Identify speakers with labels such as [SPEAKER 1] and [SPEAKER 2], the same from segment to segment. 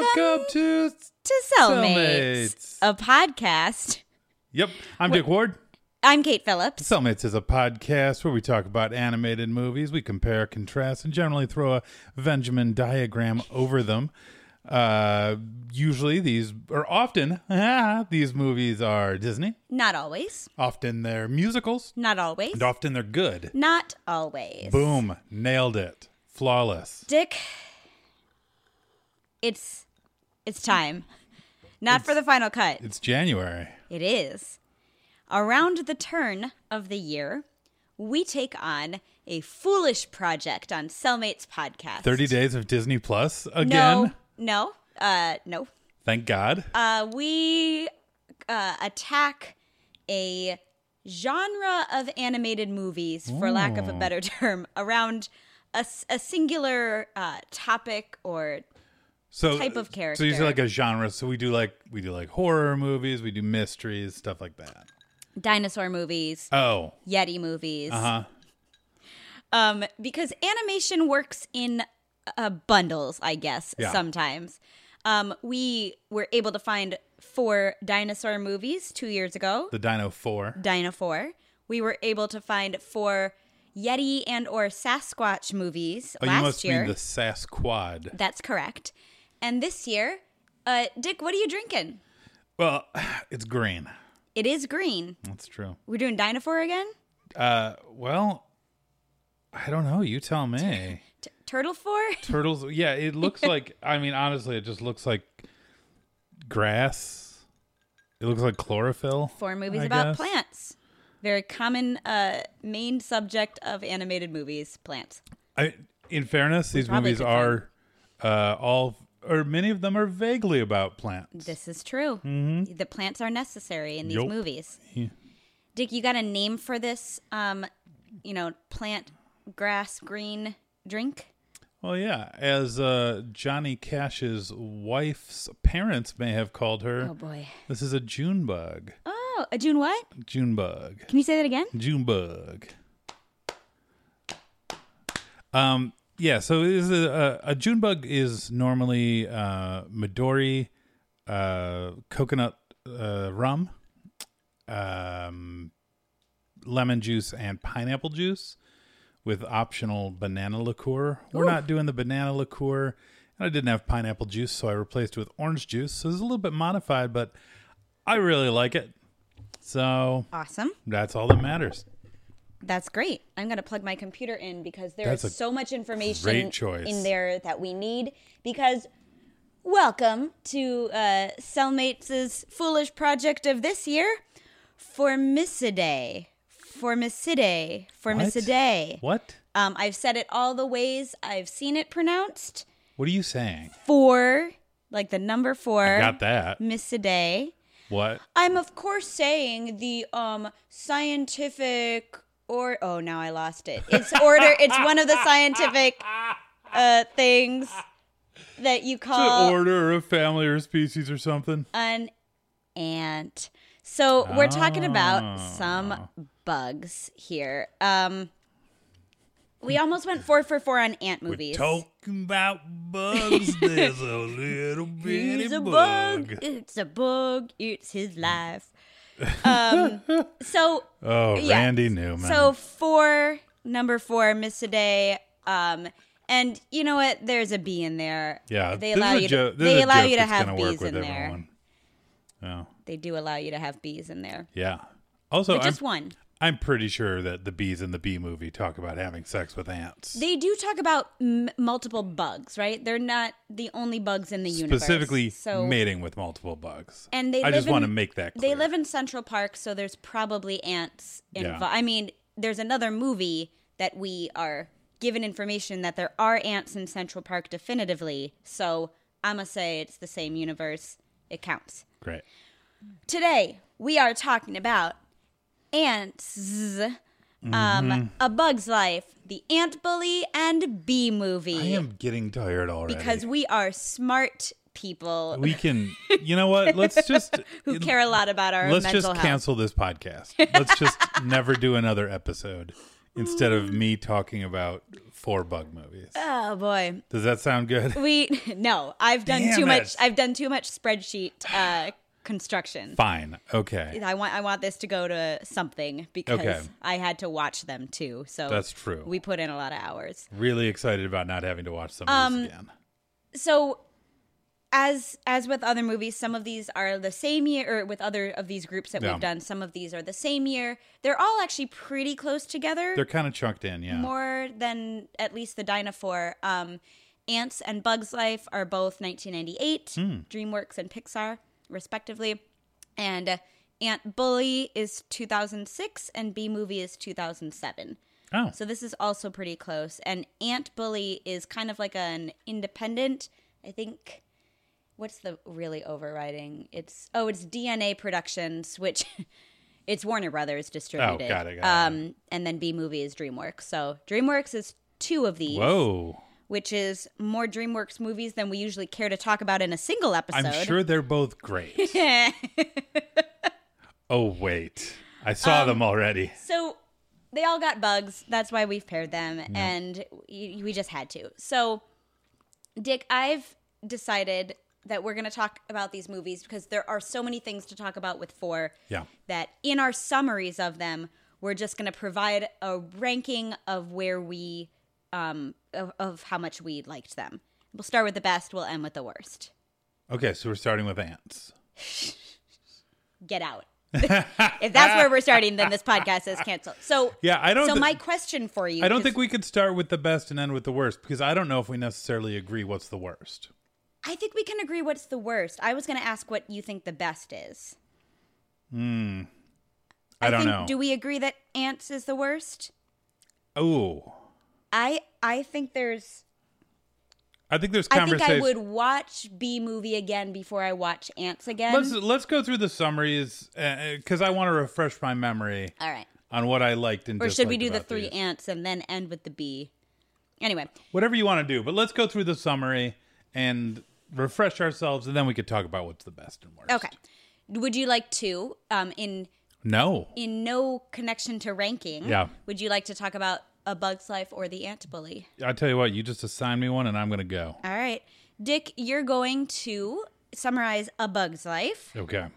[SPEAKER 1] to
[SPEAKER 2] to
[SPEAKER 1] Cellmates.
[SPEAKER 2] Cellmates, a podcast.
[SPEAKER 1] Yep, I'm Dick Ward.
[SPEAKER 2] I'm Kate Phillips.
[SPEAKER 1] Cellmates is a podcast where we talk about animated movies. We compare, contrast, and generally throw a Benjamin diagram over them. Uh, usually, these or often these movies are Disney.
[SPEAKER 2] Not always.
[SPEAKER 1] Often they're musicals,
[SPEAKER 2] Not always.
[SPEAKER 1] and often they're good.
[SPEAKER 2] Not always.
[SPEAKER 1] Boom, nailed it, flawless.
[SPEAKER 2] Dick, it's it's time. Not for the final cut.
[SPEAKER 1] It's January.
[SPEAKER 2] It is. Around the turn of the year, we take on a foolish project on Cellmates podcast.
[SPEAKER 1] Thirty days of Disney Plus again.
[SPEAKER 2] No, no, uh, no.
[SPEAKER 1] Thank God.
[SPEAKER 2] uh, we uh, attack a genre of animated movies, for lack of a better term, around a, s- a singular uh, topic or
[SPEAKER 1] so
[SPEAKER 2] type of
[SPEAKER 1] So
[SPEAKER 2] character.
[SPEAKER 1] you say like a genre. So we do like we do like horror movies, we do mysteries, stuff like that.
[SPEAKER 2] dinosaur movies,
[SPEAKER 1] Oh,
[SPEAKER 2] Yeti movies,
[SPEAKER 1] uh-huh.
[SPEAKER 2] um, because animation works in uh, bundles, I guess,
[SPEAKER 1] Yeah.
[SPEAKER 2] sometimes. Um, we were able to find four dinosaur movies two years ago.
[SPEAKER 1] the Dino Four.
[SPEAKER 2] Dinosaur. We were able to find four Yeti and or Sasquatch movies
[SPEAKER 1] Oh,
[SPEAKER 2] last
[SPEAKER 1] you must
[SPEAKER 2] year.
[SPEAKER 1] mean the Sasquad.
[SPEAKER 2] That's correct. And this year, uh, Dick, what are you drinking?
[SPEAKER 1] Well, it's green.
[SPEAKER 2] It is green.
[SPEAKER 1] That's true.
[SPEAKER 2] We're doing Dinosaur again?
[SPEAKER 1] Uh, well, I don't know. You tell me.
[SPEAKER 2] T- Turtle 4?
[SPEAKER 1] Turtles. Yeah, it looks like. I mean, honestly, it just looks like grass. It looks like chlorophyll.
[SPEAKER 2] Four movies
[SPEAKER 1] I guess.
[SPEAKER 2] about plants. Very common uh, main subject of animated movies, plants.
[SPEAKER 1] I, in fairness, these
[SPEAKER 2] probably
[SPEAKER 1] movies
[SPEAKER 2] could find-
[SPEAKER 1] are uh, all, or many of them are vaguely about plants.
[SPEAKER 2] This is true. The plants are necessary in these
[SPEAKER 1] Mm-hmm. Yup.
[SPEAKER 2] movies.
[SPEAKER 1] Yeah.
[SPEAKER 2] Dick, you got a name for this? Um, you know, plant grass green drink.
[SPEAKER 1] Well, yeah, as uh, Johnny Cash's wife's parents may have called her,
[SPEAKER 2] Oh boy.
[SPEAKER 1] this is a June bug.
[SPEAKER 2] Oh, a June what?
[SPEAKER 1] June bug.
[SPEAKER 2] Can you say that again?
[SPEAKER 1] June bug. Um, yeah, so it is a, a, a June bug is normally uh, Midori, uh, coconut uh, rum, um, lemon juice, and pineapple juice with optional banana liqueur. We're not doing the banana liqueur, and I didn't have pineapple juice, so I replaced it with orange juice. So it's a little bit modified, but I really like it. So
[SPEAKER 2] Awesome.
[SPEAKER 1] that's all that matters.
[SPEAKER 2] That's great. I'm gonna plug my computer in because there
[SPEAKER 1] That's
[SPEAKER 2] is
[SPEAKER 1] a
[SPEAKER 2] so much information
[SPEAKER 1] great choice.
[SPEAKER 2] in there that we need. Because welcome to uh, Cellmates' foolish project of this year, Formicidae. Formicidae. Formicidae.
[SPEAKER 1] What?
[SPEAKER 2] Um, I've said it all the ways I've seen it pronounced.
[SPEAKER 1] What are you saying?
[SPEAKER 2] Four, like the number four.
[SPEAKER 1] Got that.
[SPEAKER 2] Miss a day.
[SPEAKER 1] What?
[SPEAKER 2] I'm of course saying the um scientific or oh now I lost it. It's order. it's one of the scientific uh things that you
[SPEAKER 1] An
[SPEAKER 2] call
[SPEAKER 1] order or a family or a species or something?
[SPEAKER 2] an ant. So we're talking about
[SPEAKER 1] Oh.
[SPEAKER 2] some bugs here. Um, we almost went four for four on ant movies.
[SPEAKER 1] Talking about bugs, there's a little bitty
[SPEAKER 2] He's a bug. It's a bug. It's
[SPEAKER 1] Mm.
[SPEAKER 2] his life. Um, so
[SPEAKER 1] Oh,
[SPEAKER 2] Yeah.
[SPEAKER 1] Randy Newman.
[SPEAKER 2] so four number four miss a day. Um, and you know what? There's a bee in there.
[SPEAKER 1] yeah,
[SPEAKER 2] they
[SPEAKER 1] this
[SPEAKER 2] allow
[SPEAKER 1] is a
[SPEAKER 2] you.
[SPEAKER 1] jo-
[SPEAKER 2] to,
[SPEAKER 1] this is
[SPEAKER 2] they
[SPEAKER 1] a
[SPEAKER 2] allow
[SPEAKER 1] joke
[SPEAKER 2] you to
[SPEAKER 1] that's
[SPEAKER 2] have
[SPEAKER 1] gonna work
[SPEAKER 2] bees in
[SPEAKER 1] with
[SPEAKER 2] there.
[SPEAKER 1] everyone. Oh,
[SPEAKER 2] They do allow you to have bees in there.
[SPEAKER 1] yeah. Also,
[SPEAKER 2] But
[SPEAKER 1] I'm,
[SPEAKER 2] just one.
[SPEAKER 1] I'm pretty sure that the bees in the bee movie talk about having sex with ants.
[SPEAKER 2] They do talk about m- multiple bugs, right? They're not the only bugs in the universe.
[SPEAKER 1] Specifically,
[SPEAKER 2] so
[SPEAKER 1] mating with multiple bugs.
[SPEAKER 2] and they
[SPEAKER 1] I
[SPEAKER 2] live
[SPEAKER 1] just want to
[SPEAKER 2] in-
[SPEAKER 1] make that clear.
[SPEAKER 2] They live in Central Park, so there's probably ants
[SPEAKER 1] Yeah.
[SPEAKER 2] involved. I mean, there's another movie that we are given information that there are ants in Central Park definitively. So I'ma say it's the same universe. It counts.
[SPEAKER 1] Great.
[SPEAKER 2] Today we are talking about ants.
[SPEAKER 1] Mm-hmm.
[SPEAKER 2] Um, a Bug's Life, the Ant Bully and Bee movie.
[SPEAKER 1] I am getting tired already.
[SPEAKER 2] because we are smart people
[SPEAKER 1] we can you know what let's just
[SPEAKER 2] who care a lot about our
[SPEAKER 1] let's
[SPEAKER 2] mental
[SPEAKER 1] just
[SPEAKER 2] health.
[SPEAKER 1] cancel this podcast let's just never do another episode instead of me talking about four bug movies.
[SPEAKER 2] Oh boy.
[SPEAKER 1] Does that sound good?
[SPEAKER 2] We no, I've done
[SPEAKER 1] Damn
[SPEAKER 2] too
[SPEAKER 1] it.
[SPEAKER 2] much I've done too much spreadsheet uh construction.
[SPEAKER 1] Fine. Okay.
[SPEAKER 2] I want I want this to go to something because
[SPEAKER 1] Okay.
[SPEAKER 2] I had to watch them too. So
[SPEAKER 1] That's true.
[SPEAKER 2] We put in a lot of hours.
[SPEAKER 1] Really excited about not having to watch some of
[SPEAKER 2] Um,
[SPEAKER 1] these again.
[SPEAKER 2] So as as with other movies, some of these are the same year or with other of these groups that
[SPEAKER 1] Yeah.
[SPEAKER 2] we've done, some of these are the same year. They're all actually pretty close together.
[SPEAKER 1] They're kind of chunked in, yeah.
[SPEAKER 2] more than at least the Dinosaur. Um, Ants and Bugs Life are both 1998, DreamWorks and Pixar, respectively. And uh, Ant Bully is 2006, and B Movie is 2007.
[SPEAKER 1] oh,
[SPEAKER 2] So this is also pretty close. And Ant Bully is kind of like an independent, I think. What's the really overriding? It's oh, it's DNA Productions, which it's Warner Brothers distributed.
[SPEAKER 1] Oh, got it, got it.
[SPEAKER 2] Um, and then B movie is DreamWorks. So DreamWorks is two of these,
[SPEAKER 1] whoa.
[SPEAKER 2] which is more DreamWorks movies than we usually care to talk about in a single episode.
[SPEAKER 1] I'm sure they're both great. oh, wait. I saw
[SPEAKER 2] Um,
[SPEAKER 1] them already.
[SPEAKER 2] So they all got bugs. That's why we've paired them, and y- we just had to. So, Dick, I've decided that we're going to talk about these movies because there are so many things to talk about with four.
[SPEAKER 1] Yeah.
[SPEAKER 2] That in our summaries of them, we're just going to provide a ranking of where we, um, of, of how much we liked them. We'll start with the best. We'll end with the worst.
[SPEAKER 1] Okay, so we're starting with ants.
[SPEAKER 2] Get out. if that's where we're starting, then this podcast is canceled. So
[SPEAKER 1] Yeah, I don't
[SPEAKER 2] So
[SPEAKER 1] thi-
[SPEAKER 2] my question for you,
[SPEAKER 1] I don't
[SPEAKER 2] 'cause-
[SPEAKER 1] think we could start with the best and end with the worst because I don't know if we necessarily agree what's the worst.
[SPEAKER 2] I think we can agree what's the worst. I was going to ask what you think the best is.
[SPEAKER 1] Hmm. I, don't
[SPEAKER 2] think,
[SPEAKER 1] know.
[SPEAKER 2] Do we agree that ants is the worst?
[SPEAKER 1] oh,
[SPEAKER 2] I I think there's.
[SPEAKER 1] I think there's
[SPEAKER 2] I think
[SPEAKER 1] conversation.
[SPEAKER 2] I would watch B movie again before I watch ants again.
[SPEAKER 1] Let's let's go through the summaries because I want to refresh my memory
[SPEAKER 2] All right.
[SPEAKER 1] on what I liked and
[SPEAKER 2] Or should we
[SPEAKER 1] disliked
[SPEAKER 2] do the
[SPEAKER 1] about
[SPEAKER 2] three
[SPEAKER 1] these.
[SPEAKER 2] ants and then end with the B? Anyway,
[SPEAKER 1] Whatever you want to do, but let's go through the summary and refresh ourselves, and then we could talk about what's the best and worst.
[SPEAKER 2] okay. Would you like to, um, in
[SPEAKER 1] No.
[SPEAKER 2] in no connection to ranking,
[SPEAKER 1] Yeah.
[SPEAKER 2] would you like to talk about a bug's life or the ant bully?
[SPEAKER 1] I tell you what, you just assign me one, and I'm gonna go.
[SPEAKER 2] All right. Dick, you're going to summarize A Bug's Life,
[SPEAKER 1] Okay.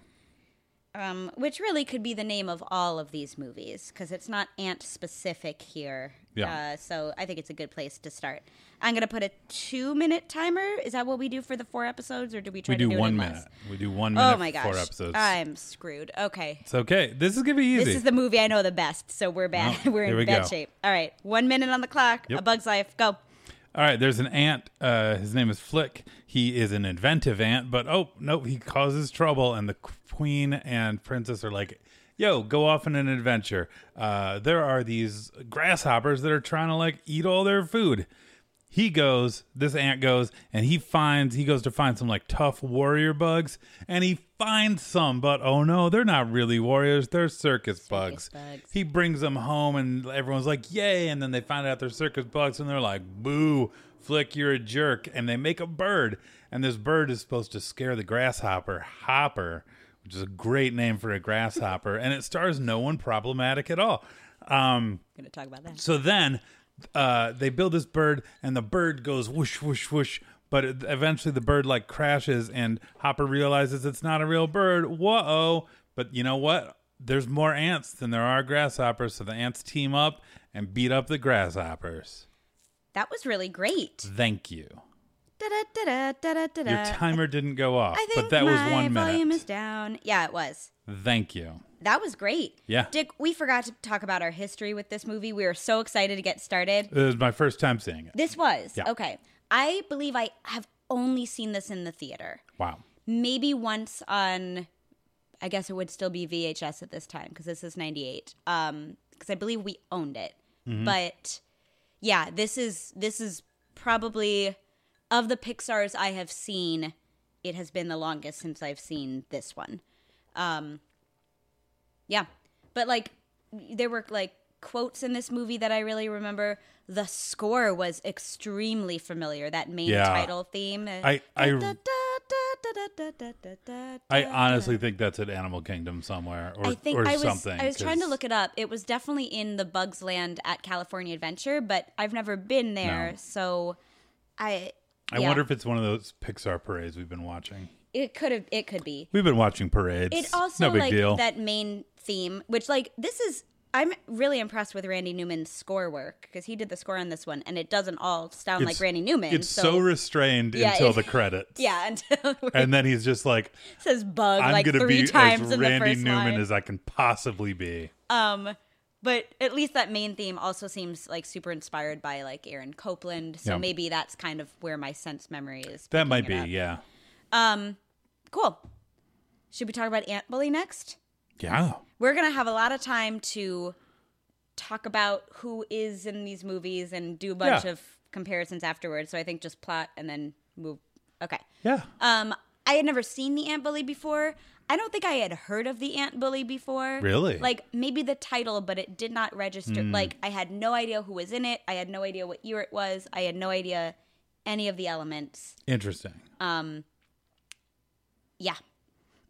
[SPEAKER 2] um, which really could be the name of all of these movies because it's not ant specific here.
[SPEAKER 1] Yeah.
[SPEAKER 2] Uh, so I think it's a good place to start. I'm going to put a two minute timer. Is that what we do for the four episodes or do we try
[SPEAKER 1] We
[SPEAKER 2] to
[SPEAKER 1] do
[SPEAKER 2] do it
[SPEAKER 1] one
[SPEAKER 2] in
[SPEAKER 1] minute.
[SPEAKER 2] less?
[SPEAKER 1] We do one minute.
[SPEAKER 2] Oh my
[SPEAKER 1] for
[SPEAKER 2] gosh.
[SPEAKER 1] Four episodes.
[SPEAKER 2] I'm screwed. Okay.
[SPEAKER 1] it's okay. This is gonna be easy.
[SPEAKER 2] This is the movie I know the best, so we're bad.
[SPEAKER 1] Oh,
[SPEAKER 2] we're in
[SPEAKER 1] here we
[SPEAKER 2] bad
[SPEAKER 1] go.
[SPEAKER 2] shape. All right. One minute on the clock.
[SPEAKER 1] Yep.
[SPEAKER 2] A Bug's Life. Go.
[SPEAKER 1] All right, there's an ant. Uh, his name is Flick. He is an inventive ant, but oh, nope, he causes trouble. And the queen and princess are like, yo, go off on an adventure. Uh, there are these grasshoppers that are trying to like eat all their food. He goes, this ant goes, and he finds, he goes to find some like tough warrior bugs, and he finds some, but oh no, they're not really warriors, they're circus, bugs.
[SPEAKER 2] bugs.
[SPEAKER 1] He brings them home, and everyone's like, "Yay!" And then they find out they're circus bugs, and they're like, "Boo, Flick, you're a jerk!" And they make a bird, and this bird is supposed to scare the grasshopper, Hopper, which is a great name for a grasshopper, and it stars no one problematic at all. Um,
[SPEAKER 2] We're going to talk about that.
[SPEAKER 1] so then uh, they build this bird, and the bird goes whoosh, whoosh, whoosh. But it, eventually the bird like crashes, and Hopper realizes it's not a real bird. Whoa! But you know what? There's more ants than there are grasshoppers, so the ants team up and beat up the grasshoppers.
[SPEAKER 2] That was really great.
[SPEAKER 1] Thank you.
[SPEAKER 2] Da-da-da-da-da-da-da.
[SPEAKER 1] Your timer didn't go off,
[SPEAKER 2] Uh, I think
[SPEAKER 1] but that was
[SPEAKER 2] my
[SPEAKER 1] one
[SPEAKER 2] volume
[SPEAKER 1] minute.
[SPEAKER 2] is down. Yeah, it was.
[SPEAKER 1] Thank you.
[SPEAKER 2] That was great.
[SPEAKER 1] Yeah.
[SPEAKER 2] Dick, we forgot to talk about our history with this movie. We were so excited to get started.
[SPEAKER 1] It was my first time seeing it.
[SPEAKER 2] This was.
[SPEAKER 1] Yeah.
[SPEAKER 2] Okay. I believe I have only seen this in the theater.
[SPEAKER 1] Wow.
[SPEAKER 2] Maybe once on I guess it would still be VHS at this time because this is 98. Um because I believe we owned it.
[SPEAKER 1] Mm-hmm.
[SPEAKER 2] But yeah, this is this is probably of the Pixar's I have seen, it has been the longest since I've seen this one. Um, Yeah. But like there were like quotes in this movie that I really remember. The score was extremely familiar. That main
[SPEAKER 1] Yeah.
[SPEAKER 2] title theme.
[SPEAKER 1] I- I-
[SPEAKER 2] Da, da, da, da,
[SPEAKER 1] I honestly think that's at Animal Kingdom somewhere or,
[SPEAKER 2] Uh, I think
[SPEAKER 1] or
[SPEAKER 2] I was
[SPEAKER 1] something.
[SPEAKER 2] I was trying to
[SPEAKER 1] 'cause-
[SPEAKER 2] look it up. It was definitely in the Bugs Land at California Adventure, but I've never been there,
[SPEAKER 1] No.
[SPEAKER 2] so I.
[SPEAKER 1] I
[SPEAKER 2] yeah.
[SPEAKER 1] wonder if it's one of those Pixar parades we've been watching.
[SPEAKER 2] it could have. It could be.
[SPEAKER 1] We've been watching parades.
[SPEAKER 2] It also
[SPEAKER 1] no big
[SPEAKER 2] like
[SPEAKER 1] deal.
[SPEAKER 2] that main theme, which like this is. I'm really impressed with Randy Newman's score work because he did the score on this one, and it doesn't all sound
[SPEAKER 1] It's-
[SPEAKER 2] like Randy Newman.
[SPEAKER 1] it's so, restrained
[SPEAKER 2] Yeah,
[SPEAKER 1] until
[SPEAKER 2] it-
[SPEAKER 1] the credits.
[SPEAKER 2] yeah, until where
[SPEAKER 1] And then he's just like,
[SPEAKER 2] it says bug
[SPEAKER 1] I'm
[SPEAKER 2] like
[SPEAKER 1] gonna
[SPEAKER 2] three
[SPEAKER 1] be as
[SPEAKER 2] times in the
[SPEAKER 1] Randy
[SPEAKER 2] first
[SPEAKER 1] Newman
[SPEAKER 2] line.
[SPEAKER 1] as I can possibly be.
[SPEAKER 2] Um, but at least that main theme also seems like super inspired by like Aaron Copland. So
[SPEAKER 1] Yeah.
[SPEAKER 2] maybe that's kind of where my sense memory is.
[SPEAKER 1] That
[SPEAKER 2] picking
[SPEAKER 1] might
[SPEAKER 2] it
[SPEAKER 1] be,
[SPEAKER 2] up.
[SPEAKER 1] yeah.
[SPEAKER 2] Um, cool. Should we talk about Ant Bully next?
[SPEAKER 1] Yeah.
[SPEAKER 2] We're gonna have a lot of time to talk about who is in these movies and do a bunch
[SPEAKER 1] Yeah.
[SPEAKER 2] of comparisons afterwards. So I think just plot and then move. Okay.
[SPEAKER 1] Yeah.
[SPEAKER 2] Um, I had never seen the Ant Bully before. I don't think I had heard of the Ant Bully before.
[SPEAKER 1] Really? Hmm.
[SPEAKER 2] Like maybe the title, but it did not register. Like I had no idea who was in it. I had no idea what year it was. I had no idea any of the elements.
[SPEAKER 1] Interesting.
[SPEAKER 2] Um, yeah,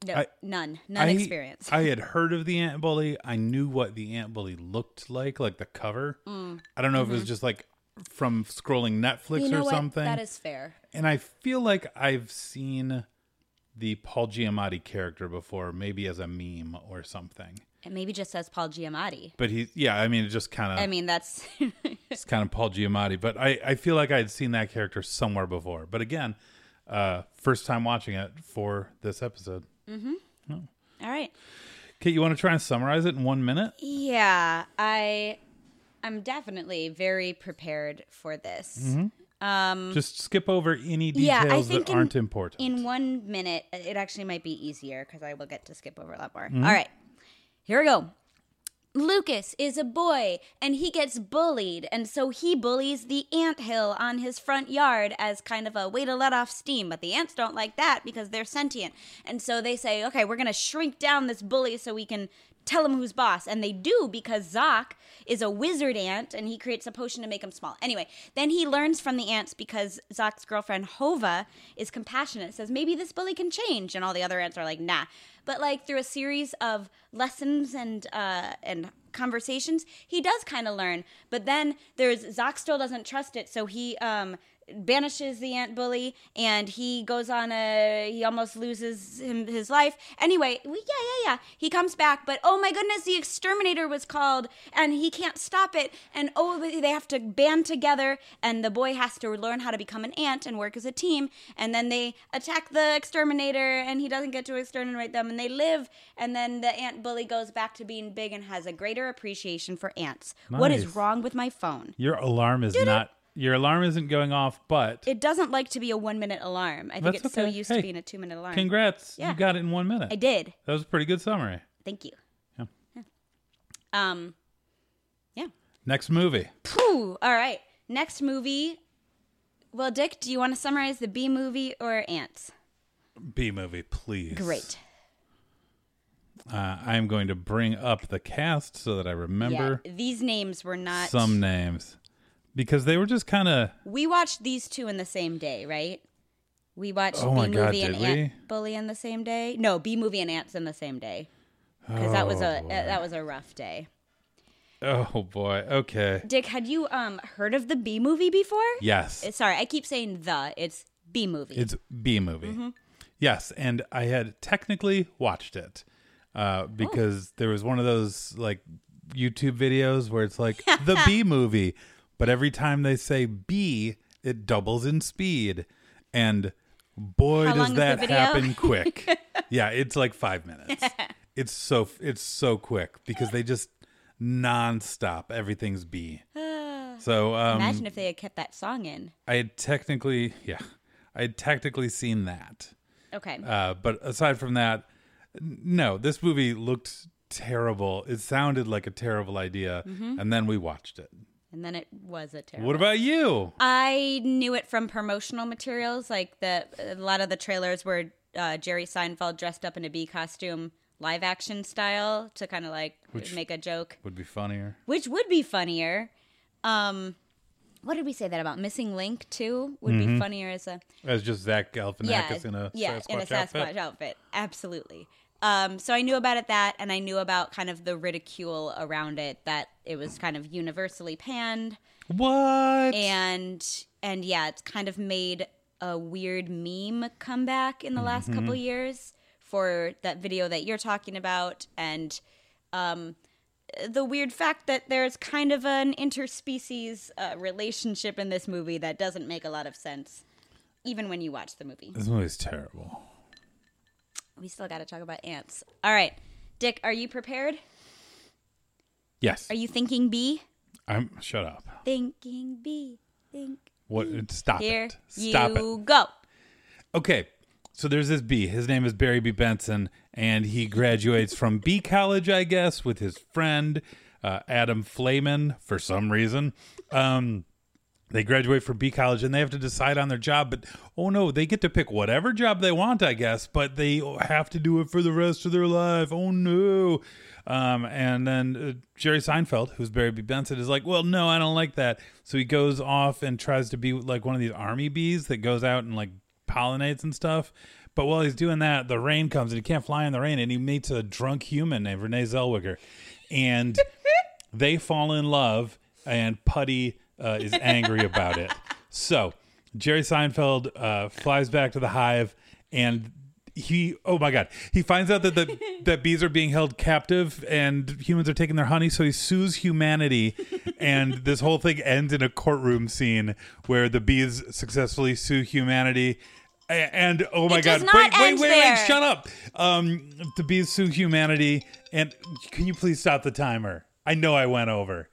[SPEAKER 2] no,
[SPEAKER 1] I-
[SPEAKER 2] none, none
[SPEAKER 1] I-
[SPEAKER 2] experience.
[SPEAKER 1] I had heard of the ant bully. I knew what the ant bully looked like, like the cover. I don't know if it was just like from scrolling Netflix
[SPEAKER 2] Mm. Mm-hmm. you
[SPEAKER 1] or
[SPEAKER 2] know what?
[SPEAKER 1] something.
[SPEAKER 2] That is fair.
[SPEAKER 1] and I feel like I've seen the Paul Giamatti character before, maybe as a meme or something.
[SPEAKER 2] It maybe just says Paul Giamatti.
[SPEAKER 1] But he, yeah, I mean, it just kind of
[SPEAKER 2] I mean, that's
[SPEAKER 1] it's kind of Paul Giamatti, but I, I feel like I had seen that character somewhere before. But again, uh, first time watching it for this episode.
[SPEAKER 2] all right.
[SPEAKER 1] Kate, you want to try and summarize it in one minute?
[SPEAKER 2] Yeah, I I'm definitely very prepared for this.
[SPEAKER 1] Mm-hmm. Just skip over any details
[SPEAKER 2] Mm. Yeah, I
[SPEAKER 1] that
[SPEAKER 2] think in-
[SPEAKER 1] aren't important.
[SPEAKER 2] In 1 minute, it actually might be easier cuz I will get to skip over a lot more. All right. Here we go. Lucas is a boy and he gets bullied and so he bullies the ant hill on his front yard as kind of a way to let off steam but the ants don't like that because they're sentient and so they say okay we're going to shrink down this bully so we can tell him who's boss and they do because Zoc is a wizard ant and he creates a potion to make him small anyway then he learns from the ants because Zoc's girlfriend Hova is compassionate says maybe this bully can change and all the other ants are like nah but like through a series of lessons and uh, and conversations, he does kind of learn. But then there's Zoc still doesn't trust it, so he um, banishes the ant bully, and he goes on a he almost loses him his life. Anyway, we, yeah, yeah, yeah. He comes back, but oh my goodness, the exterminator was called, and he can't stop it. And oh, they they have to band together, and the boy has to learn how to become an ant and work as a team. And then they attack the exterminator, and he doesn't get to exterminate them, and they live. And then the ant bully goes back to being big and has a greater appreciation for ants. What
[SPEAKER 1] Nice.
[SPEAKER 2] is wrong with my phone?
[SPEAKER 1] your alarm is not your alarm isn't going off, but
[SPEAKER 2] It doesn't like to be a one minute alarm. I think
[SPEAKER 1] That's
[SPEAKER 2] it's so
[SPEAKER 1] okay.
[SPEAKER 2] used
[SPEAKER 1] Hey,
[SPEAKER 2] to being a two minute alarm.
[SPEAKER 1] congrats,
[SPEAKER 2] Yeah.
[SPEAKER 1] you got it in one minute.
[SPEAKER 2] I did.
[SPEAKER 1] That was a pretty good summary.
[SPEAKER 2] Thank you.
[SPEAKER 1] Yeah.
[SPEAKER 2] Yeah. Um. Yeah.
[SPEAKER 1] Next movie.
[SPEAKER 2] Phew. All right. Next movie. Well, Dick, do you want to summarize the B movie or ants?
[SPEAKER 1] B movie, please.
[SPEAKER 2] Great.
[SPEAKER 1] Uh, I am going to bring up the cast so that I remember
[SPEAKER 2] Yeah, these names were not.
[SPEAKER 1] some names because they were just kind of
[SPEAKER 2] We watched these two in the same day, right? We watched
[SPEAKER 1] Oh
[SPEAKER 2] B
[SPEAKER 1] my God,
[SPEAKER 2] movie and
[SPEAKER 1] did
[SPEAKER 2] Ant Bully in the same day. No, B movie and ants in the same day because that was a that was a rough day.
[SPEAKER 1] oh boy. Okay.
[SPEAKER 2] Dick, had you um heard of the B movie before?
[SPEAKER 1] Yes.
[SPEAKER 2] Uh, Sorry, I keep saying the. It's B movie.
[SPEAKER 1] It's B movie.
[SPEAKER 2] Mm-hmm.
[SPEAKER 1] Yes, and I had technically watched it
[SPEAKER 2] Oh.
[SPEAKER 1] uh, because there was one of those like YouTube videos where it's like the B movie, but every time they say B, it doubles in speed, and boy
[SPEAKER 2] How long
[SPEAKER 1] does
[SPEAKER 2] is the
[SPEAKER 1] that
[SPEAKER 2] video?
[SPEAKER 1] happen quick. yeah, it's like five minutes. it's so it's so quick because they just nonstop everything's B. So um,
[SPEAKER 2] Imagine if they had kept that song in.
[SPEAKER 1] I had technically, yeah, I had technically seen that.
[SPEAKER 2] Okay.
[SPEAKER 1] Uh, but aside from that, n- no, this movie looked terrible. It sounded like a terrible idea,
[SPEAKER 2] Mm-hmm.
[SPEAKER 1] and then we watched it.
[SPEAKER 2] and then it was a terrible.
[SPEAKER 1] What about you?
[SPEAKER 2] I knew it from promotional materials. Like the a lot of the trailers were uh, Jerry Seinfeld dressed up in a bee costume, live action style, to kind of like make a joke,
[SPEAKER 1] Would be funnier.
[SPEAKER 2] which would be funnier. Um, What did we say that about? Missing Link too would be funnier as a
[SPEAKER 1] As just Zach Galifianakis
[SPEAKER 2] yeah
[SPEAKER 1] Mm-hmm. in a
[SPEAKER 2] yeah
[SPEAKER 1] Sasquatch
[SPEAKER 2] in a
[SPEAKER 1] outfit.
[SPEAKER 2] Sasquatch outfit. Absolutely. Um, so I knew about it that, and I knew about kind of the ridicule around it that it was kind of universally panned.
[SPEAKER 1] What?
[SPEAKER 2] and and yeah, it's kind of made a weird meme comeback in the last couple
[SPEAKER 1] Mm-hmm.
[SPEAKER 2] years for that video that you're talking about, and um, the weird fact that there's kind of an interspecies uh, relationship in this movie that doesn't make a lot of sense, even when you watch the movie.
[SPEAKER 1] this movie's terrible.
[SPEAKER 2] We still got to talk about ants. All right, Dick, are you prepared?
[SPEAKER 1] Yes.
[SPEAKER 2] Are you thinking B?
[SPEAKER 1] I'm shut up.
[SPEAKER 2] Thinking B. Think.
[SPEAKER 1] What stop
[SPEAKER 2] Here
[SPEAKER 1] it. Stop it.
[SPEAKER 2] you go.
[SPEAKER 1] Okay. So there's this B. His name is Barry B. Benson, and he graduates from B College, I guess, with his friend uh, Adam Flamen for some reason. Um, they graduate from B College and they have to decide on their job, but oh no, they get to pick whatever job they want, I guess, but they have to do it for the rest of their life. Oh no. Um, and then uh, Jerry Seinfeld, who's Barry B. Benson, is like, well, no, I don't like that. So he goes off and tries to be like one of these army bees that goes out and like pollinates and stuff. But while he's doing that, the rain comes and he can't fly in the rain, and he meets a drunk human named Renee Zellweger, and they fall in love, and Putty uh, is angry about it. So Jerry Seinfeld uh, flies back to the hive, and he oh my god he finds out that the that bees are being held captive and humans are taking their honey so he sues humanity and this whole thing ends in a courtroom scene where the bees successfully sue humanity A- and oh my
[SPEAKER 2] It
[SPEAKER 1] god
[SPEAKER 2] does not
[SPEAKER 1] wait wait
[SPEAKER 2] end
[SPEAKER 1] wait wait
[SPEAKER 2] there.
[SPEAKER 1] shut up um the bees sue humanity and can you please stop the timer i know i went over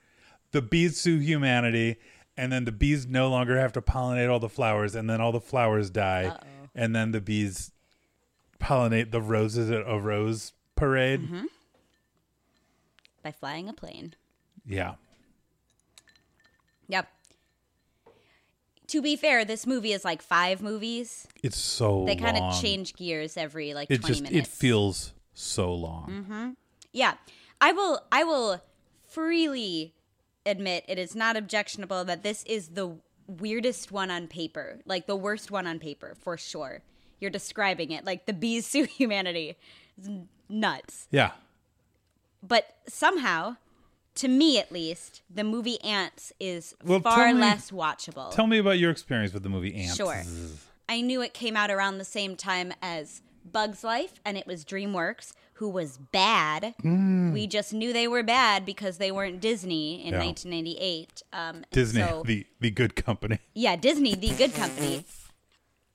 [SPEAKER 1] the bees sue humanity and then the bees no longer have to pollinate all the flowers and then all the flowers die and then the bees pollinate the roses at a rose parade.
[SPEAKER 2] Mm-hmm. By flying a plane.
[SPEAKER 1] Yeah.
[SPEAKER 2] Yep. To be fair, this movie is like five movies.
[SPEAKER 1] It's so
[SPEAKER 2] They kind
[SPEAKER 1] long.
[SPEAKER 2] of change gears every like
[SPEAKER 1] It
[SPEAKER 2] twenty
[SPEAKER 1] just
[SPEAKER 2] minutes. Mm-hmm.
[SPEAKER 1] it feels so long.
[SPEAKER 2] yeah, I will. I will freely admit it is not objectionable that this is the weirdest one on paper, like the worst one on paper for sure. You're describing it like the bees sue humanity. It's n- nuts.
[SPEAKER 1] Yeah.
[SPEAKER 2] but somehow, to me at least, the movie Ants is
[SPEAKER 1] Well,
[SPEAKER 2] far
[SPEAKER 1] tell me-
[SPEAKER 2] less watchable.
[SPEAKER 1] Tell me about your experience with the movie Ants.
[SPEAKER 2] Sure. I knew it came out around the same time as Bug's Life, and it was DreamWorks, who was bad. We just knew they were bad because they weren't Disney in
[SPEAKER 1] Mm. Yeah.
[SPEAKER 2] 1998. Um, and
[SPEAKER 1] Disney,
[SPEAKER 2] so-
[SPEAKER 1] the the good company.
[SPEAKER 2] yeah, Disney, the good company.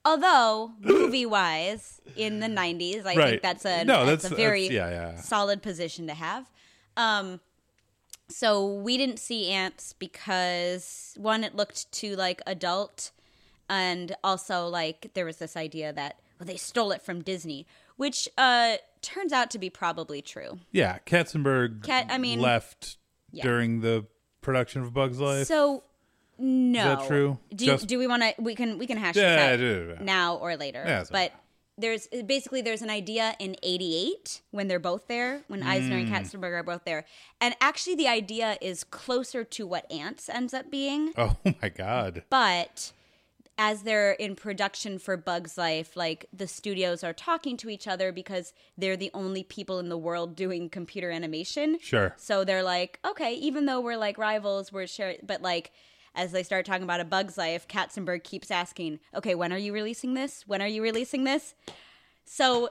[SPEAKER 2] Although movie wise, in the '90s, I
[SPEAKER 1] Right.
[SPEAKER 2] think that's a
[SPEAKER 1] No,
[SPEAKER 2] that's,
[SPEAKER 1] that's-
[SPEAKER 2] a very
[SPEAKER 1] that's- yeah, yeah.
[SPEAKER 2] solid position to have. Um, so we didn't see ants because one, it looked too like adult, and also like there was this idea that well, they stole it from Disney, which uh, turns out to be probably true.
[SPEAKER 1] Yeah, Katzenberg
[SPEAKER 2] Kat- I mean-
[SPEAKER 1] left
[SPEAKER 2] Yeah.
[SPEAKER 1] during the production of Bugs Life.
[SPEAKER 2] So no,
[SPEAKER 1] that true?
[SPEAKER 2] Do you,
[SPEAKER 1] Just-
[SPEAKER 2] do we want to? We can we can hash
[SPEAKER 1] Yeah,
[SPEAKER 2] this out
[SPEAKER 1] yeah, yeah, yeah.
[SPEAKER 2] now or later.
[SPEAKER 1] Yeah, it's
[SPEAKER 2] but
[SPEAKER 1] okay.
[SPEAKER 2] there's basically there's an idea in '88 when they're both there, when Eisner
[SPEAKER 1] Hmm.
[SPEAKER 2] and Katzenberg are both there, and actually the idea is closer to what Ants ends up being,
[SPEAKER 1] oh my god.
[SPEAKER 2] but as they're in production for Bugs Life, like the studios are talking to each other because they're the only people in the world doing computer animation.
[SPEAKER 1] Sure.
[SPEAKER 2] So they're like, okay, even though we're like rivals, we're sharing, but like, as they start talking about a bug's life, Katzenberg keeps asking, okay, when are you releasing this? When are you releasing this? So,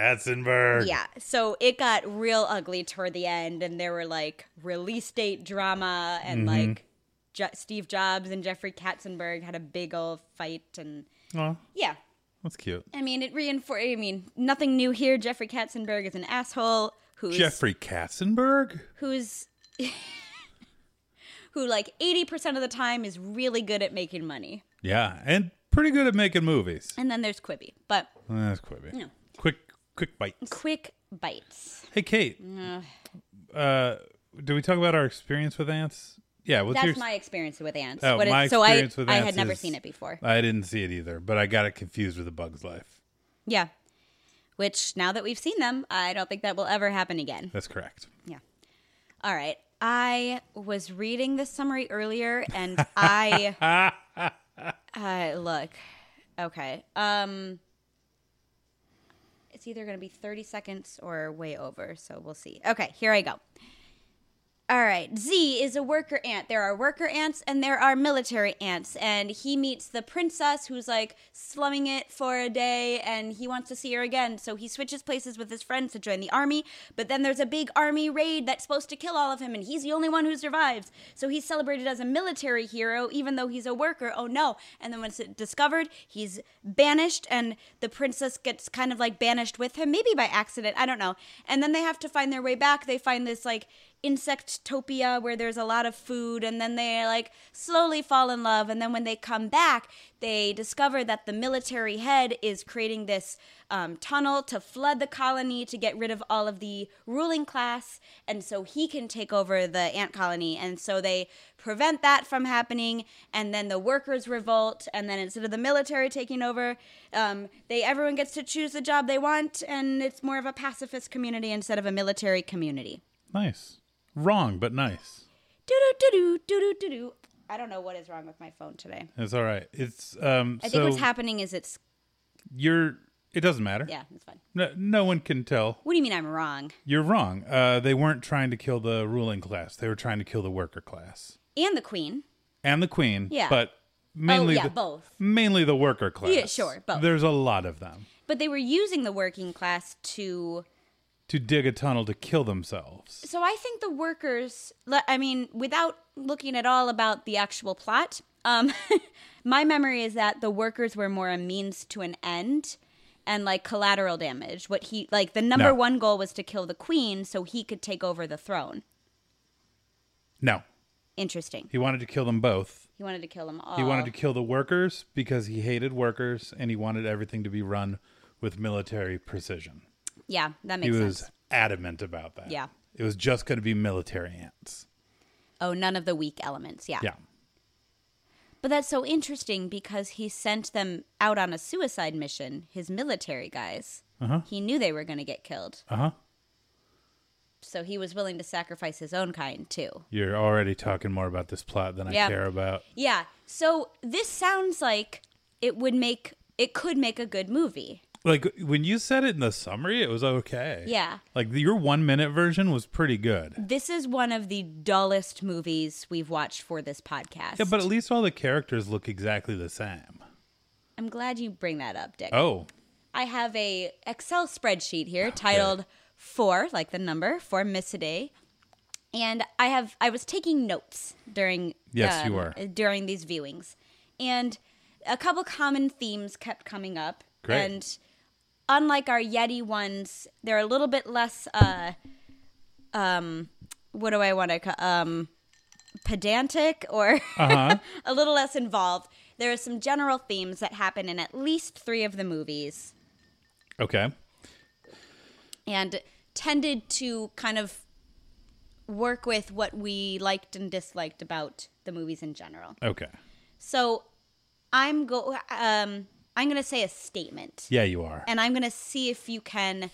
[SPEAKER 1] Katzenberg.
[SPEAKER 2] yeah, so it got real ugly toward the end, and there were like release date drama, and
[SPEAKER 1] Mm-hmm.
[SPEAKER 2] like jo- Steve Jobs and Jeffrey Katzenberg had a big old fight, and
[SPEAKER 1] Aw,
[SPEAKER 2] yeah.
[SPEAKER 1] that's cute.
[SPEAKER 2] I mean, it reinforced. I mean, nothing new here. Jeffrey Katzenberg is an asshole who's
[SPEAKER 1] Jeffrey Katzenberg?
[SPEAKER 2] who's who like 80% of the time is really good at making money.
[SPEAKER 1] Yeah, and pretty good at making movies.
[SPEAKER 2] And then there's Quibi. But
[SPEAKER 1] That's Quibi.
[SPEAKER 2] No.
[SPEAKER 1] Quick quick bite.
[SPEAKER 2] quick bites.
[SPEAKER 1] Hey Kate. Uh, do we talk about our experience with ants? Yeah, what's
[SPEAKER 2] That's
[SPEAKER 1] your?
[SPEAKER 2] my experience with ants.
[SPEAKER 1] Oh,
[SPEAKER 2] What it-
[SPEAKER 1] my
[SPEAKER 2] so I
[SPEAKER 1] experience with
[SPEAKER 2] I had
[SPEAKER 1] ants
[SPEAKER 2] never
[SPEAKER 1] is-
[SPEAKER 2] seen it before.
[SPEAKER 1] I didn't see it either, but I got it confused with A Bug's Life.
[SPEAKER 2] yeah. Which now that we've seen them, I don't think that will ever happen again.
[SPEAKER 1] That's correct.
[SPEAKER 2] Yeah. All right. I was reading this summary earlier, and I uh, look okay. Um, it's either going to be thirty seconds or way over, so we'll see. Okay, here I go. All right. Z is a worker ant. There are worker ants and there are military ants. And he meets the princess who's like slumming it for a day and he wants to see her again. So he switches places with his friends to join the army. But then there's a big army raid that's supposed to kill all of him and he's the only one who survives. So he's celebrated as a military hero even though he's a worker. Oh no. And then when it's discovered, he's banished and the princess gets kind of like banished with him, maybe by accident. I don't know. And then they have to find their way back. They find this like insectopia where there's a lot of food and then they like slowly fall in love and then when they come back they discover that the military head is creating this um, tunnel to flood the colony to get rid of all of the ruling class and so he can take over the ant colony and so they prevent that from happening and then the workers revolt and then instead of the military taking over um, they everyone gets to choose the job they want and it's more of a pacifist community instead of a military community
[SPEAKER 1] Nice. Wrong, but nice.
[SPEAKER 2] do do do do do do do. I don't know what is wrong with my phone today.
[SPEAKER 1] It's all right. It's um.
[SPEAKER 2] I
[SPEAKER 1] so
[SPEAKER 2] think what's happening is it's
[SPEAKER 1] you're. It doesn't matter.
[SPEAKER 2] yeah, it's fine.
[SPEAKER 1] No, no one can tell.
[SPEAKER 2] What do you mean I'm wrong?
[SPEAKER 1] You're wrong. Uh, they weren't trying to kill the ruling class. They were trying to kill the worker class
[SPEAKER 2] And the queen.
[SPEAKER 1] and the queen.
[SPEAKER 2] Yeah. Oh,
[SPEAKER 1] But mainly
[SPEAKER 2] yeah,
[SPEAKER 1] the,
[SPEAKER 2] both.
[SPEAKER 1] Mainly the worker class.
[SPEAKER 2] Yeah, sure, both.
[SPEAKER 1] There's a lot of them
[SPEAKER 2] But they were using the working class to
[SPEAKER 1] to dig a tunnel to kill themselves.
[SPEAKER 2] So I think the workers, le- I mean, without looking at all about the actual plot, um, my memory is that the workers were more a means to an end and like collateral damage. What he, like, the number
[SPEAKER 1] No.
[SPEAKER 2] one goal was to kill the queen so he could take over the throne.
[SPEAKER 1] No,
[SPEAKER 2] Interesting.
[SPEAKER 1] he wanted to kill them both.
[SPEAKER 2] He wanted to kill them all.
[SPEAKER 1] He wanted to kill the workers because he hated workers and he wanted everything to be run with military precision.
[SPEAKER 2] Yeah, that
[SPEAKER 1] He
[SPEAKER 2] makes
[SPEAKER 1] was
[SPEAKER 2] sense.
[SPEAKER 1] adamant about that.
[SPEAKER 2] Yeah.
[SPEAKER 1] It was just going to be military ants.
[SPEAKER 2] Oh, none of the weak elements. Yeah.
[SPEAKER 1] Yeah.
[SPEAKER 2] But that's so interesting because he sent them out on a suicide mission, his military guys.
[SPEAKER 1] Uh-huh.
[SPEAKER 2] He knew they were going to get killed.
[SPEAKER 1] Uh huh.
[SPEAKER 2] So he was willing to sacrifice his own kind too.
[SPEAKER 1] You're already talking more about this plot than
[SPEAKER 2] Yeah.
[SPEAKER 1] I care about.
[SPEAKER 2] Yeah. So this sounds like it would make, it could make a good movie.
[SPEAKER 1] Like when you said it in the summary, it was okay.
[SPEAKER 2] Yeah.
[SPEAKER 1] Like your one minute version was pretty good.
[SPEAKER 2] This is one of the dullest movies we've watched for this podcast.
[SPEAKER 1] Yeah, but at least all the characters look exactly the same.
[SPEAKER 2] I'm glad you bring that up, Dick.
[SPEAKER 1] Oh,
[SPEAKER 2] I have a Excel spreadsheet here titled "For," like the number for Miss a Day, and I have I was taking notes during um,
[SPEAKER 1] Yes, you were.
[SPEAKER 2] during these viewings, and a couple common themes kept coming up.
[SPEAKER 1] Great.
[SPEAKER 2] And unlike our Yeti ones, they're a little bit less. Uh, um, what do I want to ca- um pedantic or
[SPEAKER 1] Uh-huh.
[SPEAKER 2] a little less involved. There are some general themes that happen in at least three of the movies
[SPEAKER 1] okay.
[SPEAKER 2] and tended to kind of work with what we liked and disliked about the movies in general.
[SPEAKER 1] Okay.
[SPEAKER 2] So I'm go um I'm going to say a statement
[SPEAKER 1] Yeah, you are.
[SPEAKER 2] and I'm going to see if you can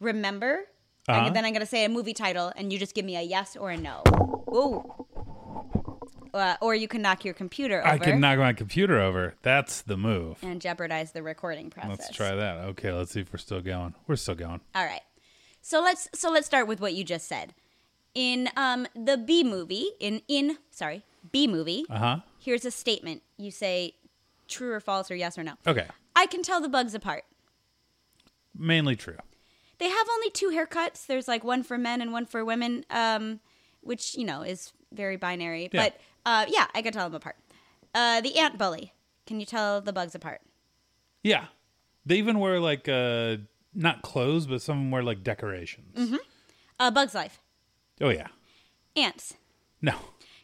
[SPEAKER 2] remember
[SPEAKER 1] Uh-huh.
[SPEAKER 2] and then I'm going to say a movie title and you just give me a yes or a no. Whoa. Uh, or you can knock your computer over
[SPEAKER 1] I can knock my computer over. That's the move.
[SPEAKER 2] and jeopardize the recording process.
[SPEAKER 1] Let's try that. Okay, let's see if we're still going. We're still going.
[SPEAKER 2] All right. So let's so let's start with what you just said. In um the B movie, in in sorry, B movie,
[SPEAKER 1] Uh huh.
[SPEAKER 2] here's a statement. You say true or false or yes or no.
[SPEAKER 1] Okay.
[SPEAKER 2] I can tell the bugs apart.
[SPEAKER 1] Mainly true.
[SPEAKER 2] They have only two haircuts. There's like one for men and one for women, um, which, you know, is very binary.
[SPEAKER 1] Yeah.
[SPEAKER 2] But uh, yeah, I can tell them apart. Uh, the ant bully. Can you tell the bugs apart?
[SPEAKER 1] Yeah. They even wear like uh not clothes, but some of them wear like decorations.
[SPEAKER 2] Uh, bugs life. Mm-hmm.
[SPEAKER 1] Oh yeah.
[SPEAKER 2] Ants.
[SPEAKER 1] No.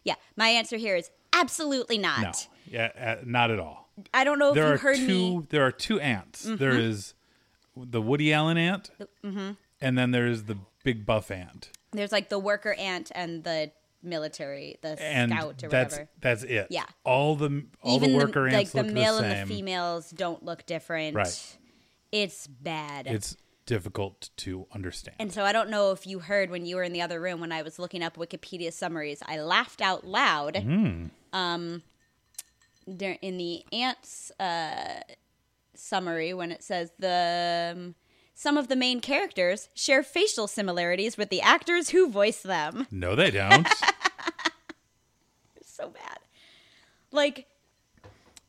[SPEAKER 2] Yeah, my answer here is absolutely not.
[SPEAKER 1] No. Yeah, uh, not at all.
[SPEAKER 2] I don't know if
[SPEAKER 1] there
[SPEAKER 2] you
[SPEAKER 1] are
[SPEAKER 2] heard
[SPEAKER 1] two
[SPEAKER 2] me. Mm-hmm.
[SPEAKER 1] there are two ants. There is the Woody Allen ant. And then there's the big buff ant.
[SPEAKER 2] There's like the worker ant and the military, the
[SPEAKER 1] And
[SPEAKER 2] scout or
[SPEAKER 1] that's
[SPEAKER 2] whatever.
[SPEAKER 1] that's it.
[SPEAKER 2] Yeah.
[SPEAKER 1] All the all
[SPEAKER 2] Even
[SPEAKER 1] the worker
[SPEAKER 2] like
[SPEAKER 1] ants
[SPEAKER 2] the
[SPEAKER 1] look
[SPEAKER 2] male
[SPEAKER 1] the same.
[SPEAKER 2] and the females don't look different.
[SPEAKER 1] Right.
[SPEAKER 2] It's bad.
[SPEAKER 1] It's difficult to understand.
[SPEAKER 2] And so I don't know if you heard when you were in the other room when I was looking up Wikipedia summaries, I laughed out loud.
[SPEAKER 1] Hmm.
[SPEAKER 2] Um, there- in the ants uh, summary when it says the um, some of the main characters share facial similarities with the actors who voice them.
[SPEAKER 1] no, they don't.
[SPEAKER 2] It's so bad. Like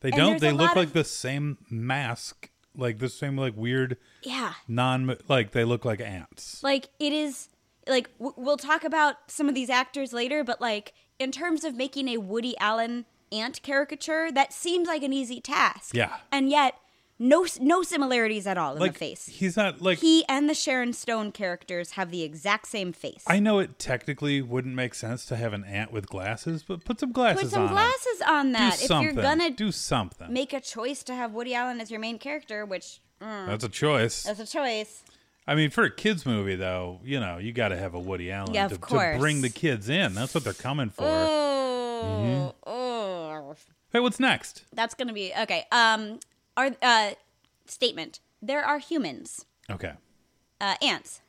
[SPEAKER 1] They
[SPEAKER 2] And
[SPEAKER 1] don't.
[SPEAKER 2] there's
[SPEAKER 1] They
[SPEAKER 2] a
[SPEAKER 1] look
[SPEAKER 2] lot
[SPEAKER 1] like
[SPEAKER 2] of-
[SPEAKER 1] the same mask, like the same like weird
[SPEAKER 2] yeah,
[SPEAKER 1] non like they look like ants.
[SPEAKER 2] like it is like w- we'll talk about some of these actors later but like in terms of making a woody allen ant caricature that seems like an easy task
[SPEAKER 1] Yeah.
[SPEAKER 2] and yet no s- no similarities at all in
[SPEAKER 1] Like
[SPEAKER 2] the face
[SPEAKER 1] he's not like
[SPEAKER 2] he and the sharon stone characters have the exact same face
[SPEAKER 1] I know it technically wouldn't make sense to have an ant with glasses, but put some glasses
[SPEAKER 2] put some
[SPEAKER 1] on. 'em.
[SPEAKER 2] glasses on
[SPEAKER 1] Do
[SPEAKER 2] that if
[SPEAKER 1] something.
[SPEAKER 2] you're gonna
[SPEAKER 1] do something.
[SPEAKER 2] make a choice to have woody allen as your main character which mm,
[SPEAKER 1] That's a choice.
[SPEAKER 2] that's a choice
[SPEAKER 1] I mean, for a kids movie though, you know, you got to have a Woody Allen
[SPEAKER 2] Yeah,
[SPEAKER 1] to,
[SPEAKER 2] of
[SPEAKER 1] to
[SPEAKER 2] course. Uh,
[SPEAKER 1] bring the kids in. That's what they're coming for. Mm-hmm.
[SPEAKER 2] oh, oh.
[SPEAKER 1] hey, what's next?
[SPEAKER 2] that's gonna be okay. Um, our uh, statement: There are humans,
[SPEAKER 1] Okay.
[SPEAKER 2] uh, ants,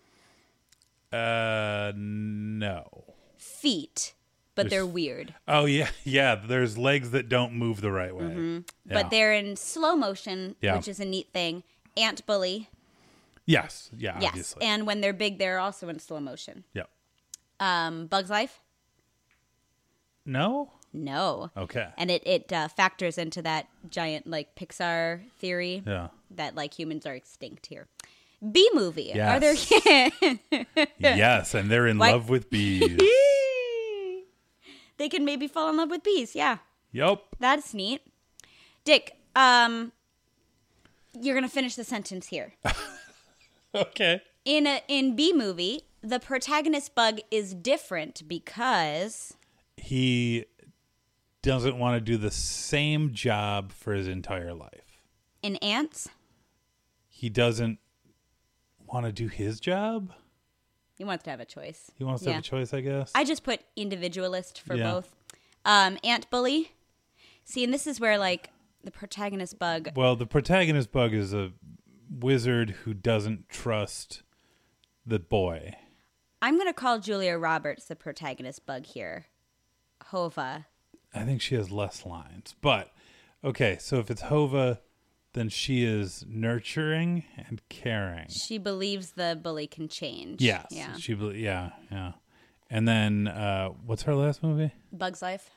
[SPEAKER 1] Uh, no.
[SPEAKER 2] feet, but they're
[SPEAKER 1] There's-
[SPEAKER 2] weird.
[SPEAKER 1] Oh yeah, yeah. There's legs that don't move the right way. Yeah.
[SPEAKER 2] Mm-hmm. But they're in slow motion,
[SPEAKER 1] Yeah.
[SPEAKER 2] which is a neat thing. Ant bully,
[SPEAKER 1] yes, yeah,
[SPEAKER 2] yes,
[SPEAKER 1] obviously,
[SPEAKER 2] and when they're big, they're also in slow motion.
[SPEAKER 1] yeah.
[SPEAKER 2] Um, Bugs Life,
[SPEAKER 1] No.
[SPEAKER 2] no,
[SPEAKER 1] Okay.
[SPEAKER 2] and it it uh, factors into that giant like Pixar theory
[SPEAKER 1] yeah.
[SPEAKER 2] that like humans are extinct here. Bee movie, are
[SPEAKER 1] Yes.
[SPEAKER 2] there?
[SPEAKER 1] yes, and they're in
[SPEAKER 2] Why-
[SPEAKER 1] love with bees.
[SPEAKER 2] they can maybe fall in love with bees. Yeah.
[SPEAKER 1] yup.
[SPEAKER 2] That's neat. Dick, um you're going to finish the sentence here.
[SPEAKER 1] Okay.
[SPEAKER 2] In a in B movie, the protagonist bug is different because
[SPEAKER 1] He doesn't want to do the same job for his entire life.
[SPEAKER 2] in ants,
[SPEAKER 1] He doesn't want to do his job.
[SPEAKER 2] he wants to have a choice.
[SPEAKER 1] He wants to
[SPEAKER 2] Yeah.
[SPEAKER 1] have a choice, I guess.
[SPEAKER 2] I just put individualist for
[SPEAKER 1] Yeah.
[SPEAKER 2] both. Um ant bully. See, and this is where like the protagonist bug
[SPEAKER 1] well, the protagonist bug is a wizard who doesn't trust the boy.
[SPEAKER 2] I'm going to call Julia Roberts the protagonist bug here. Hova.
[SPEAKER 1] I think she has less lines. But okay, so if it's Hova, then she is nurturing and caring.
[SPEAKER 2] She believes the bully can change.
[SPEAKER 1] Yes.
[SPEAKER 2] Yeah.
[SPEAKER 1] She bel- yeah, yeah. And then uh what's her last movie?
[SPEAKER 2] Bug's life.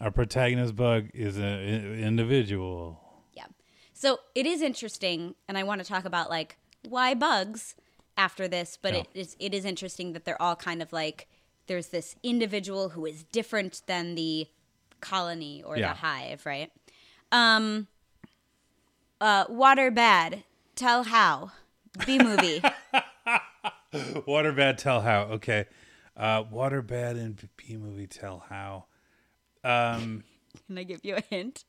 [SPEAKER 1] Our protagonist bug is an individual.
[SPEAKER 2] Yeah. So it is interesting, and I want to talk about like why bugs after this, but
[SPEAKER 1] Yeah.
[SPEAKER 2] it is it is interesting that they're all kind of like there's this individual who is different than the colony or
[SPEAKER 1] Yeah.
[SPEAKER 2] the hive, right? Um uh water bad. Tell how. B movie.
[SPEAKER 1] Water bad tell how. Okay. Uh water bad and B movie tell how.
[SPEAKER 2] can I give you a hint?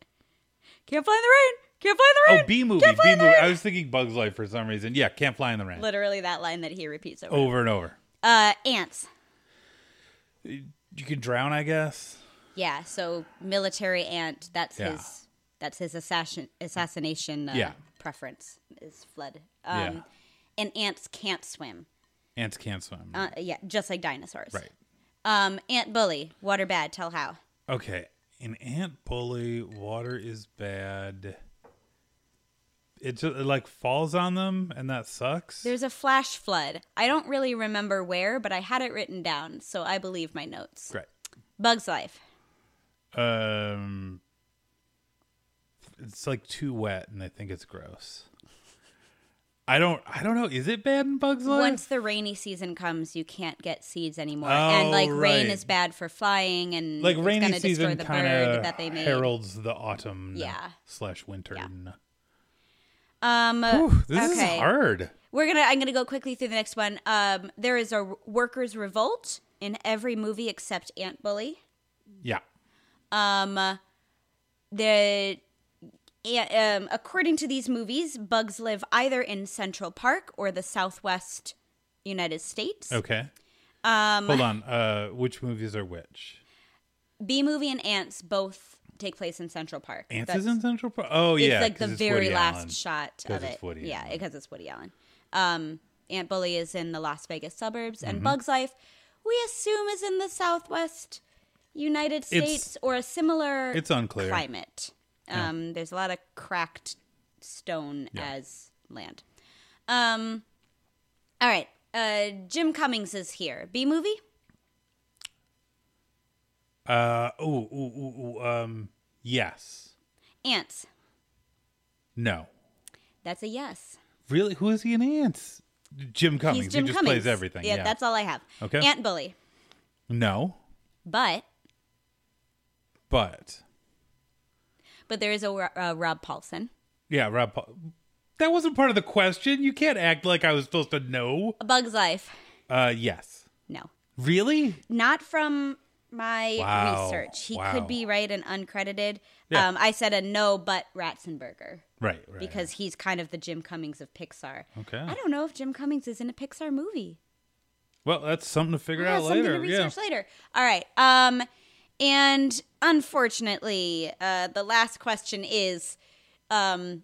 [SPEAKER 2] Can't fly in the rain. Can't fly in the
[SPEAKER 1] Oh,
[SPEAKER 2] rain.
[SPEAKER 1] B movie.
[SPEAKER 2] Can't fly
[SPEAKER 1] B
[SPEAKER 2] in the
[SPEAKER 1] movie.
[SPEAKER 2] rain.
[SPEAKER 1] I was thinking Bugs Life for some reason. Yeah, can't fly in the rain.
[SPEAKER 2] Literally that line that he repeats over.
[SPEAKER 1] Over and over.
[SPEAKER 2] Uh ants.
[SPEAKER 1] You can drown, I guess.
[SPEAKER 2] Yeah, so military ant. That's
[SPEAKER 1] Yeah.
[SPEAKER 2] his. That's his assassin assassination uh,
[SPEAKER 1] Yeah.
[SPEAKER 2] preference is flood. Um,
[SPEAKER 1] Yeah.
[SPEAKER 2] And ants can't swim.
[SPEAKER 1] Ants can't swim.
[SPEAKER 2] Uh, yeah, just like dinosaurs.
[SPEAKER 1] right.
[SPEAKER 2] Um, ant bully, water bad. Tell how.
[SPEAKER 1] Okay. An ant bully, water is bad. It just it like falls on them and that sucks.
[SPEAKER 2] There's a flash flood. I don't really remember where, but I had it written down, so I believe my notes.
[SPEAKER 1] Great.
[SPEAKER 2] Bug's life.
[SPEAKER 1] Um it's like too wet and I think it's gross. I don't I don't know. Is it bad in Bugs Life?
[SPEAKER 2] Once the rainy season comes, you can't get seeds anymore,
[SPEAKER 1] Oh,
[SPEAKER 2] and like rain
[SPEAKER 1] right.
[SPEAKER 2] is bad for flying, and
[SPEAKER 1] like
[SPEAKER 2] it's
[SPEAKER 1] rainy
[SPEAKER 2] gonna destroy
[SPEAKER 1] season
[SPEAKER 2] the
[SPEAKER 1] kind
[SPEAKER 2] bird that
[SPEAKER 1] of
[SPEAKER 2] they made.
[SPEAKER 1] heralds the autumn
[SPEAKER 2] Yeah.
[SPEAKER 1] slash winter.
[SPEAKER 2] Um,
[SPEAKER 1] This
[SPEAKER 2] okay.
[SPEAKER 1] is hard.
[SPEAKER 2] We're gonna. I'm gonna go quickly through the next one. Um, there is a workers' revolt in every movie except Ant Bully.
[SPEAKER 1] Yeah.
[SPEAKER 2] Um, the a- um, according to these movies, bugs live either in Central Park or the Southwest United States.
[SPEAKER 1] Okay.
[SPEAKER 2] Um,
[SPEAKER 1] Hold on. Uh which movies are which?
[SPEAKER 2] B movie and Ants both take place in Central Park.
[SPEAKER 1] Ants
[SPEAKER 2] That's-
[SPEAKER 1] is in Central Park. Oh
[SPEAKER 2] It's
[SPEAKER 1] yeah,
[SPEAKER 2] like the
[SPEAKER 1] 'cause
[SPEAKER 2] very
[SPEAKER 1] Woody
[SPEAKER 2] last
[SPEAKER 1] Allen.
[SPEAKER 2] shot
[SPEAKER 1] 'Cause
[SPEAKER 2] of
[SPEAKER 1] it's
[SPEAKER 2] it.
[SPEAKER 1] Woody
[SPEAKER 2] yeah,
[SPEAKER 1] Allen.
[SPEAKER 2] because it's Woody Allen. Um, Aunt Bully is in the Las Vegas suburbs,
[SPEAKER 1] Mm-hmm.
[SPEAKER 2] and Bug's Life, we assume, is in the Southwest United States or a similar
[SPEAKER 1] It's unclear.
[SPEAKER 2] climate. Um, There's a lot of cracked stone as land. Um, all right. Uh, Jim Cummings is here. B movie?
[SPEAKER 1] Uh, ooh, ooh, ooh, ooh, um, yes.
[SPEAKER 2] Ants.
[SPEAKER 1] No.
[SPEAKER 2] That's a yes.
[SPEAKER 1] Really? Who is he in Ants? Jim Cummings.
[SPEAKER 2] He's Jim
[SPEAKER 1] he just
[SPEAKER 2] Cummings.
[SPEAKER 1] plays everything. Yeah,
[SPEAKER 2] that's all I have.
[SPEAKER 1] Okay.
[SPEAKER 2] Ant Bully.
[SPEAKER 1] No,
[SPEAKER 2] But
[SPEAKER 1] but
[SPEAKER 2] but there is a Ro- uh, Rob Paulson.
[SPEAKER 1] yeah, Rob. Paul- that wasn't part of the question. You can't act like I was supposed to know.
[SPEAKER 2] A Bug's Life.
[SPEAKER 1] Uh, yes.
[SPEAKER 2] No.
[SPEAKER 1] Really?
[SPEAKER 2] Not from my
[SPEAKER 1] Wow.
[SPEAKER 2] research. He
[SPEAKER 1] Wow.
[SPEAKER 2] could be right and uncredited.
[SPEAKER 1] Yeah.
[SPEAKER 2] Um, I said a no, but Ratzenberger
[SPEAKER 1] Right. right
[SPEAKER 2] because he's kind of the Jim Cummings of Pixar.
[SPEAKER 1] Okay.
[SPEAKER 2] I don't know if Jim Cummings is in a Pixar movie.
[SPEAKER 1] Well, that's something to figure
[SPEAKER 2] Yeah,
[SPEAKER 1] out
[SPEAKER 2] something
[SPEAKER 1] later.
[SPEAKER 2] to
[SPEAKER 1] Yeah.
[SPEAKER 2] research later. All right. Um, and unfortunately, uh, the last question is, um,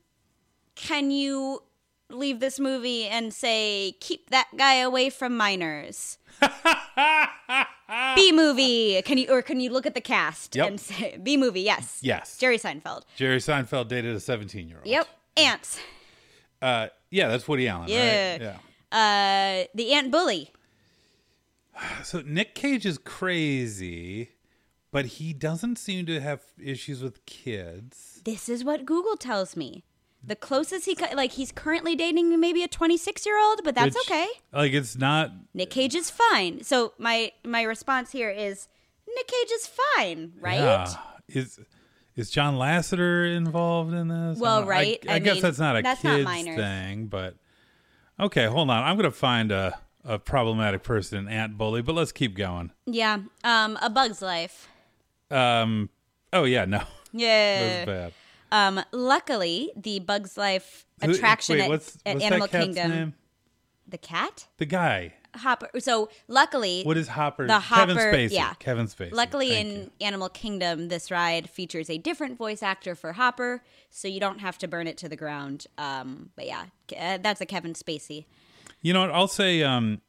[SPEAKER 2] can you leave this movie and say keep that guy away from minors? B movie. Can you or can you look at the cast
[SPEAKER 1] Yep.
[SPEAKER 2] and say B movie? Yes.
[SPEAKER 1] Yes.
[SPEAKER 2] Jerry Seinfeld.
[SPEAKER 1] Jerry Seinfeld dated a 17 year old.
[SPEAKER 2] Yep. Ants.
[SPEAKER 1] Uh, yeah, that's Woody Allen.
[SPEAKER 2] Yeah.
[SPEAKER 1] Right? Yeah.
[SPEAKER 2] Uh, the ant bully.
[SPEAKER 1] So Nick Cage is crazy, but he doesn't seem to have issues with kids.
[SPEAKER 2] This is what Google tells me. The closest he co- like he's currently dating maybe a 26 year old, but that's
[SPEAKER 1] which,
[SPEAKER 2] okay.
[SPEAKER 1] Like it's not.
[SPEAKER 2] Nick Cage is fine. So my my response here is Nick Cage is fine, right?
[SPEAKER 1] Yeah. Is is John Lasseter involved in this? I
[SPEAKER 2] Well,
[SPEAKER 1] don't know. I-
[SPEAKER 2] right.
[SPEAKER 1] I,
[SPEAKER 2] I
[SPEAKER 1] guess
[SPEAKER 2] mean,
[SPEAKER 1] that's not a
[SPEAKER 2] that's not
[SPEAKER 1] kids
[SPEAKER 2] minors.
[SPEAKER 1] thing, but okay. Hold on. I'm gonna find a a problematic person in Aunt Bully, but let's keep going.
[SPEAKER 2] Yeah. Um, A Bug's Life.
[SPEAKER 1] Um. Oh yeah. No. That was
[SPEAKER 2] Yeah.
[SPEAKER 1] bad.
[SPEAKER 2] Um, luckily, the Bug's Life
[SPEAKER 1] Who-
[SPEAKER 2] attraction
[SPEAKER 1] wait,
[SPEAKER 2] at,
[SPEAKER 1] what's,
[SPEAKER 2] at
[SPEAKER 1] what's
[SPEAKER 2] Animal
[SPEAKER 1] that cat's
[SPEAKER 2] Kingdom.
[SPEAKER 1] Name?
[SPEAKER 2] The cat
[SPEAKER 1] The guy.
[SPEAKER 2] Hopper. So luckily,
[SPEAKER 1] What is Hopper?
[SPEAKER 2] The
[SPEAKER 1] Kevin
[SPEAKER 2] Hopper-
[SPEAKER 1] Spacey.
[SPEAKER 2] yeah.
[SPEAKER 1] Kevin Spacey.
[SPEAKER 2] Luckily,
[SPEAKER 1] Thank
[SPEAKER 2] in
[SPEAKER 1] you.
[SPEAKER 2] Animal Kingdom, this ride features a different voice actor for Hopper, so you don't have to burn it to the ground. Um, but yeah, Ke- uh, that's a Kevin Spacey.
[SPEAKER 1] You know what? I'll say um,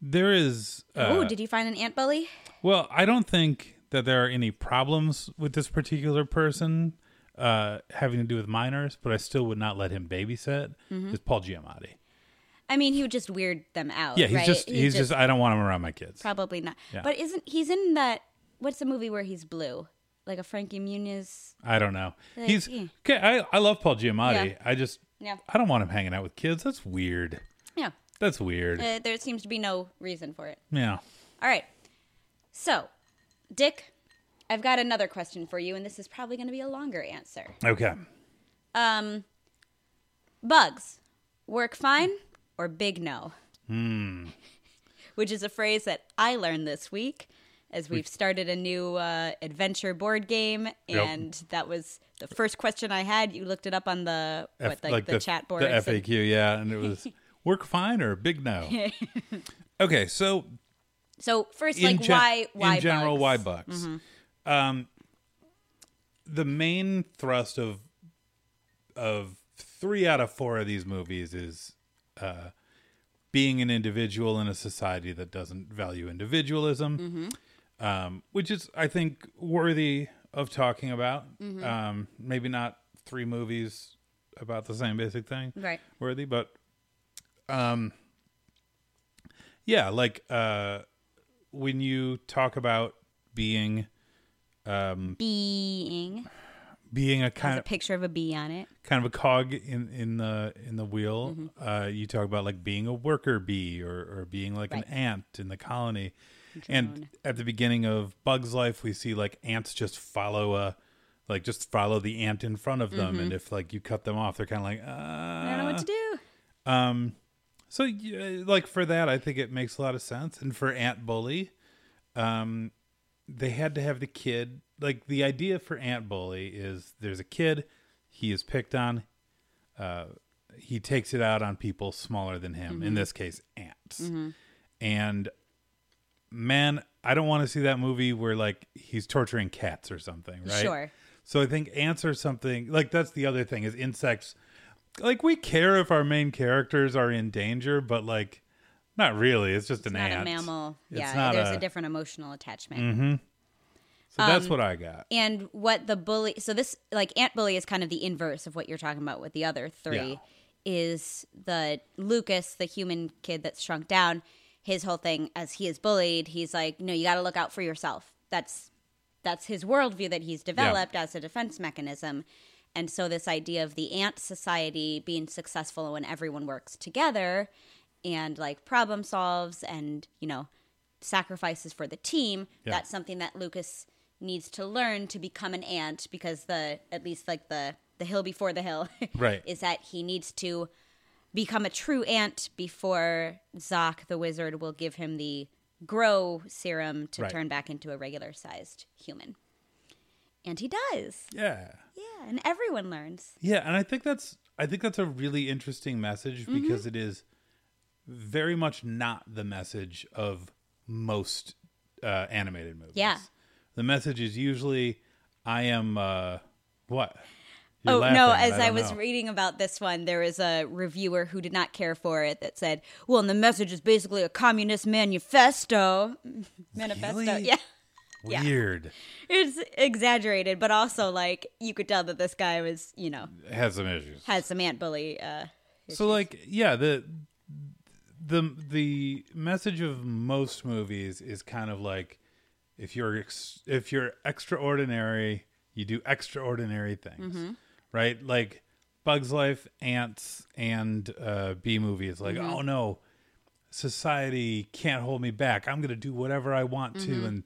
[SPEAKER 1] there is. Uh,
[SPEAKER 2] oh, did you find an ant bully?
[SPEAKER 1] well, I don't think that there are any problems with this particular person uh, having to do with minors, but I still would not let him babysit.
[SPEAKER 2] Mm-hmm.
[SPEAKER 1] It's Paul Giamatti.
[SPEAKER 2] I mean, he would just weird them out.
[SPEAKER 1] Yeah, he's
[SPEAKER 2] right?
[SPEAKER 1] just he's, just, I don't want him around my kids.
[SPEAKER 2] probably not. But isn't he's in that? What's the movie where he's blue? Like a Frankie Muniz?
[SPEAKER 1] I don't know.
[SPEAKER 2] Like,
[SPEAKER 1] he's
[SPEAKER 2] eh.
[SPEAKER 1] okay. I I love Paul Giamatti.
[SPEAKER 2] Yeah.
[SPEAKER 1] I just
[SPEAKER 2] Yeah.
[SPEAKER 1] I don't want him hanging out with kids. That's weird.
[SPEAKER 2] Yeah.
[SPEAKER 1] That's weird.
[SPEAKER 2] Uh, there seems to be no reason for it.
[SPEAKER 1] yeah.
[SPEAKER 2] All right. So, Dick, I've got another question for you, and this is probably going to be a longer answer.
[SPEAKER 1] Okay.
[SPEAKER 2] Um, bugs work fine or big no?
[SPEAKER 1] Hmm.
[SPEAKER 2] Which is a phrase that I learned this week as we've started a new uh, adventure board game, and that was the first question I had. You looked it up on the what,
[SPEAKER 1] F-
[SPEAKER 2] like, the, chat board.
[SPEAKER 1] the FAQ, yeah, and it was work fine or big no. okay, so
[SPEAKER 2] So first,
[SPEAKER 1] in
[SPEAKER 2] like
[SPEAKER 1] gen-
[SPEAKER 2] why why
[SPEAKER 1] in general,
[SPEAKER 2] bugs? Mm-hmm.
[SPEAKER 1] why bugs? Um, the main thrust of of three out of four of these movies is uh, being an individual in a society that doesn't value individualism,
[SPEAKER 2] Mm-hmm.
[SPEAKER 1] um, which is, I think, worthy of talking about.
[SPEAKER 2] Mm-hmm.
[SPEAKER 1] Um, maybe not three movies about the same basic thing,
[SPEAKER 2] Right.
[SPEAKER 1] Worthy, but um, yeah like uh when you talk about being
[SPEAKER 2] Being
[SPEAKER 1] being a
[SPEAKER 2] has
[SPEAKER 1] kind
[SPEAKER 2] a
[SPEAKER 1] of
[SPEAKER 2] picture of a bee on it.
[SPEAKER 1] kind of a cog in in the in the wheel
[SPEAKER 2] Mm-hmm.
[SPEAKER 1] uh you talk about like being a worker bee or or being like
[SPEAKER 2] Right.
[SPEAKER 1] an ant in the colony and at the beginning of bug's life we see like ants just follow a like just follow the ant in front of them and if like you cut them off they're kind of like
[SPEAKER 2] Mm-hmm. I don't know
[SPEAKER 1] uh
[SPEAKER 2] what to do.
[SPEAKER 1] So, y- uh, like for that, I think it makes a lot of sense. And for Aunt Bully, um, they had to have the kid. Like the idea for Aunt Bully is there's a kid, he is picked on, uh, he takes it out on people smaller than him. In this case, ants. And man, I don't want to see that movie where like he's torturing cats or something, right?
[SPEAKER 2] Sure.
[SPEAKER 1] So I think ants are something like that's the other thing is insects. like we care if our main characters are in danger, but like not really. It's just an
[SPEAKER 2] Not
[SPEAKER 1] ant.
[SPEAKER 2] a mammal.
[SPEAKER 1] It's
[SPEAKER 2] yeah,
[SPEAKER 1] not
[SPEAKER 2] there's
[SPEAKER 1] a-
[SPEAKER 2] a different emotional attachment.
[SPEAKER 1] So
[SPEAKER 2] Um,
[SPEAKER 1] that's what I got.
[SPEAKER 2] and what the bully so this like ant bully is kind of the inverse of what you're talking about with the other three
[SPEAKER 1] Yeah.
[SPEAKER 2] is the lucas the human kid that's shrunk down his whole thing as he is bullied he's like no you got to look out for yourself that's that's his worldview that he's developed as a defense mechanism and so this idea of the ant society being successful when everyone works together and like problem solves and you know sacrifices for the team
[SPEAKER 1] Yeah.
[SPEAKER 2] that's something that lucas needs to learn to become an ant because the at least like the the hill before the hill
[SPEAKER 1] Right.
[SPEAKER 2] is that he needs to become a true ant before Zok the wizard will give him the grow serum to
[SPEAKER 1] Right.
[SPEAKER 2] turn back into a regular sized human. And he does.
[SPEAKER 1] Yeah.
[SPEAKER 2] Yeah, and everyone learns.
[SPEAKER 1] Yeah, and I think that's I think that's a really interesting message
[SPEAKER 2] Mm-hmm.
[SPEAKER 1] because it is very much not the message of most uh, animated movies.
[SPEAKER 2] Yeah.
[SPEAKER 1] the message is usually I am uh, what?
[SPEAKER 2] oh
[SPEAKER 1] You're
[SPEAKER 2] no,
[SPEAKER 1] laughing,
[SPEAKER 2] as I,
[SPEAKER 1] don't
[SPEAKER 2] was
[SPEAKER 1] know.
[SPEAKER 2] reading about this one, there was a reviewer who did not care for it that said, "Well, and the message is basically a communist manifesto." manifesto.
[SPEAKER 1] Really?
[SPEAKER 2] Yeah. yeah.
[SPEAKER 1] weird,
[SPEAKER 2] It's exaggerated, but also like you could tell that this guy was, you know,
[SPEAKER 1] It has some issues.
[SPEAKER 2] had some ant bully uh
[SPEAKER 1] so like yeah the the the message of most movies is kind of like if you're ex- if you're extraordinary you do extraordinary things right like bugs life ants and uh, b movie is like oh no society can't hold me back i'm gonna do whatever i want to and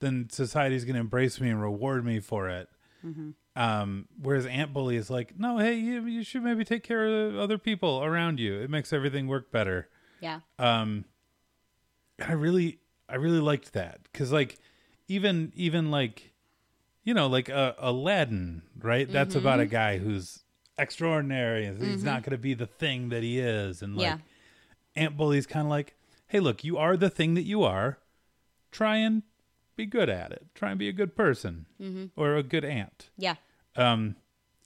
[SPEAKER 1] then society's gonna embrace me and reward me for it um, whereas Ant Bully is like, no, hey, you, you should maybe take care of other people around you. It makes everything work better.
[SPEAKER 2] Yeah.
[SPEAKER 1] And I really, I really liked that because, like, even even like, you know, like uh, Aladdin, right? That's about a guy who's extraordinary and he's not going to be the thing that he is, and like
[SPEAKER 2] Yeah.
[SPEAKER 1] Ant Bully's kind of like, hey, look, you are the thing that you are. Try and be good at it. Try and be a good person or a good ant.
[SPEAKER 2] yeah.
[SPEAKER 1] um,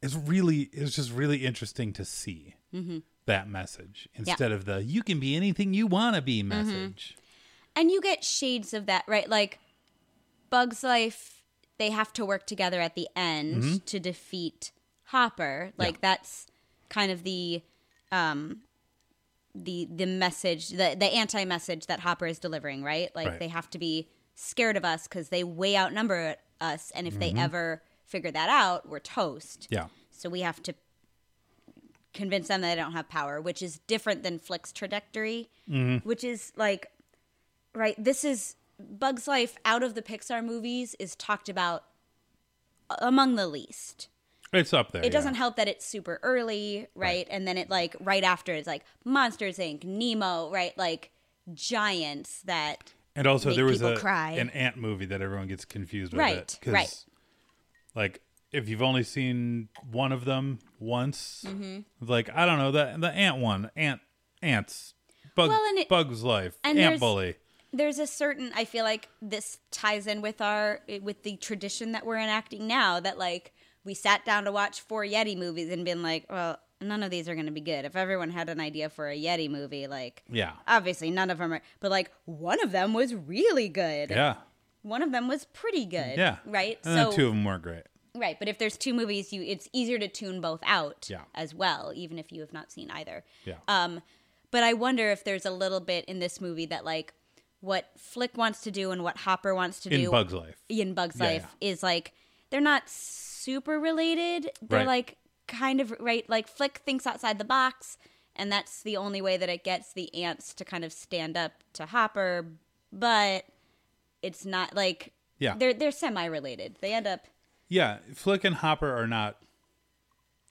[SPEAKER 1] it's really it's just really interesting to see
[SPEAKER 2] Mm-hmm.
[SPEAKER 1] that message instead of the "you can be anything you want to
[SPEAKER 2] Mm-hmm.
[SPEAKER 1] be" message.
[SPEAKER 2] And you get shades of that, right? Like Bugs Life, they have to work together at the end to defeat Hopper. Like that's kind of the um the the message, the the anti-message that Hopper is delivering, right? Like
[SPEAKER 1] Right.
[SPEAKER 2] they have to be scared of us cuz they way outnumber us and if they ever figure that out, we're toast.
[SPEAKER 1] Yeah,
[SPEAKER 2] So we have to convince them that they don't have power, which is different than Flick's trajectory, which is like, right? This is Bug's life out of the Pixar movies is talked about among the least.
[SPEAKER 1] it's up there.
[SPEAKER 2] It doesn't help that it's super early, right? And then it like right after it's like Monsters Inc., Nemo, right? Like giants that
[SPEAKER 1] And also,
[SPEAKER 2] make
[SPEAKER 1] there was
[SPEAKER 2] people
[SPEAKER 1] a
[SPEAKER 2] cry.
[SPEAKER 1] an ant movie that everyone gets confused with.
[SPEAKER 2] Right,
[SPEAKER 1] it,
[SPEAKER 2] right.
[SPEAKER 1] Like if you've only seen one of them once,
[SPEAKER 2] Mm-hmm.
[SPEAKER 1] like I don't know the the ant one, ant ants, bug
[SPEAKER 2] Well, and it-
[SPEAKER 1] bugs life,
[SPEAKER 2] and
[SPEAKER 1] ant
[SPEAKER 2] there's-
[SPEAKER 1] bully.
[SPEAKER 2] there's a certain I feel like this ties in with our with the tradition that we're enacting now that like we sat down to watch four Yeti movies and been like, well, none of these are going to be good. If everyone had an idea for a Yeti movie, like
[SPEAKER 1] Yeah,
[SPEAKER 2] obviously none of them are, but like one of them was really good.
[SPEAKER 1] yeah,
[SPEAKER 2] One of them was pretty good.
[SPEAKER 1] yeah.
[SPEAKER 2] Right.
[SPEAKER 1] And then two of them weren't great.
[SPEAKER 2] Right, but if there's two movies, you it's easier to tune both out
[SPEAKER 1] Yeah.
[SPEAKER 2] as well, even if you have not seen either.
[SPEAKER 1] Yeah.
[SPEAKER 2] Um, but I wonder if there's a little bit in this movie that like what Flick wants to do and what Hopper wants to
[SPEAKER 1] In
[SPEAKER 2] do
[SPEAKER 1] Bugs Life,
[SPEAKER 2] in Bugs
[SPEAKER 1] Yeah,
[SPEAKER 2] Life is like they're not super related. They're
[SPEAKER 1] Right.
[SPEAKER 2] like kind of right. Like Flick thinks outside the box, and that's the only way that it gets the ants to kind of stand up to Hopper. But it's not like
[SPEAKER 1] Yeah.
[SPEAKER 2] they're they're semi related. They end up
[SPEAKER 1] yeah. Flick and Hopper are not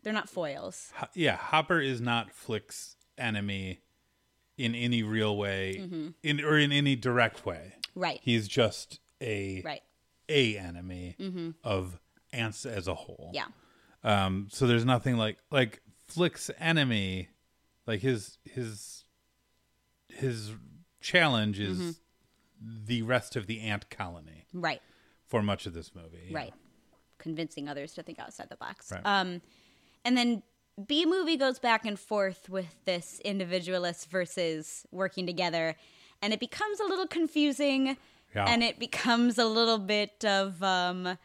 [SPEAKER 2] they're not foils.
[SPEAKER 1] Ho- yeah, Hopper is not Flick's enemy in any real way,
[SPEAKER 2] Mm-hmm.
[SPEAKER 1] in or in any direct way.
[SPEAKER 2] Right.
[SPEAKER 1] He's just a
[SPEAKER 2] right.
[SPEAKER 1] a
[SPEAKER 2] Mm-hmm.
[SPEAKER 1] enemy of ants as a whole.
[SPEAKER 2] Yeah.
[SPEAKER 1] Um. So there's nothing like like Flick's enemy, like his his his challenge is
[SPEAKER 2] Mm-hmm.
[SPEAKER 1] the rest of the ant colony
[SPEAKER 2] Right.
[SPEAKER 1] for much of this movie.
[SPEAKER 2] Right. Convincing others to think outside the box.
[SPEAKER 1] Right.
[SPEAKER 2] Um and then B movie goes back and forth with this individualist versus working together, and it becomes a little confusing,
[SPEAKER 1] Yeah.
[SPEAKER 2] and it becomes a little bit of um,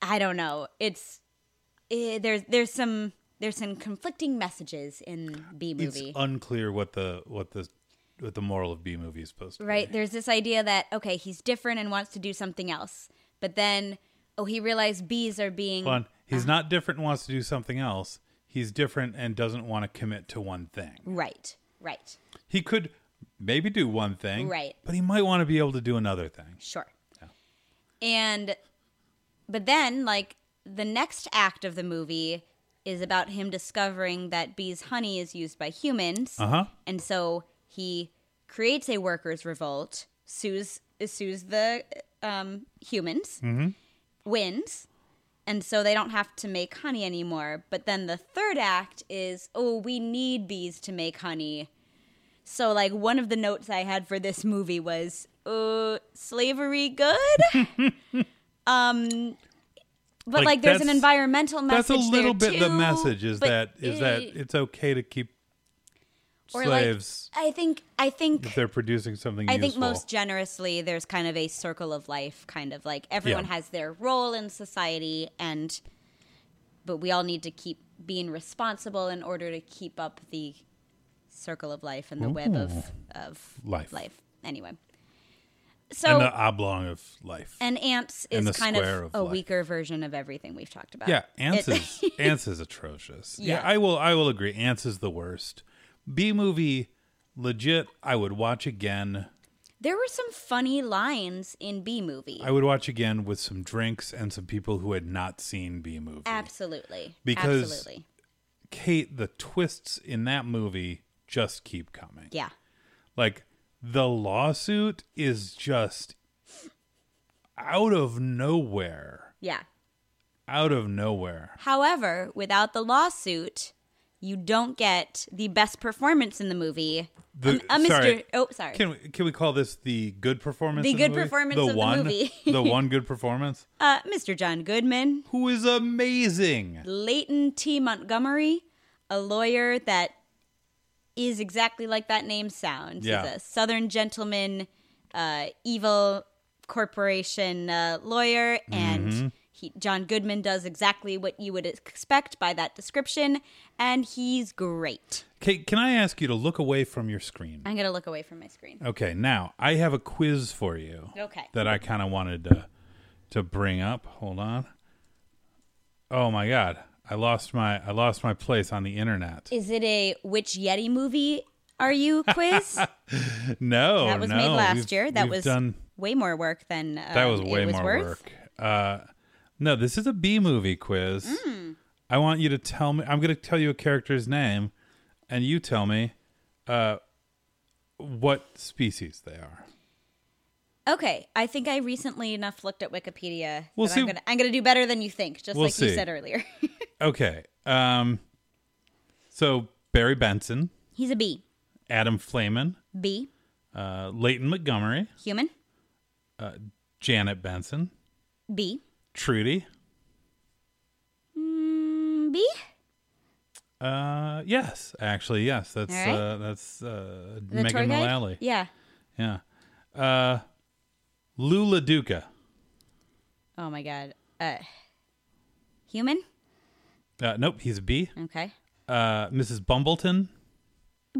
[SPEAKER 2] I don't know. It's eh, there's there's some there's some conflicting messages in B
[SPEAKER 1] It's
[SPEAKER 2] movie.
[SPEAKER 1] unclear what the what the what the moral of B movie is supposed to
[SPEAKER 2] Right. There's this idea that, okay, he's different and wants to do something else. But then, oh, he realized bees are being.
[SPEAKER 1] be. One, he's not different and wants to do something else. He's different and doesn't want to commit to one thing.
[SPEAKER 2] Right. Right.
[SPEAKER 1] He could maybe do one thing,
[SPEAKER 2] Right.
[SPEAKER 1] But he might want to be able to do another thing.
[SPEAKER 2] Sure. And, but then, like, the next act of the movie is about him discovering that bees' honey is used by humans.
[SPEAKER 1] Uh huh.
[SPEAKER 2] And so he creates a workers' revolt, sues sues the um, humans,
[SPEAKER 1] Mm-hmm.
[SPEAKER 2] wins, and so they don't have to make honey anymore. But then the third act is, oh, we need bees to make honey. So like one of the notes I had for this movie was, uh, slavery good. um, but
[SPEAKER 1] Like,
[SPEAKER 2] like, there's an
[SPEAKER 1] that's-
[SPEAKER 2] environmental message.
[SPEAKER 1] That's a little
[SPEAKER 2] there,
[SPEAKER 1] bit the
[SPEAKER 2] too,
[SPEAKER 1] message is
[SPEAKER 2] but
[SPEAKER 1] that is that
[SPEAKER 2] eh,
[SPEAKER 1] it's okay to keep
[SPEAKER 2] or, like,
[SPEAKER 1] slaves
[SPEAKER 2] I think I think
[SPEAKER 1] if they're producing something.
[SPEAKER 2] I
[SPEAKER 1] useful.
[SPEAKER 2] think most generously, there's kind of a circle of life, kind of like everyone
[SPEAKER 1] Yeah.
[SPEAKER 2] has their role in society, and but we all need to keep being responsible in order to keep up the circle of life and the web of of
[SPEAKER 1] Life.
[SPEAKER 2] Life, anyway.
[SPEAKER 1] and
[SPEAKER 2] So
[SPEAKER 1] the oblong of life.
[SPEAKER 2] and ants
[SPEAKER 1] and
[SPEAKER 2] is
[SPEAKER 1] the
[SPEAKER 2] kind of,
[SPEAKER 1] square of
[SPEAKER 2] a
[SPEAKER 1] life.
[SPEAKER 2] weaker version of everything we've talked about.
[SPEAKER 1] Yeah, ants
[SPEAKER 2] It-
[SPEAKER 1] is ants is atrocious. Yeah.
[SPEAKER 2] Yeah.
[SPEAKER 1] I will I will agree. Ants is the worst. B movie, legit. I would watch again.
[SPEAKER 2] there were some funny lines in B movie.
[SPEAKER 1] I would watch again with some drinks and some people who had not seen B movie.
[SPEAKER 2] Absolutely.
[SPEAKER 1] Because-
[SPEAKER 2] Absolutely.
[SPEAKER 1] Kate, the twists in that movie just keep coming.
[SPEAKER 2] Yeah.
[SPEAKER 1] Like the lawsuit is just out of nowhere.
[SPEAKER 2] Yeah.
[SPEAKER 1] Out of nowhere.
[SPEAKER 2] However, without the lawsuit, you don't get the best performance in the movie.
[SPEAKER 1] The-
[SPEAKER 2] Um, uh, Mr.
[SPEAKER 1] sorry.
[SPEAKER 2] Oh, sorry.
[SPEAKER 1] Can we can we call this the good performance?
[SPEAKER 2] The
[SPEAKER 1] in
[SPEAKER 2] good
[SPEAKER 1] movie?
[SPEAKER 2] performance of the
[SPEAKER 1] one,
[SPEAKER 2] movie.
[SPEAKER 1] the one good performance.
[SPEAKER 2] uh, Mr. John Goodman,
[SPEAKER 1] who is amazing.
[SPEAKER 2] Leighton T. Montgomery, a lawyer that is exactly like that name sounds.
[SPEAKER 1] Yeah.
[SPEAKER 2] He's a Southern gentleman, uh, evil corporation uh, lawyer,
[SPEAKER 1] Mm-hmm.
[SPEAKER 2] and he, John Goodman does exactly what you would expect by that description, and he's great.
[SPEAKER 1] Kate, can I ask you to look away from your screen?
[SPEAKER 2] I'm gonna look away from my screen.
[SPEAKER 1] Okay, now I have a quiz for you.
[SPEAKER 2] Okay.
[SPEAKER 1] That I kind of wanted to to bring up. Hold on. Oh my god, I lost my I lost my place on the internet.
[SPEAKER 2] Is it a which Yeti movie are you quiz?
[SPEAKER 1] no,
[SPEAKER 2] that was
[SPEAKER 1] Oh, no,
[SPEAKER 2] made last
[SPEAKER 1] we've-
[SPEAKER 2] year. That
[SPEAKER 1] we've
[SPEAKER 2] was
[SPEAKER 1] done.
[SPEAKER 2] way more work than uh,
[SPEAKER 1] That was way
[SPEAKER 2] it was
[SPEAKER 1] more
[SPEAKER 2] worth.
[SPEAKER 1] work. Uh, no, this is a B movie quiz.
[SPEAKER 2] Mm.
[SPEAKER 1] I want you to tell me. I'm going to tell you a character's name, and you tell me uh, what species they are.
[SPEAKER 2] Okay, I think I recently enough looked at Wikipedia.
[SPEAKER 1] We'll
[SPEAKER 2] that
[SPEAKER 1] see-
[SPEAKER 2] I'm gonna I'm gonna do better than you think, just
[SPEAKER 1] We'll
[SPEAKER 2] like you
[SPEAKER 1] see.
[SPEAKER 2] said earlier.
[SPEAKER 1] Okay. Um, so Barry Benson,
[SPEAKER 2] He's a bee.
[SPEAKER 1] Adam Flamen,
[SPEAKER 2] Bee,
[SPEAKER 1] uh, Leighton Montgomery,
[SPEAKER 2] human.
[SPEAKER 1] Janet Benson,
[SPEAKER 2] Bee,
[SPEAKER 1] Trudy.
[SPEAKER 2] mm, bee.
[SPEAKER 1] Uh, yes, actually, yes. That's
[SPEAKER 2] All right.
[SPEAKER 1] uh, that's uh,
[SPEAKER 2] The tour
[SPEAKER 1] Megan
[SPEAKER 2] guide?
[SPEAKER 1] Mullally.
[SPEAKER 2] Yeah.
[SPEAKER 1] Yeah. Uh, Lula Duca.
[SPEAKER 2] Oh my god. Uh, human.
[SPEAKER 1] Uh, nope, he's a B.
[SPEAKER 2] Okay.
[SPEAKER 1] Uh, Mrs. Bumbleton,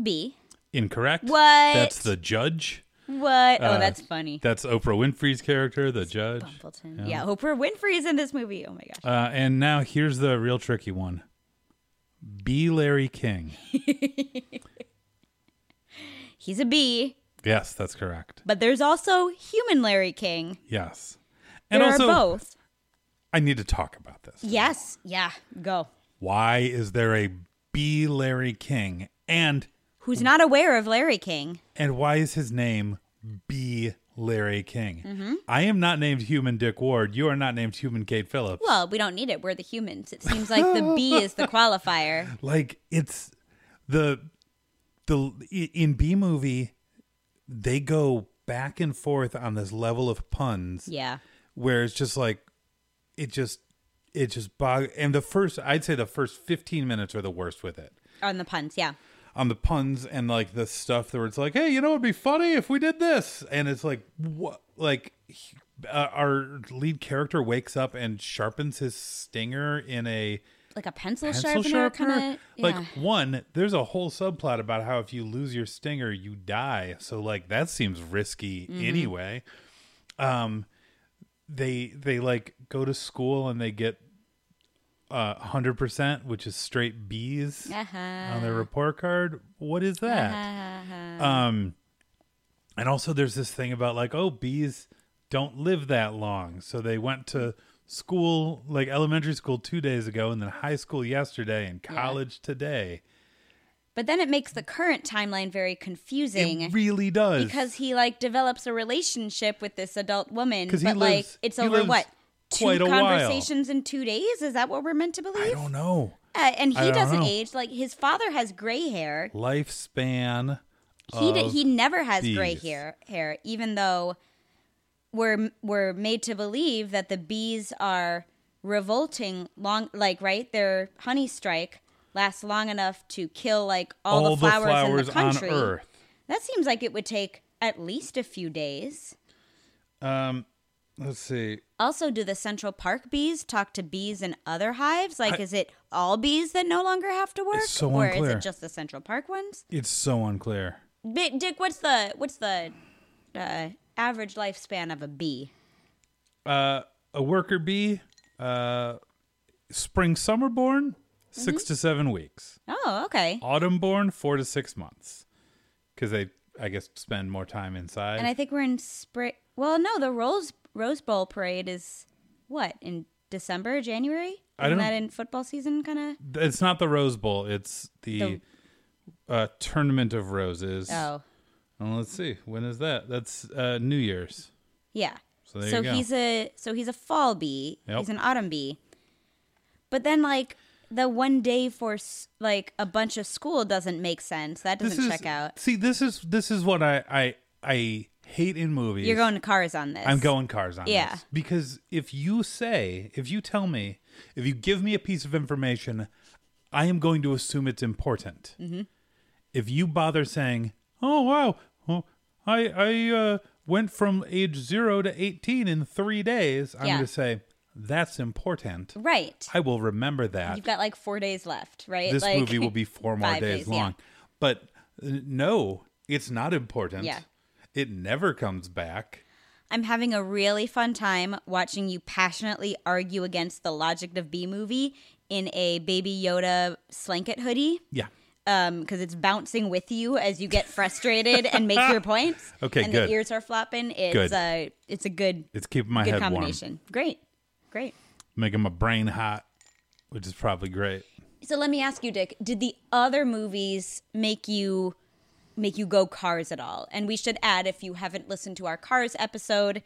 [SPEAKER 2] Bee.
[SPEAKER 1] incorrect.
[SPEAKER 2] What?
[SPEAKER 1] That's the judge.
[SPEAKER 2] What?
[SPEAKER 1] Uh,
[SPEAKER 2] oh, that's funny.
[SPEAKER 1] That's Oprah Winfrey's character, the judge.
[SPEAKER 2] Bumbleton. Yeah. Oprah Winfrey is in this movie. Oh my gosh.
[SPEAKER 1] Uh, and now here's the real tricky one. B. Larry King.
[SPEAKER 2] He's a bee.
[SPEAKER 1] Yes, that's correct.
[SPEAKER 2] But there's also human Larry King.
[SPEAKER 1] Yes.
[SPEAKER 2] There
[SPEAKER 1] And also,
[SPEAKER 2] are both.
[SPEAKER 1] I need to talk about this.
[SPEAKER 2] Yes. Yeah. Go.
[SPEAKER 1] Why is there a B. Larry King? And
[SPEAKER 2] Who's not aware of Larry King?
[SPEAKER 1] and why is his name B. Larry King?
[SPEAKER 2] Mm-hmm.
[SPEAKER 1] I am not named Human Dick Ward. You are not named Human Kate Phillips.
[SPEAKER 2] Well, we don't need it. We're the humans. It seems like the bee is the qualifier.
[SPEAKER 1] like it's the the i- in B movie they go back and forth on this level of puns
[SPEAKER 2] Yeah.
[SPEAKER 1] where it's just like it just it just bog and the first I'd say the first 15 minutes are the worst with it.
[SPEAKER 2] on the puns. Yeah.
[SPEAKER 1] On the puns and like the stuff that where it's like, "Hey, you know it'd be funny if we did this." And it's like what like he- uh, our lead character wakes up and sharpens his stinger in a
[SPEAKER 2] Like a pencil,
[SPEAKER 1] pencil
[SPEAKER 2] sharpener,
[SPEAKER 1] sharpener.
[SPEAKER 2] kind of.
[SPEAKER 1] Like
[SPEAKER 2] yeah.
[SPEAKER 1] one, there's a whole subplot about how if you lose your stinger, you die. So like that seems risky anyway. Um, they they like go to school and they get uh, hundred percent, which is straight B's
[SPEAKER 2] Uh-huh.
[SPEAKER 1] on their report card. What is that? Um, and also there's this thing about like oh bees don't live that long, so they went to school like elementary school two days ago, and then high school yesterday, and college today.
[SPEAKER 2] But then it makes the current timeline very confusing.
[SPEAKER 1] It really does
[SPEAKER 2] because he like develops a relationship with this adult woman
[SPEAKER 1] 'Cause
[SPEAKER 2] but
[SPEAKER 1] he
[SPEAKER 2] like
[SPEAKER 1] lives-
[SPEAKER 2] it's
[SPEAKER 1] he
[SPEAKER 2] over
[SPEAKER 1] lives
[SPEAKER 2] what two
[SPEAKER 1] quite a while.
[SPEAKER 2] conversations in two days is that what we're meant to
[SPEAKER 1] I
[SPEAKER 2] believe
[SPEAKER 1] don't know
[SPEAKER 2] uh, and
[SPEAKER 1] I
[SPEAKER 2] he
[SPEAKER 1] don't
[SPEAKER 2] doesn't
[SPEAKER 1] know.
[SPEAKER 2] age like his father has gray hair
[SPEAKER 1] lifespan.
[SPEAKER 2] he d-
[SPEAKER 1] of-
[SPEAKER 2] he never has gray
[SPEAKER 1] bees.
[SPEAKER 2] hair hair even though we're we're made to believe that the bees are revolting long like right their honey strike lasts long enough to kill like all, the, flowers in the country
[SPEAKER 1] on Earth.
[SPEAKER 2] that seems like it would take at least a few days
[SPEAKER 1] Um, let's see.
[SPEAKER 2] Also, do the Central Park bees talk to bees in other hives? Like, is it all bees that no longer have to work,
[SPEAKER 1] so
[SPEAKER 2] or is
[SPEAKER 1] unclear.
[SPEAKER 2] it just the Central Park ones?
[SPEAKER 1] It's so unclear.
[SPEAKER 2] Bi- Dick, what's the what's the uh, average lifespan of a bee?
[SPEAKER 1] Uh, a worker bee, uh, spring summer born, 6
[SPEAKER 2] Mm-hmm.
[SPEAKER 1] to seven weeks.
[SPEAKER 2] Oh, okay.
[SPEAKER 1] Autumn born, four to six months, because they, I guess, spend more time inside.
[SPEAKER 2] And I think we're in spring. Well, no, the Rose Rose Bowl parade is what in December, January. Isn't
[SPEAKER 1] I don't-
[SPEAKER 2] that in football season, kind
[SPEAKER 1] it's not the Rose Bowl. It's the, uh, tournament of roses.
[SPEAKER 2] of? Oh,
[SPEAKER 1] And let's see, when is that? That's uh, New Year's.
[SPEAKER 2] Yeah.
[SPEAKER 1] So there you go.
[SPEAKER 2] he's a so he's a fall bee.
[SPEAKER 1] Yep.
[SPEAKER 2] He's an autumn bee. But then like the one day for s- like a bunch of school doesn't make sense. That doesn't
[SPEAKER 1] is,
[SPEAKER 2] check out.
[SPEAKER 1] See, this is this is what I I I hate in movies.
[SPEAKER 2] You're going to cars on this.
[SPEAKER 1] I'm going cars on
[SPEAKER 2] Yeah.
[SPEAKER 1] this. Because if you say, if you tell me, if you give me a piece of information, I am going to assume it's important.
[SPEAKER 2] Mm-hmm.
[SPEAKER 1] If you bother saying, "Oh wow, oh, I I uh, went from age zero to eighteen in three days," I'm
[SPEAKER 2] Yeah.
[SPEAKER 1] going to say that's important.
[SPEAKER 2] Right.
[SPEAKER 1] I will remember that.
[SPEAKER 2] You've got like four days left, right?
[SPEAKER 1] this
[SPEAKER 2] like,
[SPEAKER 1] movie will be four more
[SPEAKER 2] five
[SPEAKER 1] days,
[SPEAKER 2] days, yeah.
[SPEAKER 1] long. But uh, no, it's not important.
[SPEAKER 2] Yeah.
[SPEAKER 1] It never comes back.
[SPEAKER 2] I'm having a really fun time watching you passionately argue against the logic of B movie in a Baby Yoda slanket hoodie.
[SPEAKER 1] Yeah.
[SPEAKER 2] um because it's bouncing with you as you get frustrated and make your points.
[SPEAKER 1] Okay,
[SPEAKER 2] and
[SPEAKER 1] good.
[SPEAKER 2] the ears are flopping. It's
[SPEAKER 1] Good.
[SPEAKER 2] a it's a good
[SPEAKER 1] It's keeping my
[SPEAKER 2] good
[SPEAKER 1] head warm.
[SPEAKER 2] combination. Great, great.
[SPEAKER 1] making my brain hot, which is probably great.
[SPEAKER 2] So let me ask you, Dick. Did the other movies make you make you go cars at all? And we should add, if you haven't listened to our cars episode.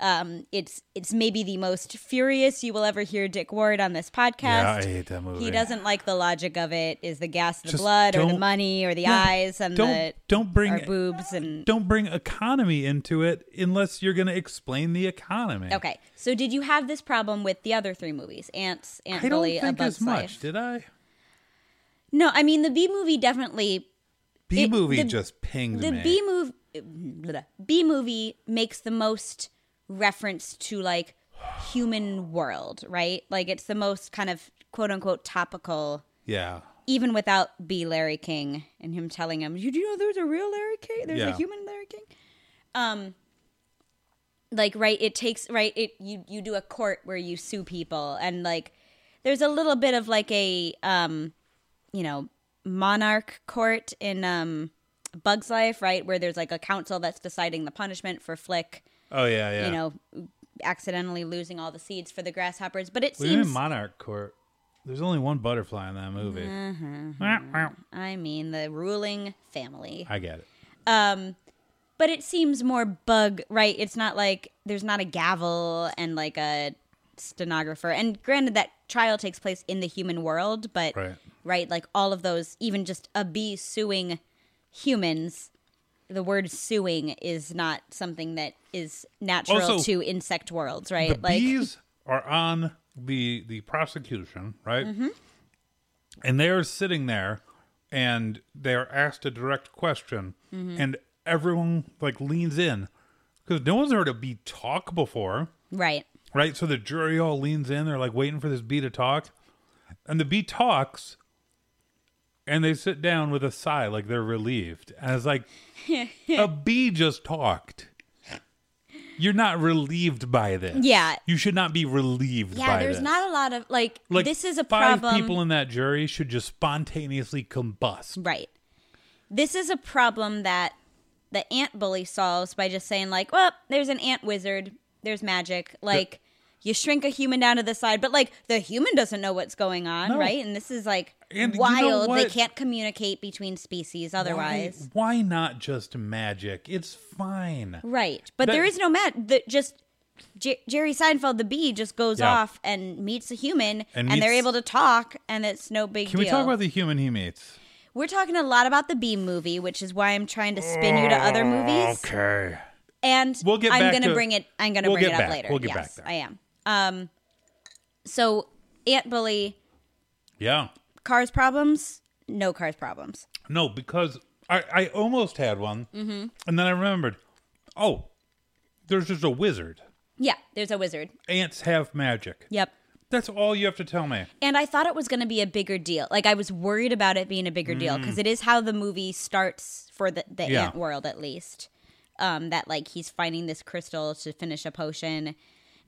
[SPEAKER 2] Um, it's it's maybe the most furious you will ever hear Dick Ward on this podcast.
[SPEAKER 1] Yeah, I hate that movie.
[SPEAKER 2] He doesn't like the logic of it. Is the gas, the
[SPEAKER 1] Just
[SPEAKER 2] blood, or the
[SPEAKER 1] don't-
[SPEAKER 2] money, or the
[SPEAKER 1] Yeah,
[SPEAKER 2] eyes, and
[SPEAKER 1] don't
[SPEAKER 2] the
[SPEAKER 1] don't
[SPEAKER 2] or
[SPEAKER 1] bring
[SPEAKER 2] boobs and
[SPEAKER 1] don't bring economy into it unless you're going to explain the economy.
[SPEAKER 2] okay. So did you have this problem with the other three movies? Ants, Ant
[SPEAKER 1] I don't
[SPEAKER 2] Bully, A
[SPEAKER 1] think
[SPEAKER 2] Bug's
[SPEAKER 1] as much,
[SPEAKER 2] Life.
[SPEAKER 1] did I?
[SPEAKER 2] No, I mean the B movie definitely.
[SPEAKER 1] B
[SPEAKER 2] It-
[SPEAKER 1] movie
[SPEAKER 2] the-
[SPEAKER 1] just pinged
[SPEAKER 2] The
[SPEAKER 1] me.
[SPEAKER 2] B movie, B movie makes the most reference to like human world, right? Like it's the most kind of quote unquote topical.
[SPEAKER 1] yeah.
[SPEAKER 2] Even without B Larry King and him telling him, "You do know there's a real Larry King? There's
[SPEAKER 1] Yeah.
[SPEAKER 2] a human Larry King." Um, like right it takes right it you you do a court where you sue people and like there's a little bit of like a um you know monarch court in um Bug's Life right where there's like a council that's deciding the punishment for Flick
[SPEAKER 1] Oh yeah, yeah.
[SPEAKER 2] you know accidentally losing all the seeds for the grasshoppers but it
[SPEAKER 1] we were in
[SPEAKER 2] seems
[SPEAKER 1] Monarch Court. There's only one butterfly in that movie. Wah, wah.
[SPEAKER 2] I mean the ruling family
[SPEAKER 1] I get it.
[SPEAKER 2] but it seems more bug right it's not like there's not a gavel and like a stenographer and granted that trial takes place in the human world but
[SPEAKER 1] Right.
[SPEAKER 2] right, like all of those even just a bee suing humans the word suing is not something that is natural
[SPEAKER 1] Also,
[SPEAKER 2] to insect worlds right
[SPEAKER 1] The bees are on the the prosecution, right? And they're sitting there, and they're asked a direct question, and everyone like leans in because no one's heard a bee talk before,
[SPEAKER 2] Right.
[SPEAKER 1] right? So the jury all leans in. They're like waiting for this bee to talk, and the bee talks, and they sit down with a sigh, like they're relieved. And it's like a bee just talked. You're not relieved by this.
[SPEAKER 2] Yeah.
[SPEAKER 1] you should not be relieved.
[SPEAKER 2] Yeah,
[SPEAKER 1] by
[SPEAKER 2] there's
[SPEAKER 1] this.
[SPEAKER 2] not a lot of like,
[SPEAKER 1] Like
[SPEAKER 2] this is a
[SPEAKER 1] five
[SPEAKER 2] problem.
[SPEAKER 1] people in that jury should just spontaneously combust.
[SPEAKER 2] Right. This is a problem that the ant bully solves by just saying like, "Well, there's an ant wizard. There's magic. Like, you shrink a human down to the side, but like the human doesn't know what's going on,
[SPEAKER 1] No.
[SPEAKER 2] right? And this is like
[SPEAKER 1] And you know
[SPEAKER 2] wild. they
[SPEAKER 1] what?
[SPEAKER 2] can't communicate between species otherwise.
[SPEAKER 1] why, why not just magic? It's fine.
[SPEAKER 2] Right. But
[SPEAKER 1] That-
[SPEAKER 2] there is no mat that just J- Jerry Seinfeld the bee just goes
[SPEAKER 1] Yeah.
[SPEAKER 2] off and meets a human
[SPEAKER 1] And
[SPEAKER 2] and, they're
[SPEAKER 1] meets-
[SPEAKER 2] able to talk and it's no big
[SPEAKER 1] Can
[SPEAKER 2] deal.
[SPEAKER 1] we talk about the human he meets?
[SPEAKER 2] We're talking a lot about the bee movie, which is why I'm trying to spin you to other
[SPEAKER 1] Oh,
[SPEAKER 2] movies.
[SPEAKER 1] Okay.
[SPEAKER 2] and
[SPEAKER 1] We'll get
[SPEAKER 2] I'm
[SPEAKER 1] back
[SPEAKER 2] gonna
[SPEAKER 1] to-
[SPEAKER 2] bring it. I'm gonna
[SPEAKER 1] we'll
[SPEAKER 2] bring
[SPEAKER 1] get
[SPEAKER 2] it up
[SPEAKER 1] back.
[SPEAKER 2] later.
[SPEAKER 1] We'll get
[SPEAKER 2] yes,
[SPEAKER 1] back there.
[SPEAKER 2] I am. Um, so Aunt Bully,
[SPEAKER 1] Yeah.
[SPEAKER 2] cars problems, no cars problems.
[SPEAKER 1] No, because I, I almost had one, mm-hmm. and then I remembered, oh, there's just a wizard.
[SPEAKER 2] Yeah, there's a wizard.
[SPEAKER 1] Ants have magic.
[SPEAKER 2] Yep.
[SPEAKER 1] That's all you have to tell me.
[SPEAKER 2] And I thought it was going to be a bigger deal. Like I was worried about it being a bigger deal because it is how the movie starts for the, the
[SPEAKER 1] Mm. Yeah.
[SPEAKER 2] ant world, at least. Um, that like he's finding this crystal to finish a potion,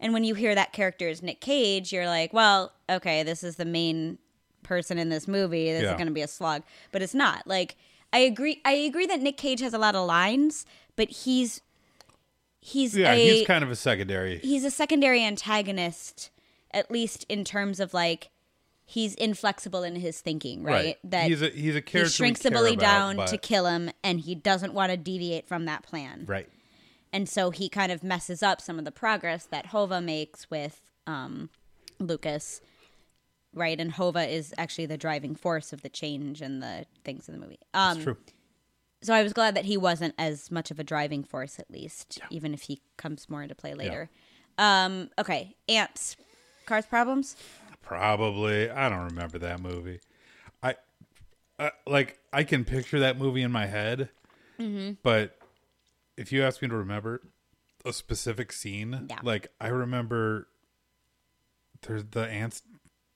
[SPEAKER 2] and when you hear that character is Nick Cage, you're like, well, okay, this is the main person in this movie. This
[SPEAKER 1] Yeah.
[SPEAKER 2] is going to be a slog, but it's not. Like I agree. I agree that Nick Cage has a lot of lines, but he's he's
[SPEAKER 1] Yeah,
[SPEAKER 2] a,
[SPEAKER 1] he's kind of a secondary.
[SPEAKER 2] he's a secondary antagonist, at least in terms of like he's inflexible in his thinking, right? That
[SPEAKER 1] he's a he's a
[SPEAKER 2] he
[SPEAKER 1] character.
[SPEAKER 2] shrinks
[SPEAKER 1] we
[SPEAKER 2] the
[SPEAKER 1] care
[SPEAKER 2] bully
[SPEAKER 1] about,
[SPEAKER 2] down
[SPEAKER 1] but-
[SPEAKER 2] to kill him, and he doesn't want to deviate from that plan,
[SPEAKER 1] Right.
[SPEAKER 2] and so he kind of messes up some of the progress that Hova makes with um, Lucas. Right, and Hova is actually the driving force of the change and the things in the movie. Um,
[SPEAKER 1] It's true.
[SPEAKER 2] so I was glad that he wasn't as much of a driving force, at least, even if he comes more into play later. Um, okay, ants, cars problems.
[SPEAKER 1] Probably. I don't remember that movie. I uh, like I can picture that movie in my head,
[SPEAKER 2] Mm-hmm.
[SPEAKER 1] but if you ask me to remember a specific scene,
[SPEAKER 2] Yeah.
[SPEAKER 1] like I remember, there's the ants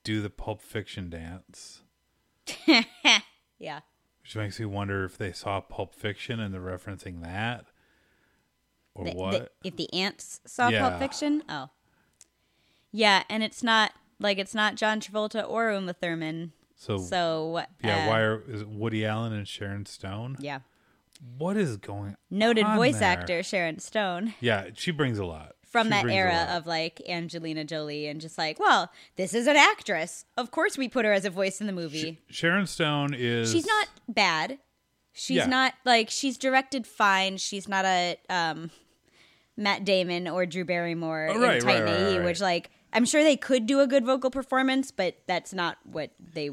[SPEAKER 1] do the Pulp Fiction dance,
[SPEAKER 2] Yeah,
[SPEAKER 1] which makes me wonder if they saw Pulp Fiction and they're referencing that or
[SPEAKER 2] The- the-
[SPEAKER 1] what.
[SPEAKER 2] if the ants saw
[SPEAKER 1] Yeah.
[SPEAKER 2] Pulp Fiction? Oh, yeah, and it's not like it's not John Travolta or Uma Thurman.
[SPEAKER 1] so,
[SPEAKER 2] So
[SPEAKER 1] yeah,
[SPEAKER 2] uh,
[SPEAKER 1] why are is it Woody Allen and Sharon Stone?
[SPEAKER 2] Yeah,
[SPEAKER 1] What is going?
[SPEAKER 2] noted
[SPEAKER 1] on
[SPEAKER 2] voice
[SPEAKER 1] there?
[SPEAKER 2] actor Sharon Stone.
[SPEAKER 1] Yeah, she brings a lot
[SPEAKER 2] From
[SPEAKER 1] She
[SPEAKER 2] that
[SPEAKER 1] brings a
[SPEAKER 2] era
[SPEAKER 1] lot.
[SPEAKER 2] of like Angelina Jolie and just like, well, this is an actress. Of course, we put her as a voice in the movie.
[SPEAKER 1] Sharon Stone is
[SPEAKER 2] she's not bad. She's
[SPEAKER 1] Yeah.
[SPEAKER 2] not like she's directed fine. She's not a um, Matt Damon or Drew Barrymore
[SPEAKER 1] Oh,
[SPEAKER 2] in
[SPEAKER 1] right, right,
[SPEAKER 2] Tiny,
[SPEAKER 1] right, right,
[SPEAKER 2] which
[SPEAKER 1] right.
[SPEAKER 2] like I'm sure they could do a good vocal performance, but that's not what they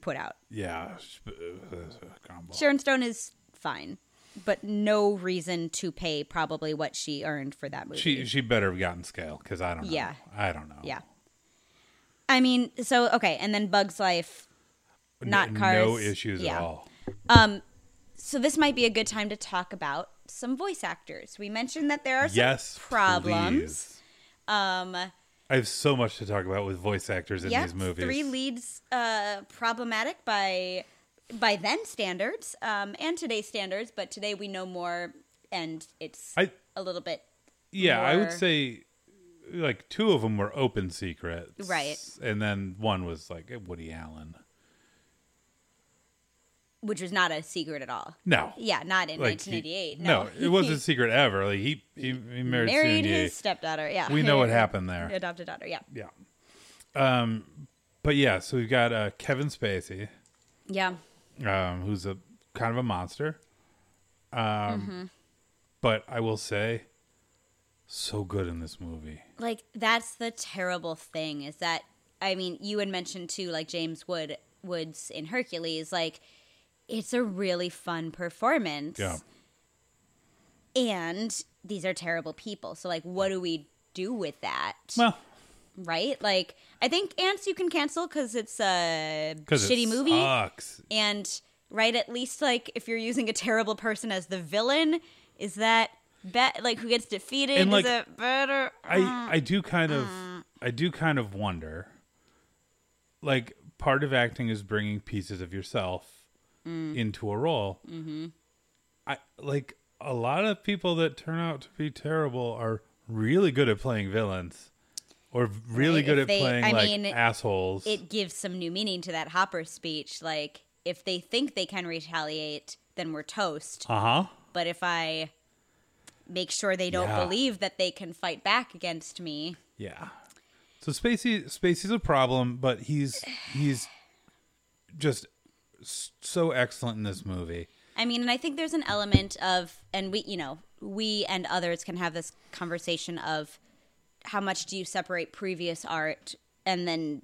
[SPEAKER 2] put out.
[SPEAKER 1] Yeah, sh- uh, uh, combo.
[SPEAKER 2] Sharon Stone is fine, but no reason to pay probably what she earned for that movie.
[SPEAKER 1] She she better have gotten scale because I don't know.
[SPEAKER 2] Yeah.
[SPEAKER 1] I don't know.
[SPEAKER 2] yeah. I mean, so okay, and then Bugs Life
[SPEAKER 1] N-
[SPEAKER 2] not
[SPEAKER 1] No
[SPEAKER 2] cars.
[SPEAKER 1] issues
[SPEAKER 2] Yeah.
[SPEAKER 1] at all.
[SPEAKER 2] so this might be a good time to talk about some voice actors. We mentioned that there are some
[SPEAKER 1] Yes,
[SPEAKER 2] problems.
[SPEAKER 1] please.
[SPEAKER 2] Um,
[SPEAKER 1] I have so much to talk about with voice actors in
[SPEAKER 2] yeah,
[SPEAKER 1] these movies.
[SPEAKER 2] three leads uh, problematic by by then standards um, and today's standards, but today we know more, and it's a
[SPEAKER 1] I
[SPEAKER 2] little bit
[SPEAKER 1] yeah, I would
[SPEAKER 2] more-
[SPEAKER 1] say like two of them were open secrets,
[SPEAKER 2] Right.
[SPEAKER 1] And then one was like Woody Allen.
[SPEAKER 2] which was not a secret at all.
[SPEAKER 1] No,
[SPEAKER 2] Yeah, not in
[SPEAKER 1] like he-
[SPEAKER 2] 1988. no,
[SPEAKER 1] it wasn't a secret ever. Like he he, he married,
[SPEAKER 2] married
[SPEAKER 1] Sunny.
[SPEAKER 2] his stepdaughter. Yeah,
[SPEAKER 1] We know what happened there.
[SPEAKER 2] Adopted daughter. Yeah,
[SPEAKER 1] Yeah. Um, but yeah, so we've got uh, Kevin Spacey,
[SPEAKER 2] yeah.
[SPEAKER 1] um, who's a kind of a monster. Um,
[SPEAKER 2] Mm-hmm.
[SPEAKER 1] but I will say, so good in this movie.
[SPEAKER 2] like that's the terrible thing is that I mean you had mentioned too like James Wood Woods in Hercules like it's a really fun performance
[SPEAKER 1] Yeah,
[SPEAKER 2] and these are terrible people so like what do we do with that
[SPEAKER 1] well,
[SPEAKER 2] right? Like I think ants you can cancel because it's a
[SPEAKER 1] 'Cause it
[SPEAKER 2] shitty movie,
[SPEAKER 1] Sucks.
[SPEAKER 2] and right at least like if you're using a terrible person as the villain, is that bet like who gets defeated?
[SPEAKER 1] And, like,
[SPEAKER 2] is it better? Mm.
[SPEAKER 1] I I do kind of I do kind of wonder. Like part of acting is bringing pieces of yourself
[SPEAKER 2] Mm.
[SPEAKER 1] into a role. Mm-hmm. I like a lot of people that turn out to be terrible are really good at playing villains, or really
[SPEAKER 2] Right,
[SPEAKER 1] good
[SPEAKER 2] if
[SPEAKER 1] at
[SPEAKER 2] they-
[SPEAKER 1] playing
[SPEAKER 2] I
[SPEAKER 1] like
[SPEAKER 2] mean,
[SPEAKER 1] assholes.
[SPEAKER 2] it gives some new meaning to that Hopper speech. Like, if they think they can retaliate, then we're toast.
[SPEAKER 1] uh huh.
[SPEAKER 2] But if I make sure they don't
[SPEAKER 1] Yeah.
[SPEAKER 2] believe that they can fight back against me,
[SPEAKER 1] Yeah. So Spacey Spacey's a problem, but he's he's just s- so excellent in this movie.
[SPEAKER 2] I mean, and I think there's an element of, and we, you know, we and others can have this conversation of how much do you separate previous art and then,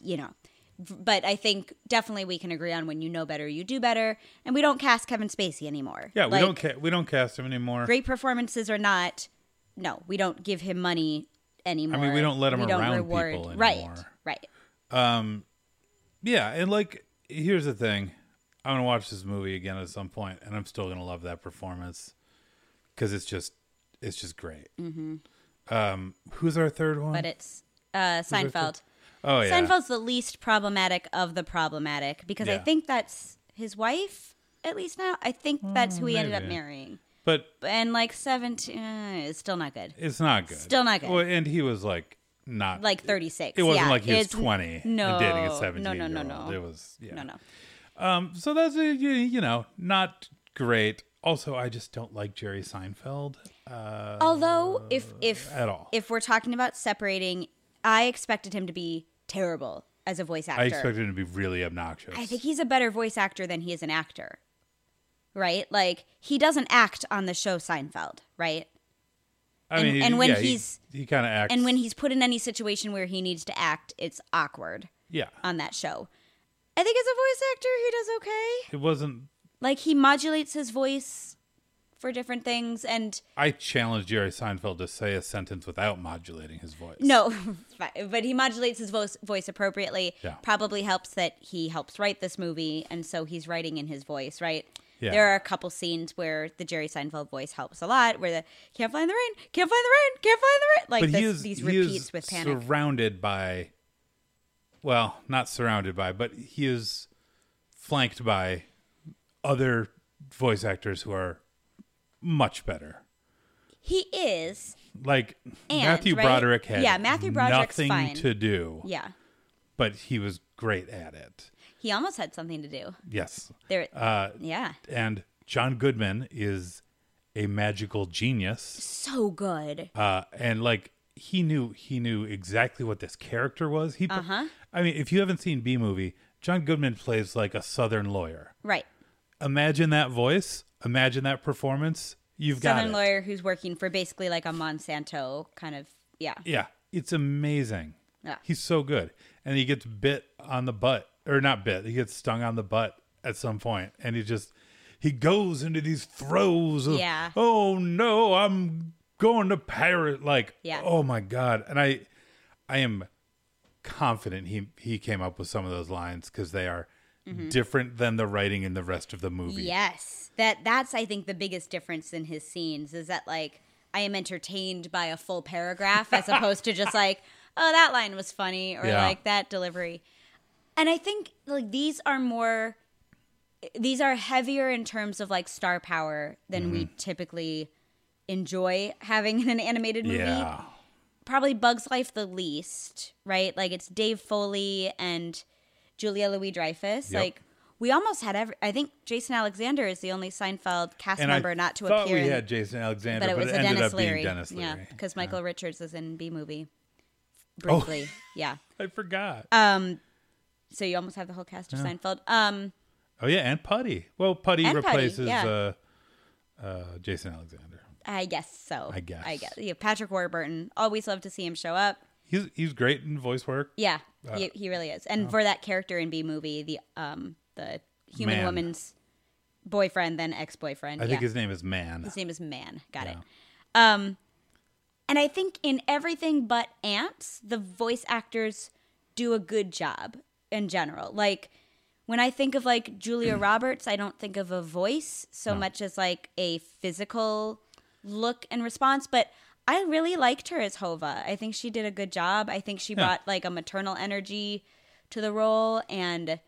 [SPEAKER 2] you know, but I think definitely we can agree on when you know better, you do better, and we don't cast Kevin Spacey anymore.
[SPEAKER 1] Yeah, we
[SPEAKER 2] Like,
[SPEAKER 1] don't ca- we don't cast him anymore.
[SPEAKER 2] great performances or not, no, we don't give him money anymore.
[SPEAKER 1] we don't let him around people
[SPEAKER 2] Right,
[SPEAKER 1] anymore.
[SPEAKER 2] right.
[SPEAKER 1] Yeah, and like here's the thing. I'm going to watch this movie again at some point and I'm still going to love that performance cuz it's just it's just great. Mm-hmm. Um who's our third one?
[SPEAKER 2] But it's uh, Seinfeld.
[SPEAKER 1] oh yeah.
[SPEAKER 2] Seinfeld's the least problematic of the problematic because I
[SPEAKER 1] Yeah.
[SPEAKER 2] think that's his wife, at least now. I think that's who he ended up
[SPEAKER 1] maybe.
[SPEAKER 2] marrying.
[SPEAKER 1] But
[SPEAKER 2] And like 17 uh, is still not good.
[SPEAKER 1] it's not good.
[SPEAKER 2] Still not good.
[SPEAKER 1] Well, and he was like not
[SPEAKER 2] Like 36.
[SPEAKER 1] it wasn't
[SPEAKER 2] yeah,
[SPEAKER 1] like he was
[SPEAKER 2] it's-
[SPEAKER 1] 20
[SPEAKER 2] No.
[SPEAKER 1] and dating a
[SPEAKER 2] no,
[SPEAKER 1] 17
[SPEAKER 2] No, no,
[SPEAKER 1] year
[SPEAKER 2] no,
[SPEAKER 1] old.
[SPEAKER 2] no.
[SPEAKER 1] It was yeah.
[SPEAKER 2] No, no.
[SPEAKER 1] So that's a, you, you know, not great. Also, I just don't like Jerry Seinfeld. Uh
[SPEAKER 2] Although if if
[SPEAKER 1] at all.
[SPEAKER 2] if we're talking about separating, I expected him to be terrible as a voice actor.
[SPEAKER 1] I expected him to be really obnoxious.
[SPEAKER 2] I think he's a better voice actor than he is an actor. Right? Like he doesn't act on the show Seinfeld, right?
[SPEAKER 1] I
[SPEAKER 2] and-
[SPEAKER 1] mean,
[SPEAKER 2] and when
[SPEAKER 1] yeah, he-
[SPEAKER 2] he's-
[SPEAKER 1] he, kind of acts
[SPEAKER 2] And when he's put in any situation where he needs to act, it's awkward
[SPEAKER 1] yeah,
[SPEAKER 2] on that show. I think as a voice actor, he does okay.
[SPEAKER 1] it wasn't.
[SPEAKER 2] Like he modulates his voice for different things and
[SPEAKER 1] I challenged Jerry Seinfeld to say a sentence without modulating his voice.
[SPEAKER 2] no, fine, but he modulates his voice voice appropriately.
[SPEAKER 1] Yeah.
[SPEAKER 2] Probably helps that he helps write this movie and so he's writing in his voice, right?
[SPEAKER 1] Yeah.
[SPEAKER 2] There are a couple scenes where the Jerry Seinfeld voice helps a lot, where the can't find the rain, can't find the rain, can't find the rain. Like
[SPEAKER 1] but he
[SPEAKER 2] this-
[SPEAKER 1] is
[SPEAKER 2] these
[SPEAKER 1] he
[SPEAKER 2] repeats
[SPEAKER 1] is
[SPEAKER 2] with panic.
[SPEAKER 1] surrounded by. Well, not surrounded by, but he is flanked by other voice actors who are much better.
[SPEAKER 2] he is
[SPEAKER 1] Like
[SPEAKER 2] And,
[SPEAKER 1] Matthew
[SPEAKER 2] right?
[SPEAKER 1] Broderick had
[SPEAKER 2] Yeah, Matthew Broderick's
[SPEAKER 1] nothing
[SPEAKER 2] fine.
[SPEAKER 1] to do,
[SPEAKER 2] yeah.
[SPEAKER 1] but he was great at it.
[SPEAKER 2] He almost had something to do.
[SPEAKER 1] Yes,
[SPEAKER 2] There,
[SPEAKER 1] uh,
[SPEAKER 2] yeah,
[SPEAKER 1] and John Goodman is a magical genius.
[SPEAKER 2] so good.
[SPEAKER 1] uh, and like he knew he knew exactly what this character was. He, I mean, if you haven't seen B movie, John Goodman plays like a Southern lawyer.
[SPEAKER 2] Right,
[SPEAKER 1] Imagine that voice. Imagine that performance. You've got
[SPEAKER 2] southern
[SPEAKER 1] it.
[SPEAKER 2] lawyer who's working for basically like a Monsanto kind of yeah.
[SPEAKER 1] Yeah, it's amazing.
[SPEAKER 2] Yeah.
[SPEAKER 1] He's so good, and he gets bit on the butt, or not bit. He gets stung on the butt at some point, and he just he goes into these throes of
[SPEAKER 2] Yeah.
[SPEAKER 1] oh no, I'm going to Paris. Like
[SPEAKER 2] Yeah.
[SPEAKER 1] oh my god, and I I am confident he he came up with some of those lines because they are
[SPEAKER 2] Mm-hmm.
[SPEAKER 1] different than the writing in the rest of the movie.
[SPEAKER 2] Yes, that that's I think the biggest difference in his scenes is that like I am entertained by a full paragraph as opposed to just like oh that line was funny or
[SPEAKER 1] Yeah.
[SPEAKER 2] like that delivery. And I think like these are more these are heavier in terms of like star power than
[SPEAKER 1] Mm-hmm.
[SPEAKER 2] we typically enjoy having in an animated movie.
[SPEAKER 1] Yeah.
[SPEAKER 2] probably Bugs Life the least, right? Like it's Dave Foley and Julia Louis Dreyfus.
[SPEAKER 1] Yep.
[SPEAKER 2] Like we almost had every. I think Jason Alexander is the only Seinfeld cast
[SPEAKER 1] And
[SPEAKER 2] member
[SPEAKER 1] I
[SPEAKER 2] not to
[SPEAKER 1] thought
[SPEAKER 2] appear,
[SPEAKER 1] we
[SPEAKER 2] in,
[SPEAKER 1] had Jason Alexander,
[SPEAKER 2] but it was a
[SPEAKER 1] ended
[SPEAKER 2] Dennis
[SPEAKER 1] up being
[SPEAKER 2] Leary.
[SPEAKER 1] Dennis Leary. Oh.
[SPEAKER 2] Yeah, because Michael Richards is in B movie briefly. Yeah,
[SPEAKER 1] I forgot.
[SPEAKER 2] so you almost have the whole cast of Seinfeld. Um,
[SPEAKER 1] Oh yeah, and Putty. Well, Putty
[SPEAKER 2] And Putty,
[SPEAKER 1] replaces
[SPEAKER 2] yeah.
[SPEAKER 1] uh, uh, Jason Alexander.
[SPEAKER 2] I guess so.
[SPEAKER 1] I guess.
[SPEAKER 2] I guess. Yeah, Patrick Warburton. Always love to see him show up.
[SPEAKER 1] He's he's great in voice work.
[SPEAKER 2] Yeah,
[SPEAKER 1] Uh,
[SPEAKER 2] he, he really is.
[SPEAKER 1] oh.
[SPEAKER 2] And for that character in B movie, the um the human
[SPEAKER 1] Man.
[SPEAKER 2] woman's boyfriend, then ex boyfriend.
[SPEAKER 1] I
[SPEAKER 2] Yeah.
[SPEAKER 1] think his name is Man.
[SPEAKER 2] His name is Man. Got it. Um, And I think in everything but ants, the voice actors do a good job in general. Like when I think of like Julia Roberts, I don't think of a voice so much as like a physical look and response, but I really liked her as Hova. I think she did a good job. I think she brought like a maternal energy to the role and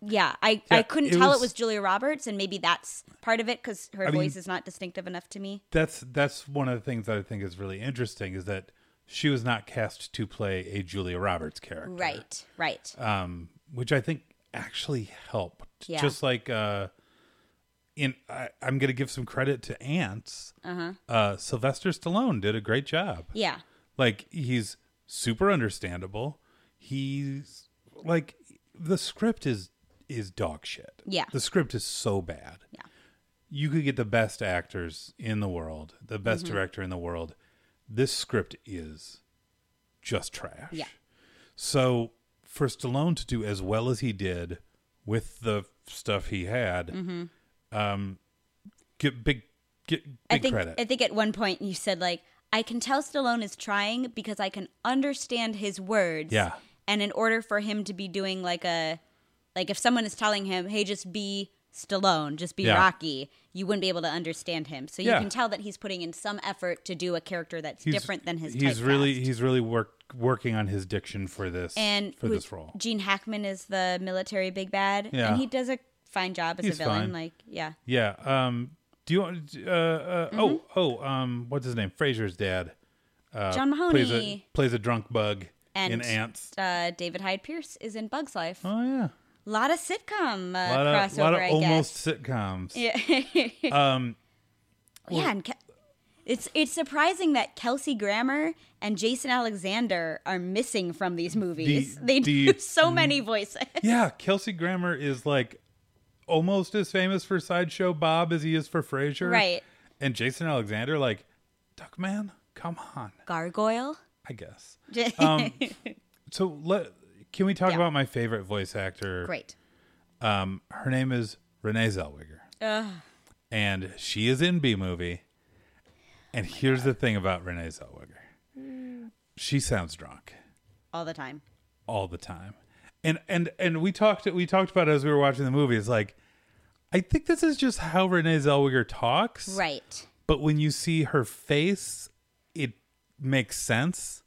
[SPEAKER 2] yeah, I,
[SPEAKER 1] Yeah,
[SPEAKER 2] I couldn't
[SPEAKER 1] it
[SPEAKER 2] tell
[SPEAKER 1] was-
[SPEAKER 2] it was Julia Roberts, and maybe that's part of it because her
[SPEAKER 1] I mean-
[SPEAKER 2] voice is not distinctive enough to me.
[SPEAKER 1] That's that's one of the things that I think is really interesting is that she was not cast to play a Julia Roberts character.
[SPEAKER 2] Right, right.
[SPEAKER 1] um, which I think actually helped.
[SPEAKER 2] Yeah.
[SPEAKER 1] Just like uh, in, I, I'm going to give some credit to Ants. Uh-huh. Sylvester Stallone did a great job.
[SPEAKER 2] yeah,
[SPEAKER 1] Like he's super understandable. He's like the script is is dog shit.
[SPEAKER 2] Yeah.
[SPEAKER 1] the script is so bad.
[SPEAKER 2] Yeah.
[SPEAKER 1] you could get the best actors in the world, the best
[SPEAKER 2] Mm-hmm.
[SPEAKER 1] director in the world. This script is just trash.
[SPEAKER 2] Yeah.
[SPEAKER 1] So for Stallone to do as well as he did with the stuff he had, um, get big, get big
[SPEAKER 2] Mm-hmm. I think
[SPEAKER 1] credit.
[SPEAKER 2] I think at one point you said like I can tell Stallone is trying because I can understand his words.
[SPEAKER 1] Yeah.
[SPEAKER 2] and in order for him to be doing like a like if someone is telling him, hey, just be Stallone, just be
[SPEAKER 1] Yeah.
[SPEAKER 2] Rocky, you wouldn't be able to understand him. So you
[SPEAKER 1] Yeah.
[SPEAKER 2] can tell that he's putting in some effort to do a character that's
[SPEAKER 1] He's-
[SPEAKER 2] different than his.
[SPEAKER 1] He's
[SPEAKER 2] typecast.
[SPEAKER 1] really he's really worked working on his diction for this
[SPEAKER 2] and
[SPEAKER 1] for
[SPEAKER 2] who-
[SPEAKER 1] this role.
[SPEAKER 2] Gene Hackman is the military big bad,
[SPEAKER 1] Yeah.
[SPEAKER 2] and he does a fine job as
[SPEAKER 1] He's
[SPEAKER 2] a villain.
[SPEAKER 1] fine.
[SPEAKER 2] Like, yeah,
[SPEAKER 1] Yeah. Um. Do you want? Uh. uh Oh.
[SPEAKER 2] Mm-hmm.
[SPEAKER 1] Oh. Um. What's his name? Fraser's dad. Uh,
[SPEAKER 2] John
[SPEAKER 1] plays a
[SPEAKER 2] Mahoney.
[SPEAKER 1] plays a drunk bug in
[SPEAKER 2] And-
[SPEAKER 1] Ants.
[SPEAKER 2] uh, David Hyde Pierce is in Bug's Life.
[SPEAKER 1] Oh yeah.
[SPEAKER 2] A lot of sitcom uh,
[SPEAKER 1] A lot of,
[SPEAKER 2] crossover,
[SPEAKER 1] lot of
[SPEAKER 2] I
[SPEAKER 1] almost sitcoms.
[SPEAKER 2] guess. Yeah.
[SPEAKER 1] Um.
[SPEAKER 2] yeah, and Ke- it's it's surprising that Kelsey Grammer and Jason Alexander are missing from these movies.
[SPEAKER 1] The-
[SPEAKER 2] they
[SPEAKER 1] the-
[SPEAKER 2] do so many voices.
[SPEAKER 1] Yeah. Kelsey Grammer is like almost as famous for Sideshow Bob as he is for Frasier.
[SPEAKER 2] Right.
[SPEAKER 1] And Jason Alexander, like, Duckman, come on.
[SPEAKER 2] Gargoyle.
[SPEAKER 1] I guess. Uh, So let can we talk
[SPEAKER 2] Yeah.
[SPEAKER 1] about my favorite voice actor?
[SPEAKER 2] Great.
[SPEAKER 1] Um, her name is Renee Zellweger, and she is in B movie. And here's the thing about Renee Zellweger: she sounds drunk
[SPEAKER 2] All the time.
[SPEAKER 1] all the time, and and and we talked we talked about it as we were watching the movie. It's like I think this is just how Renee Zellweger talks,
[SPEAKER 2] Right.
[SPEAKER 1] but when you see her face, it makes sense.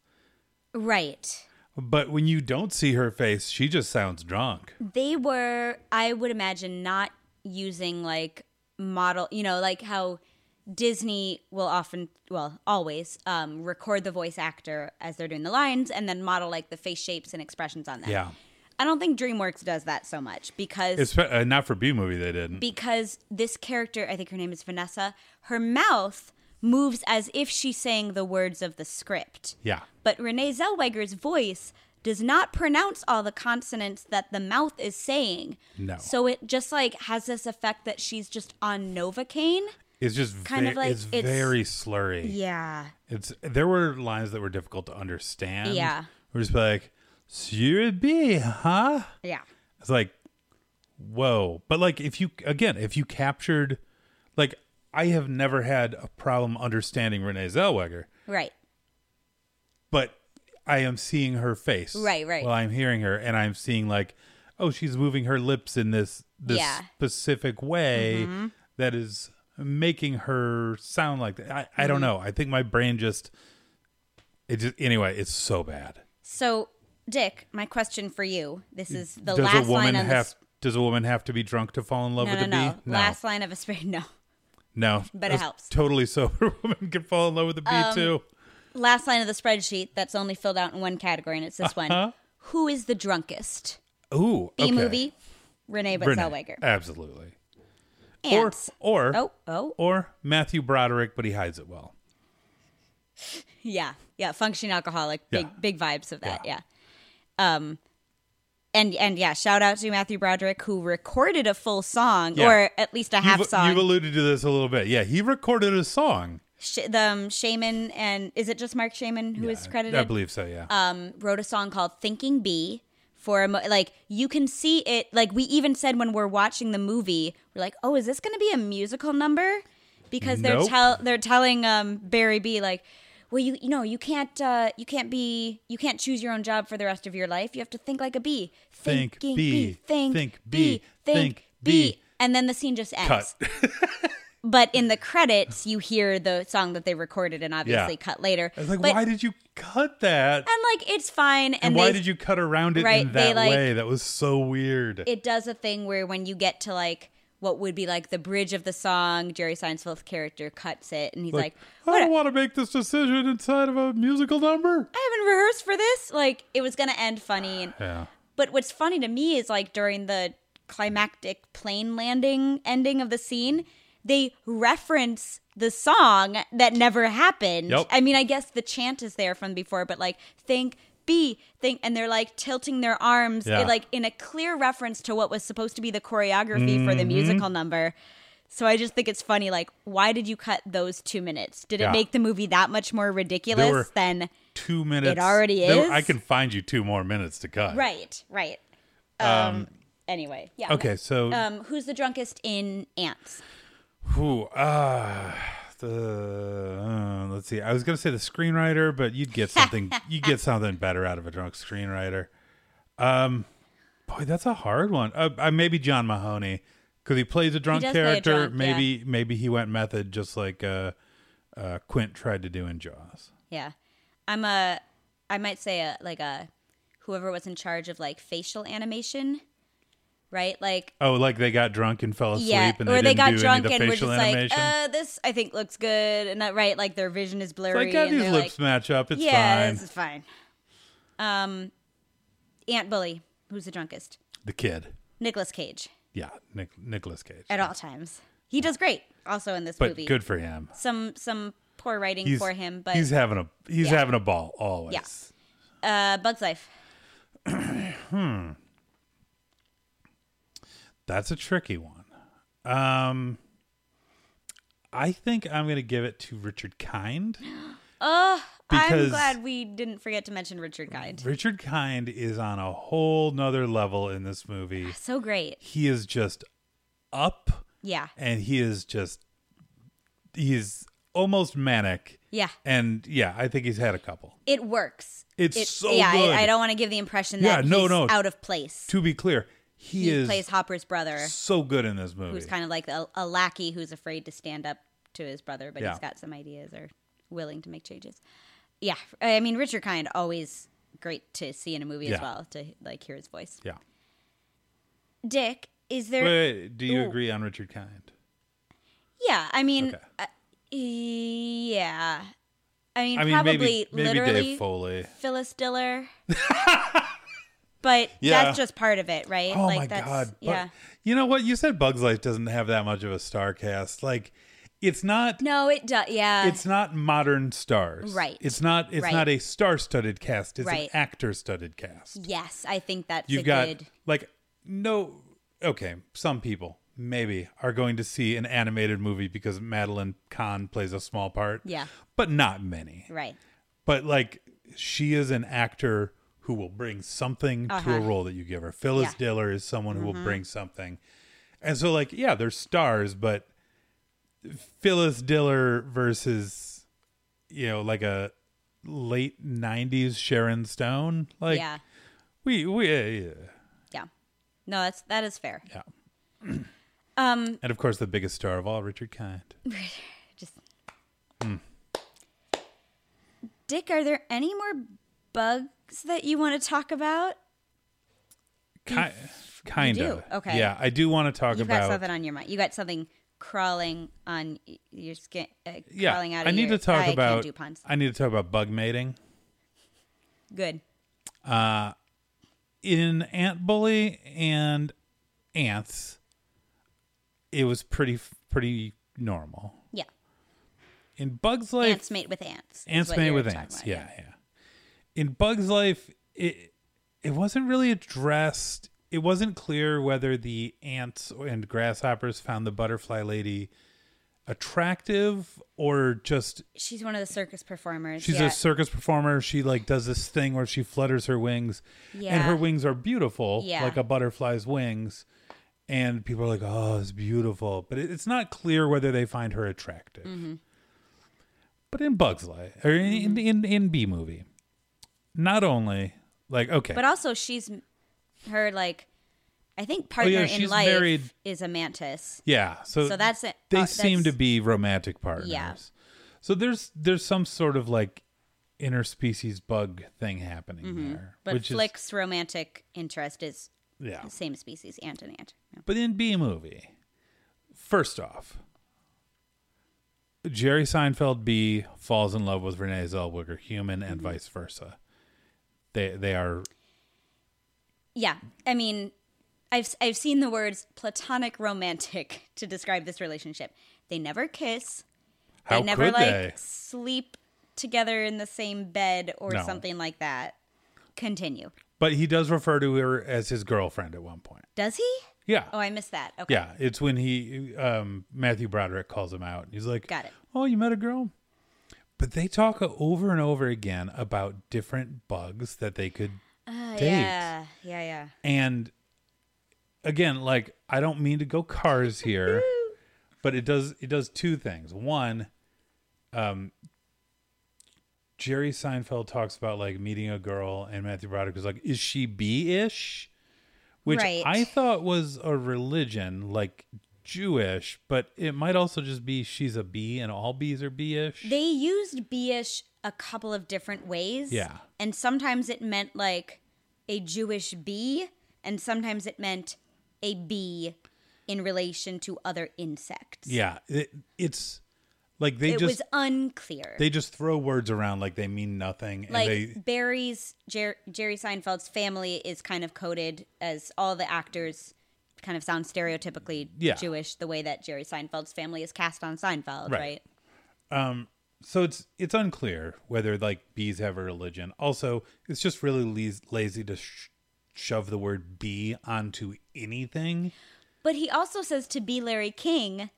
[SPEAKER 2] Right.
[SPEAKER 1] But when you don't see her face, she just sounds drunk.
[SPEAKER 2] they were i would imagine not using like model you know like how disney will often well always um, record the voice actor as they're doing the lines and then model like the face shapes and expressions on them
[SPEAKER 1] Yeah,
[SPEAKER 2] i don't think dreamworks does that so much because
[SPEAKER 1] it's uh, not for B movie they didn't.
[SPEAKER 2] because this character i think her name is vanessa her mouth moves as if she's saying the words of the script
[SPEAKER 1] yeah.
[SPEAKER 2] but Renee Zellweger's voice does not pronounce all the consonants that the mouth is saying.
[SPEAKER 1] No.
[SPEAKER 2] So it just like has this effect that she's just on Novocaine.
[SPEAKER 1] It's just
[SPEAKER 2] Kind
[SPEAKER 1] ve-
[SPEAKER 2] of like
[SPEAKER 1] it's,
[SPEAKER 2] it's-
[SPEAKER 1] very slurry.
[SPEAKER 2] Yeah.
[SPEAKER 1] It's there were lines that were difficult to understand.
[SPEAKER 2] Yeah.
[SPEAKER 1] we're just like, "Sure be, huh?"
[SPEAKER 2] Yeah.
[SPEAKER 1] It's like, whoa! But like, if you again, if you captured, like, I have never had a problem understanding Renee Zellweger,
[SPEAKER 2] Right.
[SPEAKER 1] but I am seeing her face,
[SPEAKER 2] Right, right.
[SPEAKER 1] Well, I'm hearing her, and I'm seeing like, oh, she's moving her lips in this this
[SPEAKER 2] Yeah. Mm-hmm.
[SPEAKER 1] specific way that is making her sound like that. I, I
[SPEAKER 2] Mm-hmm.
[SPEAKER 1] don't know. I think my brain just it just anyway. It's so bad.
[SPEAKER 2] So, Dick, my question for you. This is the
[SPEAKER 1] does
[SPEAKER 2] last
[SPEAKER 1] a woman
[SPEAKER 2] line on
[SPEAKER 1] have
[SPEAKER 2] this.
[SPEAKER 1] Does a woman have to be drunk to fall in love
[SPEAKER 2] No,
[SPEAKER 1] with
[SPEAKER 2] no,
[SPEAKER 1] a
[SPEAKER 2] no.
[SPEAKER 1] bee? No,
[SPEAKER 2] Last line of a spray. No.
[SPEAKER 1] no.
[SPEAKER 2] but it
[SPEAKER 1] A
[SPEAKER 2] helps. Um,
[SPEAKER 1] Totally sober woman can fall in love with a bee too.
[SPEAKER 2] Last line of the spreadsheet that's only filled out in one category, and it's this one. Who is the drunkest?
[SPEAKER 1] Ooh, Uh-huh.
[SPEAKER 2] B
[SPEAKER 1] okay.
[SPEAKER 2] movie, Renee, but
[SPEAKER 1] Renee.
[SPEAKER 2] Zellweger.
[SPEAKER 1] Absolutely.
[SPEAKER 2] Ants.
[SPEAKER 1] Or or
[SPEAKER 2] Oh, oh.
[SPEAKER 1] or Matthew Broderick, but he hides it well.
[SPEAKER 2] Yeah, yeah, functioning alcoholic, big
[SPEAKER 1] Yeah.
[SPEAKER 2] big vibes of that, yeah. Um, and and yeah, shout out to Matthew Broderick who recorded a full song
[SPEAKER 1] Yeah.
[SPEAKER 2] or at least a half
[SPEAKER 1] you've,
[SPEAKER 2] song.
[SPEAKER 1] You've alluded to this a little bit. Yeah, he recorded a song.
[SPEAKER 2] Sh- the um, Shaman and is it just Mark Shaman who is credited?
[SPEAKER 1] I believe so. Yeah.
[SPEAKER 2] um, wrote a song called "Thinking Bee." For a mo- like, you can see it. Like we even said when we're watching the movie, we're like, "Oh, is this going to be a musical number?" Because they're
[SPEAKER 1] Nope.
[SPEAKER 2] tell they're telling um, Barry B like, well, you you know you can't uh, you can't be you can't choose your own job for the rest of your life. You have to think like a bee.
[SPEAKER 1] Think
[SPEAKER 2] Thinking
[SPEAKER 1] bee.
[SPEAKER 2] Think,
[SPEAKER 1] Think
[SPEAKER 2] bee.
[SPEAKER 1] bee.
[SPEAKER 2] Think,
[SPEAKER 1] Think
[SPEAKER 2] bee.
[SPEAKER 1] bee.
[SPEAKER 2] And then the scene just ends.
[SPEAKER 1] Cut.
[SPEAKER 2] But in the credits, you hear the song that they recorded and obviously cut later.
[SPEAKER 1] I was like,
[SPEAKER 2] but,
[SPEAKER 1] why did you cut that?
[SPEAKER 2] And like it's fine. And,
[SPEAKER 1] And, why
[SPEAKER 2] they,
[SPEAKER 1] did you cut around it
[SPEAKER 2] Right,
[SPEAKER 1] in
[SPEAKER 2] they,
[SPEAKER 1] that
[SPEAKER 2] like-
[SPEAKER 1] way? That was so weird.
[SPEAKER 2] it does a thing where when you get to like what would be like the bridge of the song, Jerry Seinfeld's character cuts it, and he's like,
[SPEAKER 1] like, I
[SPEAKER 2] "What?
[SPEAKER 1] don't want to make this decision inside of a musical number.
[SPEAKER 2] I haven't rehearsed for this." Like it was gonna end funny, and
[SPEAKER 1] Yeah.
[SPEAKER 2] But what's funny to me is like during the climactic plane landing ending of the scene, they reference the song that never happened.
[SPEAKER 1] Yep.
[SPEAKER 2] I mean, I guess the chant is there from before, but like think B think and they're like tilting their arms
[SPEAKER 1] Yeah.
[SPEAKER 2] it, like in a clear reference to what was supposed to be the choreography for
[SPEAKER 1] Mm-hmm.
[SPEAKER 2] the musical number. So I just think it's funny like why did you cut those 2 minutes? Did it
[SPEAKER 1] Yeah.
[SPEAKER 2] make the movie that much more ridiculous
[SPEAKER 1] were-
[SPEAKER 2] than
[SPEAKER 1] Two minutes.
[SPEAKER 2] already
[SPEAKER 1] There were-
[SPEAKER 2] is?
[SPEAKER 1] I can find you two more minutes to cut.
[SPEAKER 2] Right, right. um anyway, yeah.
[SPEAKER 1] Okay, so
[SPEAKER 2] Um, who's the drunkest in Ants?
[SPEAKER 1] Who? Ah, the uh, let's see. I was gonna say the screenwriter, but you'd get something. you would get something better out of a drunk screenwriter. Um, boy, that's a hard one. Uh, uh, maybe John Mahoney, because he plays a drunk
[SPEAKER 2] does play a
[SPEAKER 1] character.
[SPEAKER 2] drunk, yeah.
[SPEAKER 1] maybe maybe he went method, just like uh, uh, Quint tried to do in Jaws.
[SPEAKER 2] Yeah, I'm a. I might say a like a whoever was in charge of like facial animation, right? Like
[SPEAKER 1] Oh, like they got drunk and fell asleep,
[SPEAKER 2] yeah,
[SPEAKER 1] and they
[SPEAKER 2] or they
[SPEAKER 1] didn't
[SPEAKER 2] got
[SPEAKER 1] do
[SPEAKER 2] drunk
[SPEAKER 1] any of
[SPEAKER 2] and
[SPEAKER 1] the
[SPEAKER 2] were just
[SPEAKER 1] facial
[SPEAKER 2] like,
[SPEAKER 1] animation.
[SPEAKER 2] uh, this I think looks good, and that right, like their vision is blurry.
[SPEAKER 1] like, yeah,
[SPEAKER 2] and
[SPEAKER 1] these
[SPEAKER 2] they're
[SPEAKER 1] lips
[SPEAKER 2] like,
[SPEAKER 1] match up. It's
[SPEAKER 2] yeah,
[SPEAKER 1] fine.
[SPEAKER 2] this is fine. Um, Aunt Bully, who's the drunkest?
[SPEAKER 1] the kid.
[SPEAKER 2] Nicolas Cage
[SPEAKER 1] Yeah, Nick, Nicholas Cage.
[SPEAKER 2] at all times. He does great. Also in this
[SPEAKER 1] But
[SPEAKER 2] movie,
[SPEAKER 1] good for him.
[SPEAKER 2] some some poor writing
[SPEAKER 1] he's,
[SPEAKER 2] for him, but
[SPEAKER 1] he's having a he's
[SPEAKER 2] Yeah.
[SPEAKER 1] having a ball always.
[SPEAKER 2] Yeah. uh, Bugs Life.
[SPEAKER 1] That's a tricky one. Um I think I'm going to give it to Richard Kind.
[SPEAKER 2] Oh, I'm
[SPEAKER 1] Because-
[SPEAKER 2] glad we didn't forget to mention Richard Kind.
[SPEAKER 1] Richard Kind is on a whole nother level in this movie.
[SPEAKER 2] So great.
[SPEAKER 1] He is just up
[SPEAKER 2] Yeah.
[SPEAKER 1] and he is just he's almost manic.
[SPEAKER 2] Yeah.
[SPEAKER 1] And yeah, I think he's had a couple.
[SPEAKER 2] It works.
[SPEAKER 1] It's
[SPEAKER 2] It-
[SPEAKER 1] so
[SPEAKER 2] yeah,
[SPEAKER 1] good.
[SPEAKER 2] I, I don't want to give the impression
[SPEAKER 1] Yeah,
[SPEAKER 2] that
[SPEAKER 1] no,
[SPEAKER 2] he's
[SPEAKER 1] no.
[SPEAKER 2] out of place.
[SPEAKER 1] To be clear, he,
[SPEAKER 2] He
[SPEAKER 1] is
[SPEAKER 2] plays Hopper's brother,
[SPEAKER 1] so good in this movie.
[SPEAKER 2] who's kind of like a, a lackey who's afraid to stand up to his brother, but
[SPEAKER 1] Yeah.
[SPEAKER 2] he's got some ideas or willing to make changes. Yeah. I mean, Richard Kind, always great to see in a movie as
[SPEAKER 1] Yeah.
[SPEAKER 2] well, to like hear his voice.
[SPEAKER 1] yeah.
[SPEAKER 2] Dick, is there.
[SPEAKER 1] Wait, wait, do you
[SPEAKER 2] Ooh.
[SPEAKER 1] agree on Richard Kind?
[SPEAKER 2] Yeah, I mean,
[SPEAKER 1] Okay.
[SPEAKER 2] uh, yeah, I mean,
[SPEAKER 1] I mean,
[SPEAKER 2] probably
[SPEAKER 1] maybe maybe
[SPEAKER 2] literally
[SPEAKER 1] Dave Foley.
[SPEAKER 2] Phyllis Diller, but
[SPEAKER 1] Yeah.
[SPEAKER 2] that's just part of it, right?
[SPEAKER 1] Oh
[SPEAKER 2] like,
[SPEAKER 1] my
[SPEAKER 2] that's,
[SPEAKER 1] god! Bu-
[SPEAKER 2] yeah.
[SPEAKER 1] you know what? You said Bugs Life doesn't have that much of a star cast. Like, it's not.
[SPEAKER 2] No, it does. Yeah,
[SPEAKER 1] It's not modern stars.
[SPEAKER 2] Right.
[SPEAKER 1] It's not. It's
[SPEAKER 2] Right.
[SPEAKER 1] not a star-studded cast. It's
[SPEAKER 2] Right.
[SPEAKER 1] an actor-studded cast.
[SPEAKER 2] yes, I think that's
[SPEAKER 1] You've
[SPEAKER 2] a
[SPEAKER 1] got
[SPEAKER 2] good.
[SPEAKER 1] like no. Okay, some people maybe are going to see an animated movie because Madeline Kahn plays a small part.
[SPEAKER 2] Yeah.
[SPEAKER 1] But not many.
[SPEAKER 2] Right.
[SPEAKER 1] but like she is an actor who will bring something to a role that you give her. Phyllis
[SPEAKER 2] Uh-huh. Yeah. Mm-hmm.
[SPEAKER 1] Diller is someone who will bring something. And so like yeah, they're stars, but Phyllis Diller versus you know like a late 90s Sharon Stone like
[SPEAKER 2] yeah,
[SPEAKER 1] we we yeah, yeah.
[SPEAKER 2] yeah. No, that's that is fair.
[SPEAKER 1] Yeah.
[SPEAKER 2] Um,
[SPEAKER 1] And of course the biggest star of all Richard Kind.
[SPEAKER 2] just Dick, are there any more bugs that you want to talk about?
[SPEAKER 1] Ki- kind
[SPEAKER 2] you
[SPEAKER 1] of.
[SPEAKER 2] do? Okay.
[SPEAKER 1] Yeah, I do want to talk
[SPEAKER 2] You've got
[SPEAKER 1] about
[SPEAKER 2] something on your mind. You got something crawling on y- your skin, uh,
[SPEAKER 1] yeah,
[SPEAKER 2] crawling out of
[SPEAKER 1] I need
[SPEAKER 2] your-
[SPEAKER 1] to talk
[SPEAKER 2] I
[SPEAKER 1] about
[SPEAKER 2] Can't do puns.
[SPEAKER 1] I need to talk about bug mating.
[SPEAKER 2] Good.
[SPEAKER 1] in Ant Bully and Ants, it was pretty pretty normal.
[SPEAKER 2] Yeah.
[SPEAKER 1] In Bugs Life,
[SPEAKER 2] ants mate with ants. is
[SPEAKER 1] Ants
[SPEAKER 2] what
[SPEAKER 1] mate
[SPEAKER 2] you're
[SPEAKER 1] with
[SPEAKER 2] talking
[SPEAKER 1] ants.
[SPEAKER 2] about,
[SPEAKER 1] yeah, yeah. In Bugs Life, it it wasn't really addressed. It wasn't clear whether the ants and grasshoppers found the butterfly lady attractive or just
[SPEAKER 2] She's one of the circus performers.
[SPEAKER 1] She's
[SPEAKER 2] yeah.
[SPEAKER 1] a circus performer. She like does this thing where she flutters her wings, and
[SPEAKER 2] Yeah.
[SPEAKER 1] her wings are beautiful,
[SPEAKER 2] Yeah.
[SPEAKER 1] like a butterfly's wings. And people are like,
[SPEAKER 2] Mm-hmm.
[SPEAKER 1] "Oh, it's beautiful," but it, it's not clear whether they find her attractive. But in Bugs Life or in in,
[SPEAKER 2] Mm-hmm.
[SPEAKER 1] in, in B movie, not only like okay,
[SPEAKER 2] But also, she's her like, I think partner in
[SPEAKER 1] Oh, she's
[SPEAKER 2] life
[SPEAKER 1] married-
[SPEAKER 2] is a mantis.
[SPEAKER 1] yeah. So
[SPEAKER 2] So that's it.
[SPEAKER 1] they
[SPEAKER 2] uh,
[SPEAKER 1] seem to
[SPEAKER 2] that's-
[SPEAKER 1] be romantic partners.
[SPEAKER 2] Yeah.
[SPEAKER 1] So there's there's some sort of like interspecies bug thing happening there,
[SPEAKER 2] Mm-hmm. But
[SPEAKER 1] which
[SPEAKER 2] Flick's romantic interest is
[SPEAKER 1] is yeah.
[SPEAKER 2] the same species, ant and ant. Yeah.
[SPEAKER 1] But in B movie, first off, Jerry Seinfeld B falls in love with Renee Zellweger, human, and
[SPEAKER 2] Mm-hmm.
[SPEAKER 1] vice versa. They they are
[SPEAKER 2] Yeah, I mean, I've I've seen the words platonic romantic to describe this relationship. They never kiss.
[SPEAKER 1] how
[SPEAKER 2] they never
[SPEAKER 1] could
[SPEAKER 2] like
[SPEAKER 1] they?
[SPEAKER 2] sleep together in the same bed or
[SPEAKER 1] No.
[SPEAKER 2] something like that. Continue.
[SPEAKER 1] But he does refer to her as his girlfriend at one point.
[SPEAKER 2] Does he?
[SPEAKER 1] Yeah.
[SPEAKER 2] Oh, I missed that. Okay.
[SPEAKER 1] Yeah, it's when he um, Matthew Broderick calls him out. He's like,
[SPEAKER 2] Got it.
[SPEAKER 1] Oh, you met a girl." But they talk over and over again about different bugs that they could
[SPEAKER 2] Uh,
[SPEAKER 1] Date.
[SPEAKER 2] yeah. Yeah. Yeah.
[SPEAKER 1] and again like i don't mean to go cars here but it does it does two things one um jerry seinfeld talks about like meeting a girl and matthew broderick was like is she b-ish which
[SPEAKER 2] Right.
[SPEAKER 1] i thought was a religion like jewish but it might also just be she's a bee and all bees are b-ish
[SPEAKER 2] They used beish a couple of different ways.
[SPEAKER 1] Yeah.
[SPEAKER 2] And sometimes it meant like a Jewish bee, and sometimes it meant a bee in relation to other insects.
[SPEAKER 1] yeah it, it's like they
[SPEAKER 2] It
[SPEAKER 1] just
[SPEAKER 2] was unclear.
[SPEAKER 1] they just throw words around like they mean nothing and
[SPEAKER 2] like
[SPEAKER 1] they
[SPEAKER 2] Barry's Jer- Jerry Seinfeld's family is kind of coded as all the actors kind of sound stereotypically
[SPEAKER 1] Yeah.
[SPEAKER 2] Jewish the way that Jerry Seinfeld's family is cast on Seinfeld,
[SPEAKER 1] Right.
[SPEAKER 2] right?
[SPEAKER 1] so it's it's unclear whether like bees have a religion. Also, it's just really le- lazy to sh- shove the word bee onto anything.
[SPEAKER 2] But he also says to be Larry King.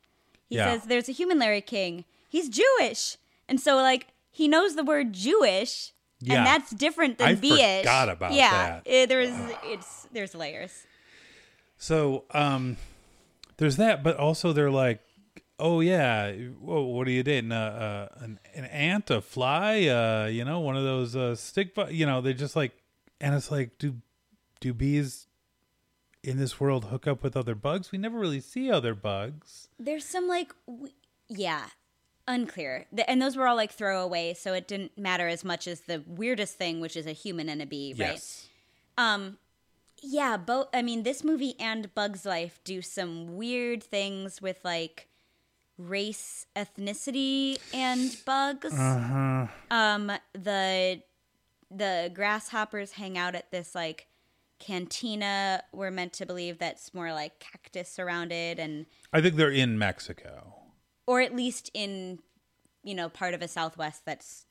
[SPEAKER 2] He
[SPEAKER 1] Yeah.
[SPEAKER 2] says there's a human Larry King. He's Jewish. And so like he knows the word Jewish.
[SPEAKER 1] Yeah.
[SPEAKER 2] And that's different than
[SPEAKER 1] I
[SPEAKER 2] beish.
[SPEAKER 1] forgot about
[SPEAKER 2] yeah,
[SPEAKER 1] that.
[SPEAKER 2] Yeah, there's it's there's layers.
[SPEAKER 1] So um, there's that, but also they're like, oh yeah, whoa, what are you dating? Uh, uh, an an ant, a fly, uh, you know, one of those uh, stick, bu- you know, they're just like, and it's like, do do bees in this world hook up with other bugs? We never really see other bugs.
[SPEAKER 2] There's some like w yeah, unclear. The, and those were all like throwaway, so it didn't matter as much as the weirdest thing, which is a human and a bee, right? yeah both i mean this movie and bugs life do some weird things with like race ethnicity and bugs um the the grasshoppers hang out at this like cantina we're meant to believe that's more like cactus surrounded and
[SPEAKER 1] I think they're in Mexico.
[SPEAKER 2] or at least in you know part of a southwest that's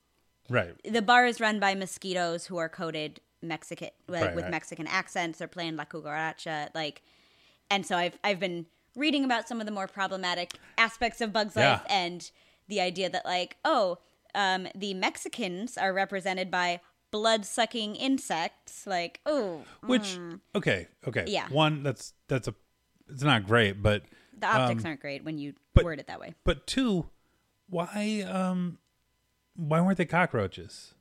[SPEAKER 1] Right.
[SPEAKER 2] the bar is run by mosquitoes who are coded Mexican like
[SPEAKER 1] Right,
[SPEAKER 2] with
[SPEAKER 1] right.
[SPEAKER 2] Mexican accents. They're playing La Cucaracha, like, and so I've I've been reading about some of the more problematic aspects of Bugs
[SPEAKER 1] Yeah.
[SPEAKER 2] Life and the idea that like oh um, the Mexicans are represented by blood sucking insects like oh
[SPEAKER 1] Which okay, okay.
[SPEAKER 2] Yeah.
[SPEAKER 1] One that's that's a it's not great, but
[SPEAKER 2] the optics aren't great when you
[SPEAKER 1] Um, but-
[SPEAKER 2] word it that way.
[SPEAKER 1] but two, why um why weren't they cockroaches?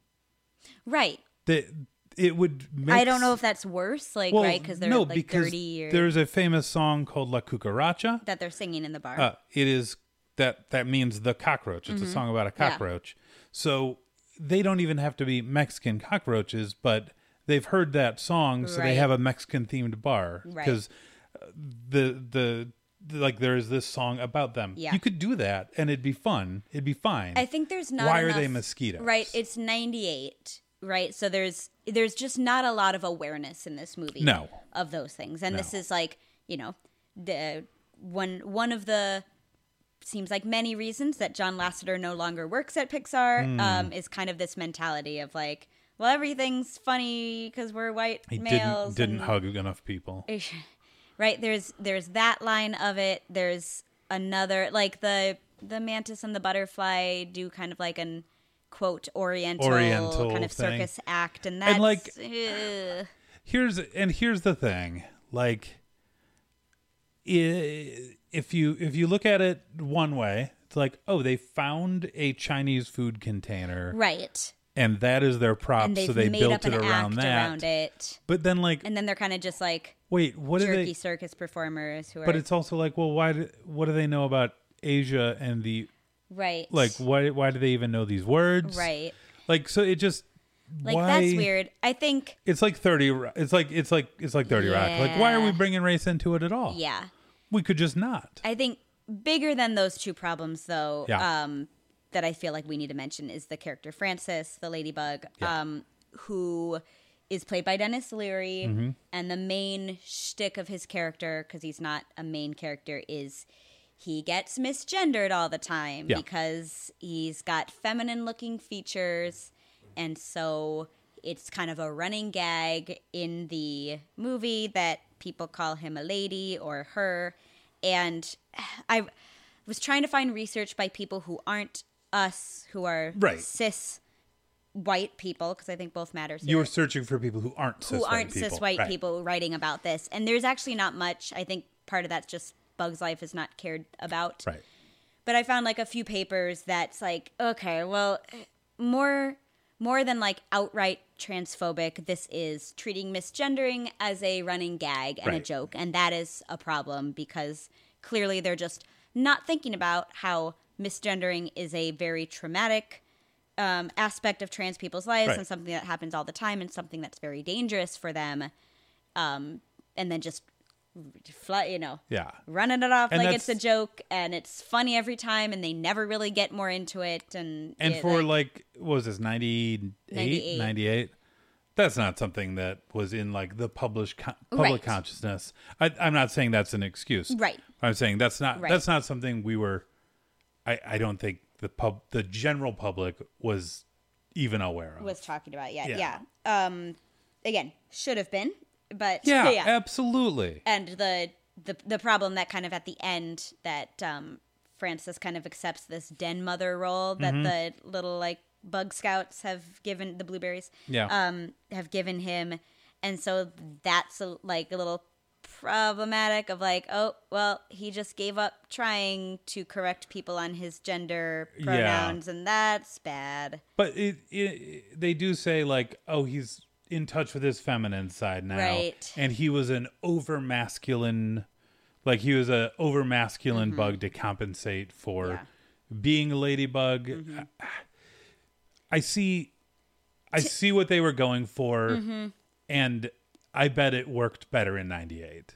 [SPEAKER 2] Right.
[SPEAKER 1] That it would make
[SPEAKER 2] I don't know if that's worse, like
[SPEAKER 1] well,
[SPEAKER 2] right because they're
[SPEAKER 1] no,
[SPEAKER 2] like
[SPEAKER 1] because
[SPEAKER 2] dirty or
[SPEAKER 1] there's a famous song called La Cucaracha.
[SPEAKER 2] that they're singing in the bar.
[SPEAKER 1] Uh, it is that that means the cockroach. It's a song about a
[SPEAKER 2] Mm-hmm. Yeah.
[SPEAKER 1] cockroach. So they don't even have to be Mexican cockroaches, but they've heard that song, so they
[SPEAKER 2] Right.
[SPEAKER 1] have a Mexican themed bar
[SPEAKER 2] Right.
[SPEAKER 1] because the the. Like there is this song about them.
[SPEAKER 2] Yeah.
[SPEAKER 1] You could do that, and it'd be fun. It'd be fine.
[SPEAKER 2] I think there's not.
[SPEAKER 1] Why are
[SPEAKER 2] enough-
[SPEAKER 1] they mosquitoes?
[SPEAKER 2] Right, it's 98. Right, so there's there's just not a lot of awareness in this movie.
[SPEAKER 1] No.
[SPEAKER 2] of those things, and this
[SPEAKER 1] No.
[SPEAKER 2] is like you know the one one of the seems like many reasons that John Lasseter no longer works at Pixar
[SPEAKER 1] Hmm.
[SPEAKER 2] um, is kind of this mentality of like, well, everything's funny because we're white
[SPEAKER 1] he didn't
[SPEAKER 2] males.
[SPEAKER 1] didn't
[SPEAKER 2] and-
[SPEAKER 1] hug enough people.
[SPEAKER 2] right there's there's that line of it there's another like the the mantis and the butterfly do kind of like an quote oriental,
[SPEAKER 1] Oriental
[SPEAKER 2] kind of
[SPEAKER 1] thing.
[SPEAKER 2] circus act and that's
[SPEAKER 1] like-
[SPEAKER 2] ugh.
[SPEAKER 1] here's and here's the thing like i- if you if you look at it one way It's like, oh, they found a Chinese food container,
[SPEAKER 2] right?
[SPEAKER 1] and that is their prop,
[SPEAKER 2] And they've
[SPEAKER 1] so they
[SPEAKER 2] made
[SPEAKER 1] built
[SPEAKER 2] up an
[SPEAKER 1] it around
[SPEAKER 2] act
[SPEAKER 1] that.
[SPEAKER 2] around it,
[SPEAKER 1] But then, like,
[SPEAKER 2] and then they're kind of just like
[SPEAKER 1] wait, what are
[SPEAKER 2] jerky
[SPEAKER 1] they?
[SPEAKER 2] circus performers who are
[SPEAKER 1] But it's also like, well, why? Do, what do they know about Asia and the
[SPEAKER 2] right,
[SPEAKER 1] like? Why? Why do they even know these words?
[SPEAKER 2] right,
[SPEAKER 1] Like, so it just
[SPEAKER 2] like
[SPEAKER 1] why,
[SPEAKER 2] that's weird. I think
[SPEAKER 1] It's like thirty. Ro- It's like it's like it's like thirty rock. Like, why are
[SPEAKER 2] Yeah.
[SPEAKER 1] we bringing race into it at all?
[SPEAKER 2] yeah,
[SPEAKER 1] we could just not.
[SPEAKER 2] I think bigger than those two problems, though,
[SPEAKER 1] Yeah.
[SPEAKER 2] um, that I feel like we need to mention is the character Francis, the ladybug,
[SPEAKER 1] Yeah.
[SPEAKER 2] um, who is played by Dennis Leary.
[SPEAKER 1] Mm-hmm.
[SPEAKER 2] And the main shtick of his character, because he's not a main character, is he gets misgendered all the time
[SPEAKER 1] Yeah.
[SPEAKER 2] because he's got feminine looking features. And so it's kind of a running gag in the movie that people call him a lady or her. And I was trying to find research by people who aren't us, who are
[SPEAKER 1] Right.
[SPEAKER 2] cis white people, because I think both matters.
[SPEAKER 1] you
[SPEAKER 2] here
[SPEAKER 1] were searching for people who aren't cis
[SPEAKER 2] who
[SPEAKER 1] white
[SPEAKER 2] aren't
[SPEAKER 1] people.
[SPEAKER 2] cis white
[SPEAKER 1] Right.
[SPEAKER 2] people writing about this. And there's actually not much. I think part of that's just Bug's life is not cared about.
[SPEAKER 1] Right.
[SPEAKER 2] But I found like a few papers that's like, okay, well, more more than like outright transphobic, this is treating misgendering as a running gag and a
[SPEAKER 1] Right.
[SPEAKER 2] joke, and that is a problem because clearly they're just not thinking about how misgendering is a very traumatic um, aspect of trans people's lives
[SPEAKER 1] Right.
[SPEAKER 2] and something that happens all the time and something that's very dangerous for them. Um, and then just, fly, you know,
[SPEAKER 1] Yeah.
[SPEAKER 2] running it off
[SPEAKER 1] And
[SPEAKER 2] like it's a
[SPEAKER 1] that's-
[SPEAKER 2] joke and it's funny every time and they never really get more into it and
[SPEAKER 1] And
[SPEAKER 2] it,
[SPEAKER 1] for like, what was this 98,
[SPEAKER 2] 98?
[SPEAKER 1] 98? That's not something that was in like the published con- public
[SPEAKER 2] Right.
[SPEAKER 1] consciousness. I, I'm not saying that's an excuse.
[SPEAKER 2] Right.
[SPEAKER 1] I'm saying that's not
[SPEAKER 2] Right.
[SPEAKER 1] that's not something we were. I I don't think the pub the general public was even aware of.
[SPEAKER 2] was talking about yeah, yeah
[SPEAKER 1] Yeah.
[SPEAKER 2] um again should have been but
[SPEAKER 1] yeah, uh, absolutely.
[SPEAKER 2] and the, the the problem that kind of at the end that um Francis kind of accepts this den mother role that
[SPEAKER 1] Mm-hmm.
[SPEAKER 2] the little like bug scouts have given the blueberries
[SPEAKER 1] Yeah.
[SPEAKER 2] um have given him and so that's a, like a little problematic of like oh well he just gave up trying to correct people on his gender
[SPEAKER 1] Yeah.
[SPEAKER 2] pronouns and that's bad
[SPEAKER 1] But it, it they do say like, oh, he's in touch with his feminine side now,
[SPEAKER 2] Right.
[SPEAKER 1] and he was an over masculine, like he was a over masculine
[SPEAKER 2] Mm-hmm.
[SPEAKER 1] bug to compensate for being a ladybug.
[SPEAKER 2] Mm-hmm.
[SPEAKER 1] I, I see, I see what they were going for,
[SPEAKER 2] Mm-hmm.
[SPEAKER 1] and I bet it worked better in '98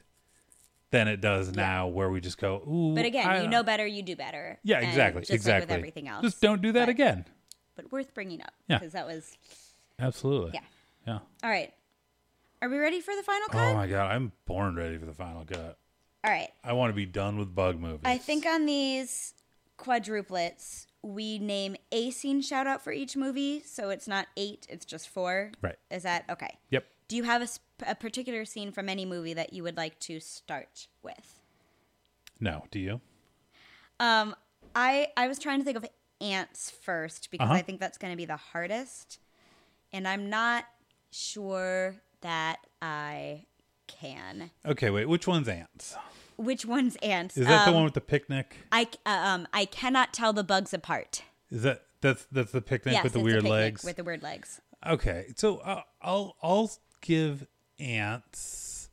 [SPEAKER 1] than it does now, where we just go, ooh.
[SPEAKER 2] but again
[SPEAKER 1] I-
[SPEAKER 2] you know better you do better
[SPEAKER 1] yeah,
[SPEAKER 2] And
[SPEAKER 1] exactly,
[SPEAKER 2] just
[SPEAKER 1] exactly.
[SPEAKER 2] like with everything else
[SPEAKER 1] just don't do that
[SPEAKER 2] but-
[SPEAKER 1] again.
[SPEAKER 2] but worth bringing up
[SPEAKER 1] Yeah.
[SPEAKER 2] because that was
[SPEAKER 1] Absolutely.
[SPEAKER 2] Yeah.
[SPEAKER 1] Yeah.
[SPEAKER 2] All right. Are we ready for the final cut?
[SPEAKER 1] Oh my god, I'm born ready for the final cut.
[SPEAKER 2] All right.
[SPEAKER 1] I want to be done with bug movies.
[SPEAKER 2] I think on these quadruplets, we name a scene shout out for each movie. So it's not eight, it's just four.
[SPEAKER 1] Right.
[SPEAKER 2] Is that okay?
[SPEAKER 1] Yep.
[SPEAKER 2] Do you have a, sp- a particular scene from any movie that you would like to start with?
[SPEAKER 1] No, do you?
[SPEAKER 2] Um, I I was trying to think of ants first because
[SPEAKER 1] Uh-huh.
[SPEAKER 2] I think that's going to be the hardest, and I'm not sure that I can.
[SPEAKER 1] Okay, wait. Which one's ants?
[SPEAKER 2] Which one's ants?
[SPEAKER 1] Is that
[SPEAKER 2] Um,
[SPEAKER 1] the one with the picnic?
[SPEAKER 2] I c- uh, um I cannot tell the bugs apart.
[SPEAKER 1] Is that that's that's the picnic
[SPEAKER 2] yes,
[SPEAKER 1] with the
[SPEAKER 2] it's a
[SPEAKER 1] weird
[SPEAKER 2] picnic
[SPEAKER 1] legs?
[SPEAKER 2] With the weird legs.
[SPEAKER 1] okay, so uh, I'll I'll give ants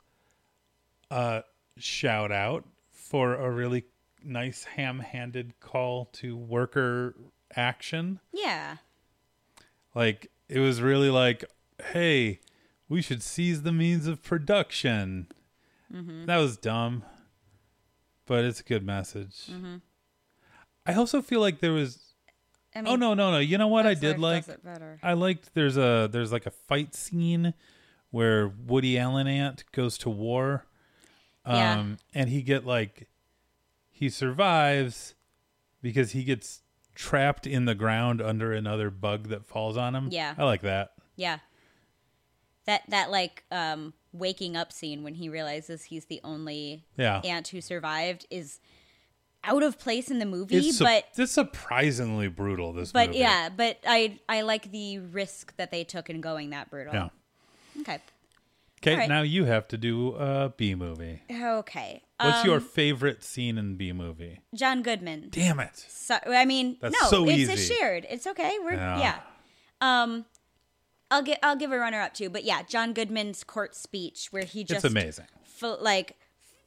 [SPEAKER 1] a shout out for a really nice ham-handed call to worker action.
[SPEAKER 2] Yeah.
[SPEAKER 1] Like it was really like, hey, we should seize the means of production. That was dumb, but it's a good message. I also feel like there was.
[SPEAKER 2] I
[SPEAKER 1] oh no, no, no! You know what I did
[SPEAKER 2] Pixar
[SPEAKER 1] like?
[SPEAKER 2] does it better.
[SPEAKER 1] I liked there's a there's like a fight scene where Woody Allen ant goes to war.
[SPEAKER 2] Yeah.
[SPEAKER 1] Um and he get like he survives because he gets trapped in the ground under another bug that falls on him.
[SPEAKER 2] Yeah.
[SPEAKER 1] I like that.
[SPEAKER 2] Yeah. That that like um waking up scene when he realizes he's the only
[SPEAKER 1] Yeah.
[SPEAKER 2] ant who survived is out of place in the movie,
[SPEAKER 1] It's, su-
[SPEAKER 2] but
[SPEAKER 1] it's surprisingly brutal this
[SPEAKER 2] but
[SPEAKER 1] movie.
[SPEAKER 2] yeah, but I I like the risk that they took in going that brutal.
[SPEAKER 1] Yeah.
[SPEAKER 2] Okay.
[SPEAKER 1] Okay,
[SPEAKER 2] All right.
[SPEAKER 1] now you have to do a B movie.
[SPEAKER 2] Okay.
[SPEAKER 1] What's
[SPEAKER 2] Um,
[SPEAKER 1] your favorite scene in B movie?
[SPEAKER 2] John Goodman?
[SPEAKER 1] Damn it.
[SPEAKER 2] So, I mean,
[SPEAKER 1] That's
[SPEAKER 2] no,
[SPEAKER 1] so
[SPEAKER 2] it's a
[SPEAKER 1] easy.
[SPEAKER 2] shared. It's okay. We're
[SPEAKER 1] Yeah.
[SPEAKER 2] yeah. Um, I'll get I'll give a runner up too, but yeah, John Goodman's court speech where he just
[SPEAKER 1] it's amazing.
[SPEAKER 2] fl- like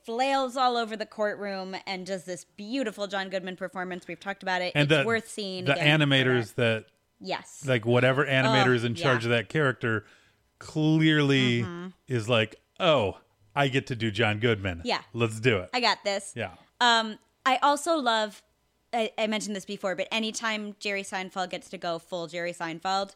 [SPEAKER 2] flails all over the courtroom and does this beautiful John Goodman performance. We've talked about it.
[SPEAKER 1] And
[SPEAKER 2] it's
[SPEAKER 1] the,
[SPEAKER 2] worth seeing.
[SPEAKER 1] the
[SPEAKER 2] again for
[SPEAKER 1] animators that
[SPEAKER 2] Yes.
[SPEAKER 1] like whatever animator
[SPEAKER 2] Oh,
[SPEAKER 1] is in charge
[SPEAKER 2] yeah. Mm-hmm.
[SPEAKER 1] of that character clearly is like, oh, I get to do John Goodman.
[SPEAKER 2] Yeah.
[SPEAKER 1] let's do it.
[SPEAKER 2] I got this.
[SPEAKER 1] yeah,
[SPEAKER 2] Um, I also love. I, I mentioned this before, but anytime Jerry Seinfeld gets to go full Jerry Seinfeld,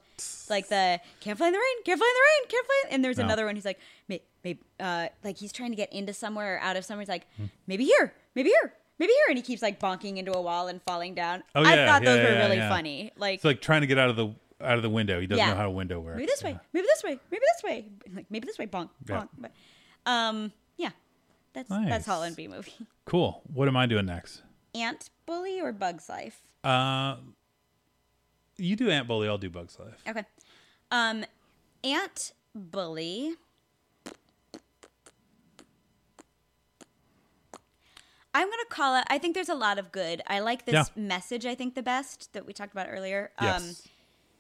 [SPEAKER 2] like the can't fly in the rain, can't fly in the rain, can't fly. In, and there's
[SPEAKER 1] No.
[SPEAKER 2] another one. He's like, maybe, uh, like he's trying to get into somewhere or out of somewhere. He's like, maybe here, maybe here, maybe here, and he keeps like bonking into a wall and falling down.
[SPEAKER 1] Oh,
[SPEAKER 2] I
[SPEAKER 1] yeah,
[SPEAKER 2] thought those
[SPEAKER 1] yeah,
[SPEAKER 2] were
[SPEAKER 1] yeah,
[SPEAKER 2] really
[SPEAKER 1] yeah.
[SPEAKER 2] funny. Like,
[SPEAKER 1] it's like trying to get out of the out of the window. He doesn't
[SPEAKER 2] Yeah.
[SPEAKER 1] know how a window works.
[SPEAKER 2] maybe this way, maybe this way, maybe this way, like maybe this way, bonk,
[SPEAKER 1] Yeah.
[SPEAKER 2] bonk. But, um, yeah, that's
[SPEAKER 1] Nice.
[SPEAKER 2] that's Holland B movie.
[SPEAKER 1] Cool. What am I doing next?
[SPEAKER 2] Ant bully or Bugs Life.
[SPEAKER 1] Uh, you do Ant Bully. I'll do Bugs Life.
[SPEAKER 2] Okay. Um, Aunt Bully. I'm gonna call it. I think there's a lot of good. I like this
[SPEAKER 1] Yeah.
[SPEAKER 2] message. I think the best that we talked about earlier. Um,
[SPEAKER 1] Yes.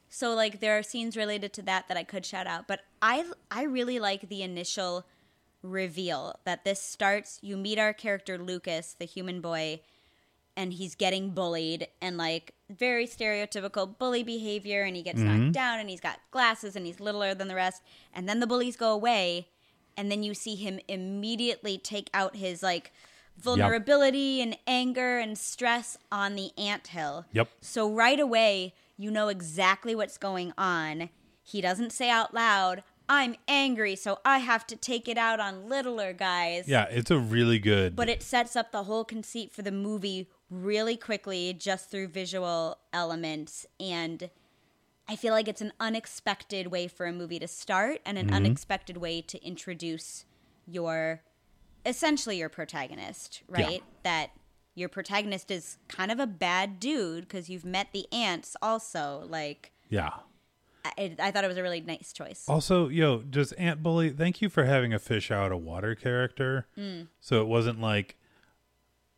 [SPEAKER 2] so like there are scenes related to that that I could shout out, but I I really like the initial reveal that this starts. You meet our character Lucas, the human boy, and he's getting bullied and like very stereotypical bully behavior and he gets knocked down and he's got glasses and he's littler than the rest and then the bullies go away and then you see him immediately take out his like vulnerability and anger and stress on the anthill
[SPEAKER 1] Yep.
[SPEAKER 2] so right away you know exactly what's going on he doesn't say out loud i'm angry so i have to take it out on littler guys
[SPEAKER 1] Yeah, it's a really good.
[SPEAKER 2] but it sets up the whole conceit for the movie really quickly just through visual elements and i feel like it's an unexpected way for a movie to start and
[SPEAKER 1] Mm-hmm.
[SPEAKER 2] an unexpected way to introduce your essentially your protagonist right that your protagonist is kind of a bad dude because you've met the ants also like
[SPEAKER 1] yeah.
[SPEAKER 2] I, I thought it was a really nice choice
[SPEAKER 1] Also, yo, just Ant Bully, thank you for having a fish out of water character.
[SPEAKER 2] Mm.
[SPEAKER 1] So it wasn't like,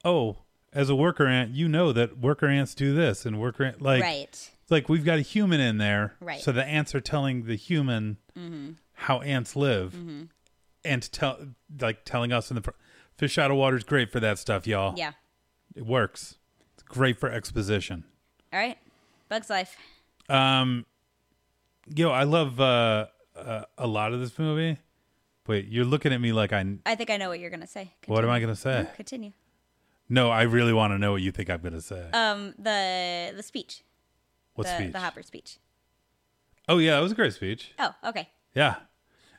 [SPEAKER 1] oh, as a worker ant, you know that worker ants do this and worker ant like
[SPEAKER 2] right
[SPEAKER 1] it's like we've got a human in there.
[SPEAKER 2] Right. Mm-hmm.
[SPEAKER 1] So the ants are telling the human how ants live and tell like telling us in the pro- fish out of water is great for that stuff, y'all.
[SPEAKER 2] yeah
[SPEAKER 1] It works. It's great for exposition.
[SPEAKER 2] all right bugs life
[SPEAKER 1] Um, yo, I love uh, uh, a lot of this movie. Wait, you're looking at me like I.
[SPEAKER 2] i think i know what you're gonna say
[SPEAKER 1] What am I
[SPEAKER 2] Continue.
[SPEAKER 1] gonna say?
[SPEAKER 2] continue
[SPEAKER 1] No, I really want to know what you think I'm gonna say.
[SPEAKER 2] um the the speech
[SPEAKER 1] what
[SPEAKER 2] the,
[SPEAKER 1] speech?
[SPEAKER 2] the hopper speech
[SPEAKER 1] oh yeah, it was a great speech.
[SPEAKER 2] oh okay
[SPEAKER 1] Yeah.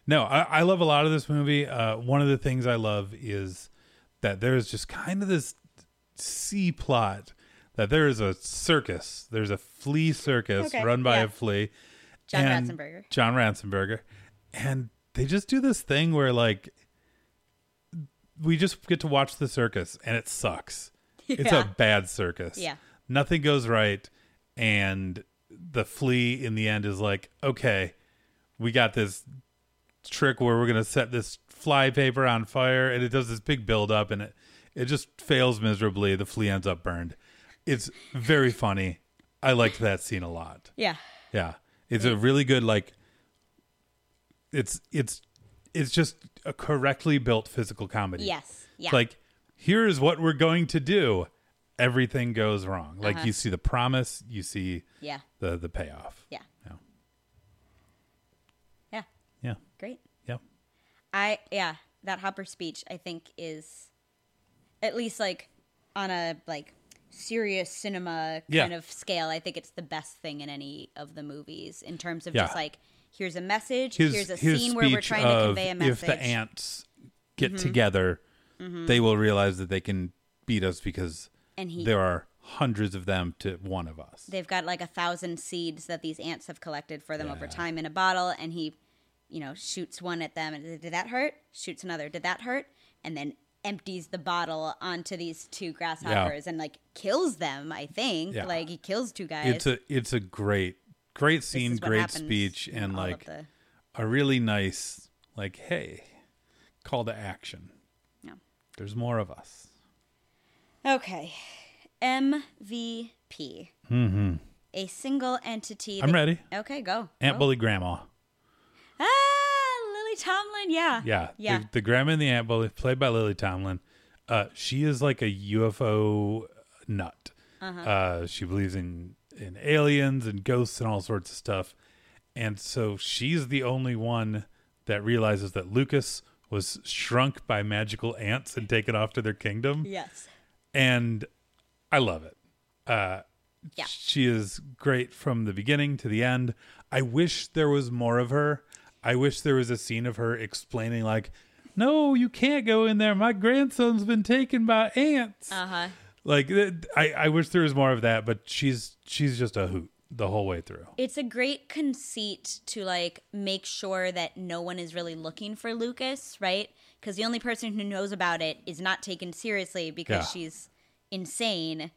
[SPEAKER 1] No, I, I love a lot of this movie. Uh, one of the things I love is that there is just kind of this C plot that there is a circus. There's a flea circus
[SPEAKER 2] Okay,
[SPEAKER 1] run by
[SPEAKER 2] yeah.
[SPEAKER 1] a flea.
[SPEAKER 2] John
[SPEAKER 1] and-
[SPEAKER 2] Ratzenberger.
[SPEAKER 1] John Ratzenberger. And they just do this thing where like we just get to watch the circus and it sucks. It's
[SPEAKER 2] Yeah.
[SPEAKER 1] a bad circus.
[SPEAKER 2] Yeah.
[SPEAKER 1] Nothing goes right and the flea in the end is like, "Okay, we got this trick where we're going to set this fly paper on fire and it does this big build up and it it just fails miserably. The flea ends up burned. It's very funny. I liked that scene a lot.
[SPEAKER 2] Yeah.
[SPEAKER 1] Yeah. It's a really good like it's it's it's just a correctly built physical comedy.
[SPEAKER 2] Yes. Yeah.
[SPEAKER 1] It's like here is what we're going to do. Everything goes wrong. Like
[SPEAKER 2] Uh-huh.
[SPEAKER 1] you see the promise, you see
[SPEAKER 2] yeah.
[SPEAKER 1] the the payoff.
[SPEAKER 2] Yeah.
[SPEAKER 1] Yeah.
[SPEAKER 2] Yeah.
[SPEAKER 1] Yeah.
[SPEAKER 2] Great.
[SPEAKER 1] Yeah.
[SPEAKER 2] I yeah, that Hopper speech I think is at least like on a like serious cinema kind
[SPEAKER 1] Yeah.
[SPEAKER 2] of scale, I think it's the best thing in any of the movies in terms of
[SPEAKER 1] Yeah.
[SPEAKER 2] just like here's a message,
[SPEAKER 1] His,
[SPEAKER 2] here's a
[SPEAKER 1] his
[SPEAKER 2] scene where we're
[SPEAKER 1] speech
[SPEAKER 2] trying to
[SPEAKER 1] of
[SPEAKER 2] convey a message. Mm-hmm.
[SPEAKER 1] If the ants get together, they will realize that they can beat us because
[SPEAKER 2] and he
[SPEAKER 1] there are hundreds of them to one of us.
[SPEAKER 2] they've got like a thousand seeds that these ants have collected for them over
[SPEAKER 1] Yeah.
[SPEAKER 2] time in a bottle and he you know shoots one at them and did that hurt shoots another did that hurt and then empties the bottle onto these two grasshoppers and like kills them i think
[SPEAKER 1] Yeah.
[SPEAKER 2] like he kills two guys
[SPEAKER 1] it's a it's a great great
[SPEAKER 2] This
[SPEAKER 1] scene,
[SPEAKER 2] is what
[SPEAKER 1] great
[SPEAKER 2] happens
[SPEAKER 1] speech,
[SPEAKER 2] in
[SPEAKER 1] and
[SPEAKER 2] all of
[SPEAKER 1] like
[SPEAKER 2] the-
[SPEAKER 1] a really nice like, hey, call to action.
[SPEAKER 2] Yeah.
[SPEAKER 1] There's more of us.
[SPEAKER 2] Okay. MVP. Mm-hmm. A single entity.
[SPEAKER 1] I'm
[SPEAKER 2] that-
[SPEAKER 1] ready.
[SPEAKER 2] Okay, go.
[SPEAKER 1] Aunt
[SPEAKER 2] Go.
[SPEAKER 1] Bully Grandma.
[SPEAKER 2] Ah, Lily Tomlin. Yeah.
[SPEAKER 1] Yeah.
[SPEAKER 2] Yeah.
[SPEAKER 1] The, the grandma and the Aunt Bully, played by Lily Tomlin. Uh, she is like a UFO nut. Uh-huh. she believes in, in aliens and ghosts and all sorts of stuff. And so she's the only one that realizes that Lucas was shrunk by magical ants and taken off to their kingdom.
[SPEAKER 2] yes.
[SPEAKER 1] and I love it. Uh,
[SPEAKER 2] Yeah.
[SPEAKER 1] She is great from the beginning to the end. I wish there was more of her. I wish there was a scene of her explaining, like, no, you can't go in there. My grandson's been taken by ants.
[SPEAKER 2] Uh huh.
[SPEAKER 1] Like, th- I, I wish there was more of that, but she's she's just a hoot the whole way through.
[SPEAKER 2] It's a great conceit to like make sure that no one is really looking for Lucas, right? Because the only person who knows about it is not taken seriously because
[SPEAKER 1] Yeah.
[SPEAKER 2] she's insane.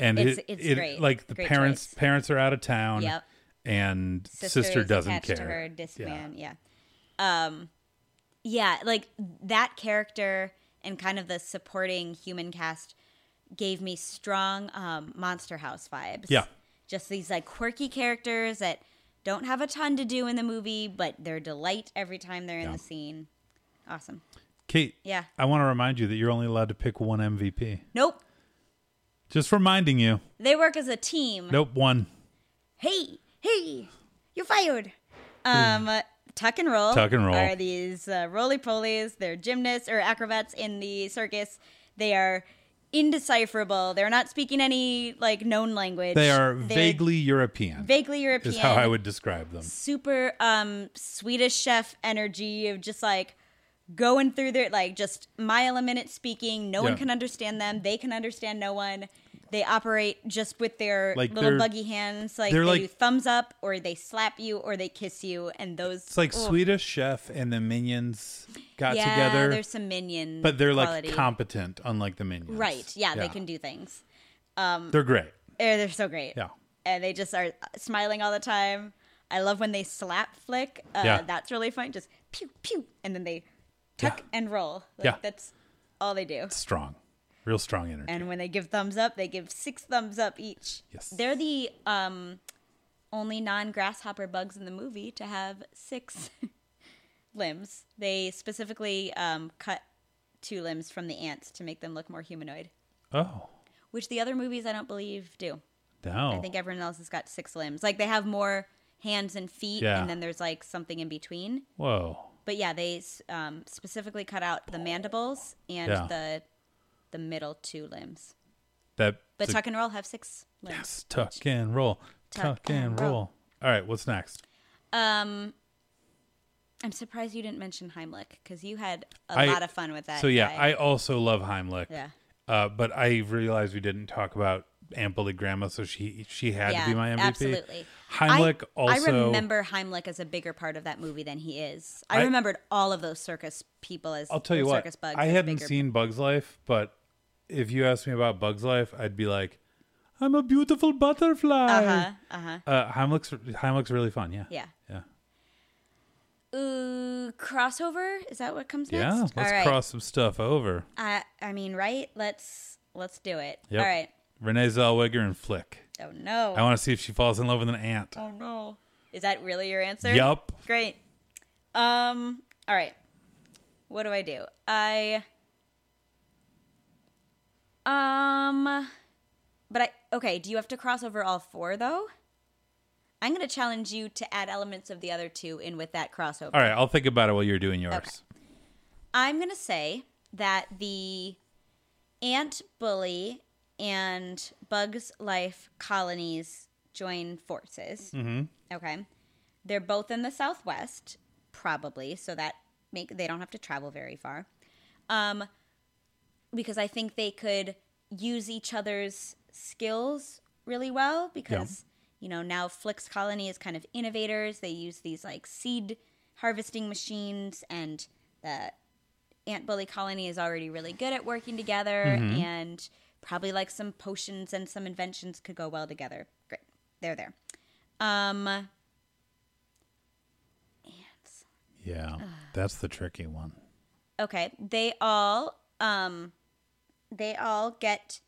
[SPEAKER 1] And
[SPEAKER 2] It's-
[SPEAKER 1] it,
[SPEAKER 2] it's
[SPEAKER 1] it-
[SPEAKER 2] great.
[SPEAKER 1] like the
[SPEAKER 2] Great
[SPEAKER 1] parents
[SPEAKER 2] choice.
[SPEAKER 1] parents are out of town.
[SPEAKER 2] Yep.
[SPEAKER 1] And sister,
[SPEAKER 2] is
[SPEAKER 1] doesn't
[SPEAKER 2] attached
[SPEAKER 1] care.
[SPEAKER 2] To her disc
[SPEAKER 1] Yeah.
[SPEAKER 2] man, yeah. Um, yeah, like that character and kind of the supporting human cast gave me strong um, Monster House vibes.
[SPEAKER 1] Yeah.
[SPEAKER 2] just these like quirky characters that don't have a ton to do in the movie, but they're delight every time they're in
[SPEAKER 1] Yeah.
[SPEAKER 2] the scene. Awesome.
[SPEAKER 1] Kate,
[SPEAKER 2] Yeah.
[SPEAKER 1] I want to remind you that you're only allowed to pick one MVP.
[SPEAKER 2] Nope,
[SPEAKER 1] Just reminding you.
[SPEAKER 2] they work as a team.
[SPEAKER 1] Nope, one.
[SPEAKER 2] hey, hey, you're fired. Um, tuck and roll.
[SPEAKER 1] Hmm. Tuck and roll.
[SPEAKER 2] are these uh, roly polies? They're gymnasts or acrobats in the circus. They are indecipherable. They're not speaking any like known language.
[SPEAKER 1] They are
[SPEAKER 2] They're
[SPEAKER 1] vaguely European.
[SPEAKER 2] vaguely European.
[SPEAKER 1] is how I would describe them.
[SPEAKER 2] super um Swedish chef energy of just like going through their like just mile a minute speaking. No one
[SPEAKER 1] Yeah.
[SPEAKER 2] can understand them. They can understand no one. They operate just with their
[SPEAKER 1] Like,
[SPEAKER 2] little
[SPEAKER 1] they're-
[SPEAKER 2] buggy hands. Like they
[SPEAKER 1] they're like-
[SPEAKER 2] do thumbs up, or they slap you, or they kiss you, and those.
[SPEAKER 1] It's like
[SPEAKER 2] oh,
[SPEAKER 1] Swedish Chef and the Minions got
[SPEAKER 2] yeah,
[SPEAKER 1] together,
[SPEAKER 2] There's some minion,
[SPEAKER 1] but they're
[SPEAKER 2] quality.
[SPEAKER 1] like competent, unlike the Minions.
[SPEAKER 2] right. Yeah, they can do things.
[SPEAKER 1] They're great.
[SPEAKER 2] Eh, They're so great.
[SPEAKER 1] Yeah.
[SPEAKER 2] and they just are smiling all the time. I love when they slap flick. Uh,
[SPEAKER 1] Yeah.
[SPEAKER 2] That's really fun. Just pew, pew. And then they tuck
[SPEAKER 1] Yeah.
[SPEAKER 2] and roll. Like,
[SPEAKER 1] Yeah.
[SPEAKER 2] That's all they do.
[SPEAKER 1] Strong, real strong energy.
[SPEAKER 2] And when they give thumbs up, they give six thumbs up each.
[SPEAKER 1] Yes.
[SPEAKER 2] They're the um, only non grasshopper bugs in the movie to have six limbs. They specifically um, cut two limbs from the ants to make them look more humanoid,
[SPEAKER 1] oh,
[SPEAKER 2] which the other movies I don't believe do.
[SPEAKER 1] no.
[SPEAKER 2] I think everyone else has got six limbs. Like they have more hands and feet,
[SPEAKER 1] Yeah.
[SPEAKER 2] and then there's like something in between.
[SPEAKER 1] Whoa.
[SPEAKER 2] But yeah, they um, specifically cut out the mandibles and
[SPEAKER 1] Yeah.
[SPEAKER 2] the the middle two limbs.
[SPEAKER 1] That
[SPEAKER 2] But tuck and roll have six limbs.
[SPEAKER 1] yes, tuck and roll. Tuck, and roll. All right, what's next?
[SPEAKER 2] Um, I'm surprised you didn't mention Heimlich because you had a
[SPEAKER 1] I-
[SPEAKER 2] lot of fun with that.
[SPEAKER 1] So yeah,
[SPEAKER 2] guy.
[SPEAKER 1] I also love Heimlich.
[SPEAKER 2] yeah,
[SPEAKER 1] Uh, but I realized we didn't talk about Aunt Bully Grandma, so she she had
[SPEAKER 2] yeah,
[SPEAKER 1] to be my MVP.
[SPEAKER 2] absolutely.
[SPEAKER 1] Heimlich
[SPEAKER 2] I,
[SPEAKER 1] also.
[SPEAKER 2] I remember Heimlich as a bigger part of that movie than he is. I,
[SPEAKER 1] I-
[SPEAKER 2] remembered all of those circus people as
[SPEAKER 1] I'll tell you
[SPEAKER 2] or
[SPEAKER 1] what.
[SPEAKER 2] circus bugs.
[SPEAKER 1] I
[SPEAKER 2] as
[SPEAKER 1] hadn't
[SPEAKER 2] bigger
[SPEAKER 1] seen Bugs Life, but if you asked me about Bugs Life, I'd be like, "I'm a beautiful butterfly."
[SPEAKER 2] Uh huh. Uh huh.
[SPEAKER 1] uh Heimlich's Heimlich's really fun. Yeah.
[SPEAKER 2] Yeah.
[SPEAKER 1] Yeah.
[SPEAKER 2] Ooh, crossover. Is that what comes
[SPEAKER 1] Yeah,
[SPEAKER 2] next?
[SPEAKER 1] let's cross some stuff over.
[SPEAKER 2] I I mean, right? Let's let's do it.
[SPEAKER 1] Yep.
[SPEAKER 2] All right.
[SPEAKER 1] Renee Zellweger and Flick.
[SPEAKER 2] Oh no.
[SPEAKER 1] I want to see if she falls in love with an ant.
[SPEAKER 2] oh no. Is that really your answer?
[SPEAKER 1] Yup.
[SPEAKER 2] Great. Um. All right. What do I do? I. Um. But I okay. Do you have to cross over all four though? I'm going to challenge you to add elements of the other two in with that crossover.
[SPEAKER 1] All right, I'll think about it while you're doing yours.
[SPEAKER 2] I'm going to say that the ant bully and Bugs Life colonies join forces. Mm-hmm. Okay. They're both in the Southwest, probably, so that make they don't have to travel very far. Um, because I think they could use each other's skills really well because you know now Flick's colony is kind of innovators. They use these like seed harvesting machines and the ant bully colony is already really good at working together and probably like some potions and some inventions could go well together. Great. They're there. Um ants.
[SPEAKER 1] Yeah, that's the tricky one.
[SPEAKER 2] Okay. They all um they all get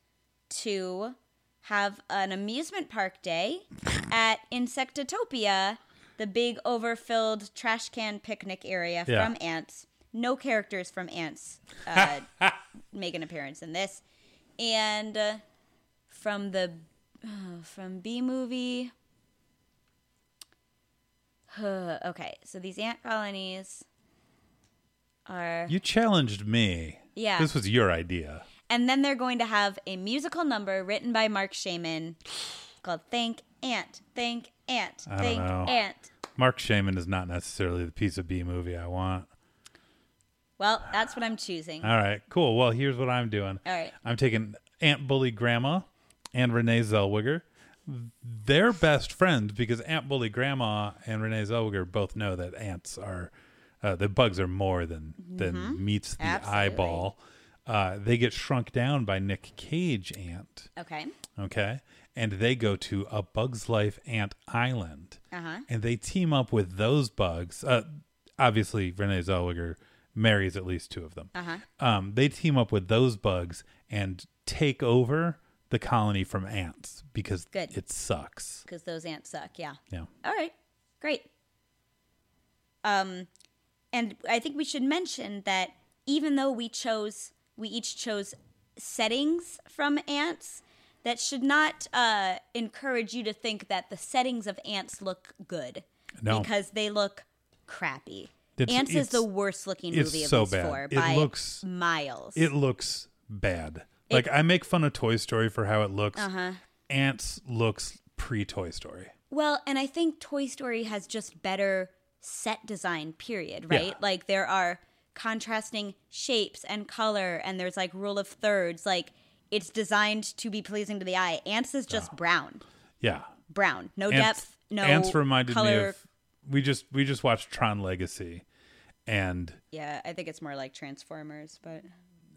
[SPEAKER 2] to have an amusement park day at Insectopia, the big overfilled trash can picnic area
[SPEAKER 1] Yeah.
[SPEAKER 2] from Ants. No characters from Ants uh, make an appearance in this. And uh, from the uh, from B movie okay, so these ant colonies are
[SPEAKER 1] You challenged me.
[SPEAKER 2] Yeah.
[SPEAKER 1] This was your idea.
[SPEAKER 2] And then they're going to have a musical number written by Mark Shaman called Thank Ant, Thank Ant,
[SPEAKER 1] I don't
[SPEAKER 2] Thank
[SPEAKER 1] know.
[SPEAKER 2] Ant.
[SPEAKER 1] Mark Shaman is not necessarily the piece of B movie I want.
[SPEAKER 2] Well, that's what I'm choosing.
[SPEAKER 1] All right, cool. Well, here's what I'm doing.
[SPEAKER 2] All right.
[SPEAKER 1] I'm taking Aunt Bully Grandma and Renee Zellweger. They're best friends because Aunt Bully Grandma and Renee Zellweger both know that ants are, uh, the bugs are more than than meets the
[SPEAKER 2] Mm-hmm. Absolutely.
[SPEAKER 1] eyeball. Uh, they get shrunk down by Nick Cage ant.
[SPEAKER 2] Okay.
[SPEAKER 1] Okay. And they go to a Bug's Life Ant Island.
[SPEAKER 2] Uh-huh.
[SPEAKER 1] And they team up with those bugs. Uh, obviously, Renee Zellweger marries at least two of them. Uh-huh. Um, they team up with those bugs and take over the colony from ants because
[SPEAKER 2] Good.
[SPEAKER 1] it sucks.
[SPEAKER 2] Because those ants suck. Yeah.
[SPEAKER 1] Yeah.
[SPEAKER 2] All right. Great. Um, and I think we should mention that even though we chose, we each chose settings from ants, that should not uh, encourage you to think that the settings of ants look good.
[SPEAKER 1] No.
[SPEAKER 2] Because they look crappy.
[SPEAKER 1] It's-
[SPEAKER 2] ants is the
[SPEAKER 1] it's-
[SPEAKER 2] worst looking
[SPEAKER 1] it's
[SPEAKER 2] movie of
[SPEAKER 1] so
[SPEAKER 2] these
[SPEAKER 1] bad.
[SPEAKER 2] four
[SPEAKER 1] It
[SPEAKER 2] by
[SPEAKER 1] looks-
[SPEAKER 2] miles.
[SPEAKER 1] It looks bad.
[SPEAKER 2] It- Uh-huh.
[SPEAKER 1] like, I make fun of Toy Story for how it looks. Ants looks pre Toy Story.
[SPEAKER 2] Well, and I think Toy Story has just better set design, period, right?
[SPEAKER 1] Yeah.
[SPEAKER 2] Like there are contrasting shapes and color, and there's like rule of thirds. Like it's designed to be pleasing to the eye. Ants is just brown,
[SPEAKER 1] Yeah.
[SPEAKER 2] brown, no
[SPEAKER 1] Ah. Ants-
[SPEAKER 2] Oh, depth, no
[SPEAKER 1] Ants reminded me
[SPEAKER 2] color.
[SPEAKER 1] of we just we just watched Tron Legacy, and
[SPEAKER 2] Yeah, I think it's more like Transformers, but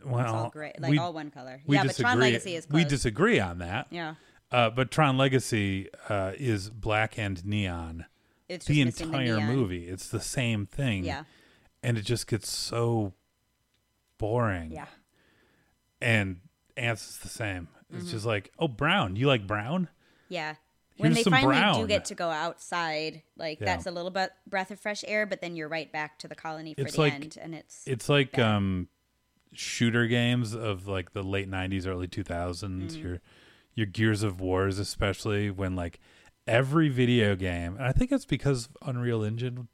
[SPEAKER 1] well,
[SPEAKER 2] it's all gray, like
[SPEAKER 1] Oh, we,
[SPEAKER 2] all one color.
[SPEAKER 1] we
[SPEAKER 2] Yeah,
[SPEAKER 1] disagree.
[SPEAKER 2] but Tron Legacy is
[SPEAKER 1] we
[SPEAKER 2] close.
[SPEAKER 1] disagree on that.
[SPEAKER 2] yeah,
[SPEAKER 1] Uh, but Tron Legacy uh, is black and neon.
[SPEAKER 2] it's just
[SPEAKER 1] the
[SPEAKER 2] missing the
[SPEAKER 1] entire
[SPEAKER 2] neon.
[SPEAKER 1] movie, it's the same thing.
[SPEAKER 2] Yeah.
[SPEAKER 1] and it just gets so boring.
[SPEAKER 2] Yeah,
[SPEAKER 1] and ants is the same.
[SPEAKER 2] Mm-hmm.
[SPEAKER 1] It's just like, oh, brown. You like brown?
[SPEAKER 2] Yeah. When
[SPEAKER 1] Here's
[SPEAKER 2] they
[SPEAKER 1] some
[SPEAKER 2] finally
[SPEAKER 1] brown.
[SPEAKER 2] do get to go outside, like
[SPEAKER 1] Yeah.
[SPEAKER 2] that's a little bit breath of fresh air, but then you're right back to the colony for
[SPEAKER 1] It's
[SPEAKER 2] the
[SPEAKER 1] like-
[SPEAKER 2] end, and it's
[SPEAKER 1] It's like um shooter games of like the late 90s early 2000s
[SPEAKER 2] Mm.
[SPEAKER 1] your your gears of wars especially when like every video game and I think it's because of Unreal Engine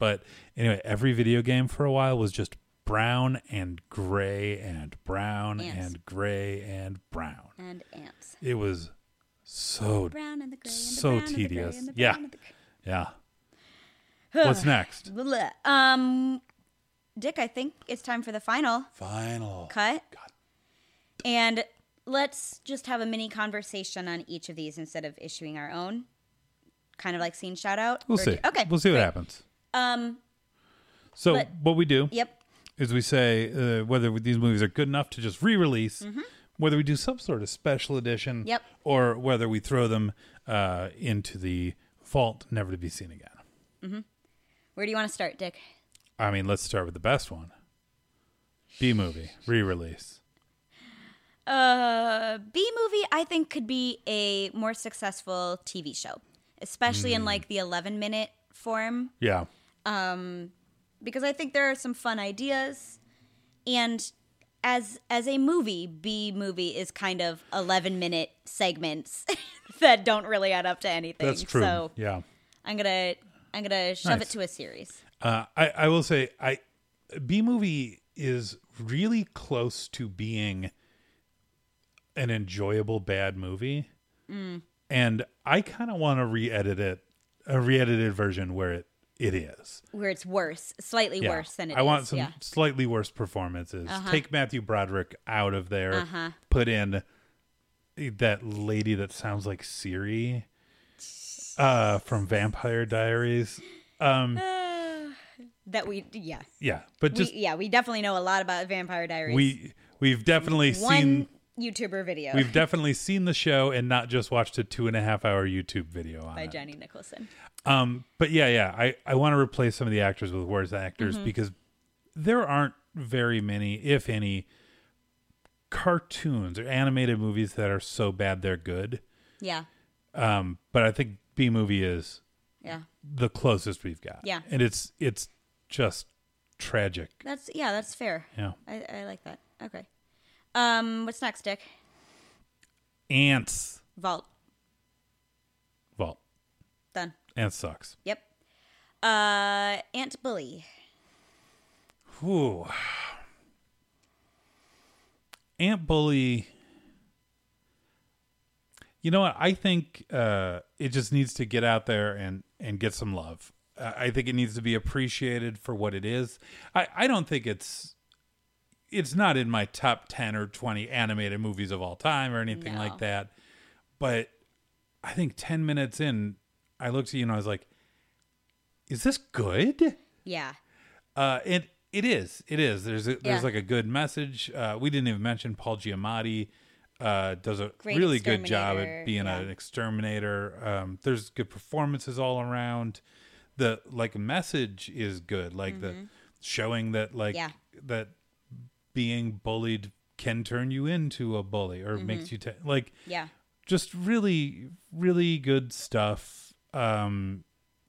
[SPEAKER 1] but anyway every video game for a while was just brown and gray and brown
[SPEAKER 2] Ants.
[SPEAKER 1] and gray and brown
[SPEAKER 2] and ants.
[SPEAKER 1] it was so
[SPEAKER 2] Brown and the gray. And the
[SPEAKER 1] So
[SPEAKER 2] brown and the gray
[SPEAKER 1] tedious.
[SPEAKER 2] and the
[SPEAKER 1] Yeah.
[SPEAKER 2] brown and the gray.
[SPEAKER 1] yeah what's next
[SPEAKER 2] Blah. Um, Dick, I think it's time for the final
[SPEAKER 1] final
[SPEAKER 2] cut. And let's just have a mini conversation on each of these instead of issuing our own, kind of like scene shout out.
[SPEAKER 1] we'll
[SPEAKER 2] Or
[SPEAKER 1] see
[SPEAKER 2] do- Okay.
[SPEAKER 1] we'll see what happens
[SPEAKER 2] Um.
[SPEAKER 1] so
[SPEAKER 2] let-
[SPEAKER 1] what we do
[SPEAKER 2] Yep.
[SPEAKER 1] is we say uh, whether these movies are good enough to just re-release, whether we do some sort of special edition,
[SPEAKER 2] Mm-hmm. Yep.
[SPEAKER 1] or whether we throw them uh, into the vault, never to be seen again.
[SPEAKER 2] Where do you want to start, Dick?
[SPEAKER 1] I mean, let's start with the best one. B movie re-release.
[SPEAKER 2] Uh, B movie, I think, could be a more successful TV show, especially
[SPEAKER 1] Hmm.
[SPEAKER 2] in like the 11 minute form,
[SPEAKER 1] Yeah,
[SPEAKER 2] because I think there are some fun ideas. And as as a movie, B movie is kind of 11 minute segments that don't really add up to anything.
[SPEAKER 1] that's true.
[SPEAKER 2] So
[SPEAKER 1] yeah,
[SPEAKER 2] I'm gonna I'm gonna shove
[SPEAKER 1] Nice.
[SPEAKER 2] it to a series.
[SPEAKER 1] uh, I I will say I B movie is really close to being an enjoyable bad movie. and I kind of want to re-edit it, a re-edited version where it it is.
[SPEAKER 2] Where it's worse, slightly
[SPEAKER 1] Yeah.
[SPEAKER 2] worse than it is.
[SPEAKER 1] I want some
[SPEAKER 2] Yeah.
[SPEAKER 1] slightly worse performances. Take Matthew Broderick out of there. Put in that lady that sounds like Siri uh, from Vampire Diaries.
[SPEAKER 2] Uh, That we, yeah,
[SPEAKER 1] Yeah, but just
[SPEAKER 2] we, yeah, we definitely know a lot about Vampire Diaries.
[SPEAKER 1] we we've definitely
[SPEAKER 2] one
[SPEAKER 1] seen
[SPEAKER 2] YouTuber video.
[SPEAKER 1] we've definitely seen the show and not just watched a two and a half hour YouTube video on
[SPEAKER 2] by
[SPEAKER 1] it.
[SPEAKER 2] Jenny Nicholson.
[SPEAKER 1] Um, but yeah, yeah, I, I want to replace some of the actors with worse actors
[SPEAKER 2] Mm-hmm.
[SPEAKER 1] because there aren't very many, if any, cartoons or animated movies that are so bad they're good.
[SPEAKER 2] Yeah.
[SPEAKER 1] Um, but I think B movie is
[SPEAKER 2] Yeah.
[SPEAKER 1] the closest we've got.
[SPEAKER 2] Yeah.
[SPEAKER 1] and it's it's just tragic.
[SPEAKER 2] That's yeah, that's fair.
[SPEAKER 1] Yeah,
[SPEAKER 2] I, I like that. Okay. Um, what's next, Dick?
[SPEAKER 1] ants
[SPEAKER 2] Vault.
[SPEAKER 1] vault
[SPEAKER 2] Done.
[SPEAKER 1] ants sucks.
[SPEAKER 2] Yep. Uh, Aunt Bully.
[SPEAKER 1] Ooh. Ant Bully. You know what? I think uh, it just needs to get out there and and get some love. I I think it needs to be appreciated for what it is. I I don't think it's it's not in my top ten or twenty animated movies of all time or anything
[SPEAKER 2] No.
[SPEAKER 1] like that. But I think ten minutes in, I looked at you and I was like, "Is this good?"
[SPEAKER 2] Yeah.
[SPEAKER 1] Uh, it it is. It is. There's a, there's
[SPEAKER 2] Yeah.
[SPEAKER 1] like a good message. Uh, we didn't even mention Paul Giamatti. Uh, does a
[SPEAKER 2] Great
[SPEAKER 1] really good job at
[SPEAKER 2] exterminator,
[SPEAKER 1] being
[SPEAKER 2] yeah.
[SPEAKER 1] an exterminator. Um, there's good performances all around. The like message is good. Like the showing that like
[SPEAKER 2] Mm-hmm. Yeah.
[SPEAKER 1] that being bullied can turn you into a bully
[SPEAKER 2] Mm-hmm.
[SPEAKER 1] or makes you ta like
[SPEAKER 2] Yeah.
[SPEAKER 1] just really really good stuff. Um,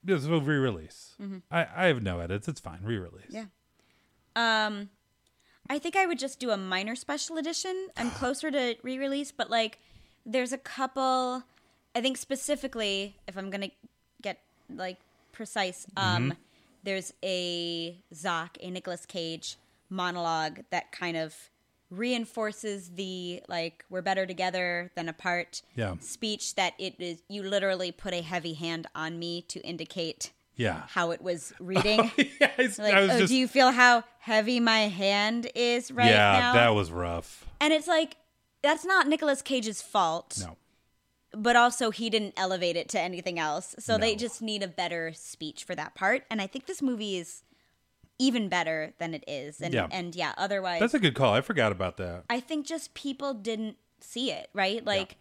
[SPEAKER 1] it's a re-release.
[SPEAKER 2] Mm-hmm.
[SPEAKER 1] I I have no edits. It's fine. Re-release.
[SPEAKER 2] Yeah. Um, I think I would just do a minor special edition. I'm closer to re release, but like there's a couple. I think specifically, if I'm going to get like precise, um, there's a Zoc, a Nicolas Cage monologue that kind of reinforces the like we're better together than apart
[SPEAKER 1] Yeah.
[SPEAKER 2] speech that it is you literally put a heavy hand on me to indicate
[SPEAKER 1] Yeah.
[SPEAKER 2] how it was reading
[SPEAKER 1] yeah, I, s-
[SPEAKER 2] Like,
[SPEAKER 1] I was
[SPEAKER 2] oh,
[SPEAKER 1] just.
[SPEAKER 2] do you feel how heavy my hand is right
[SPEAKER 1] yeah,
[SPEAKER 2] now?
[SPEAKER 1] that was rough.
[SPEAKER 2] and it's like that's not Nicolas Cage's fault,
[SPEAKER 1] No.
[SPEAKER 2] but also he didn't elevate it to anything else. So they
[SPEAKER 1] No.
[SPEAKER 2] just need a better speech for that part. And I think this movie is even better than it is. And
[SPEAKER 1] Yeah.
[SPEAKER 2] and yeah, otherwise
[SPEAKER 1] That's a good call. I forgot about that.
[SPEAKER 2] I think just people didn't see it, right? Like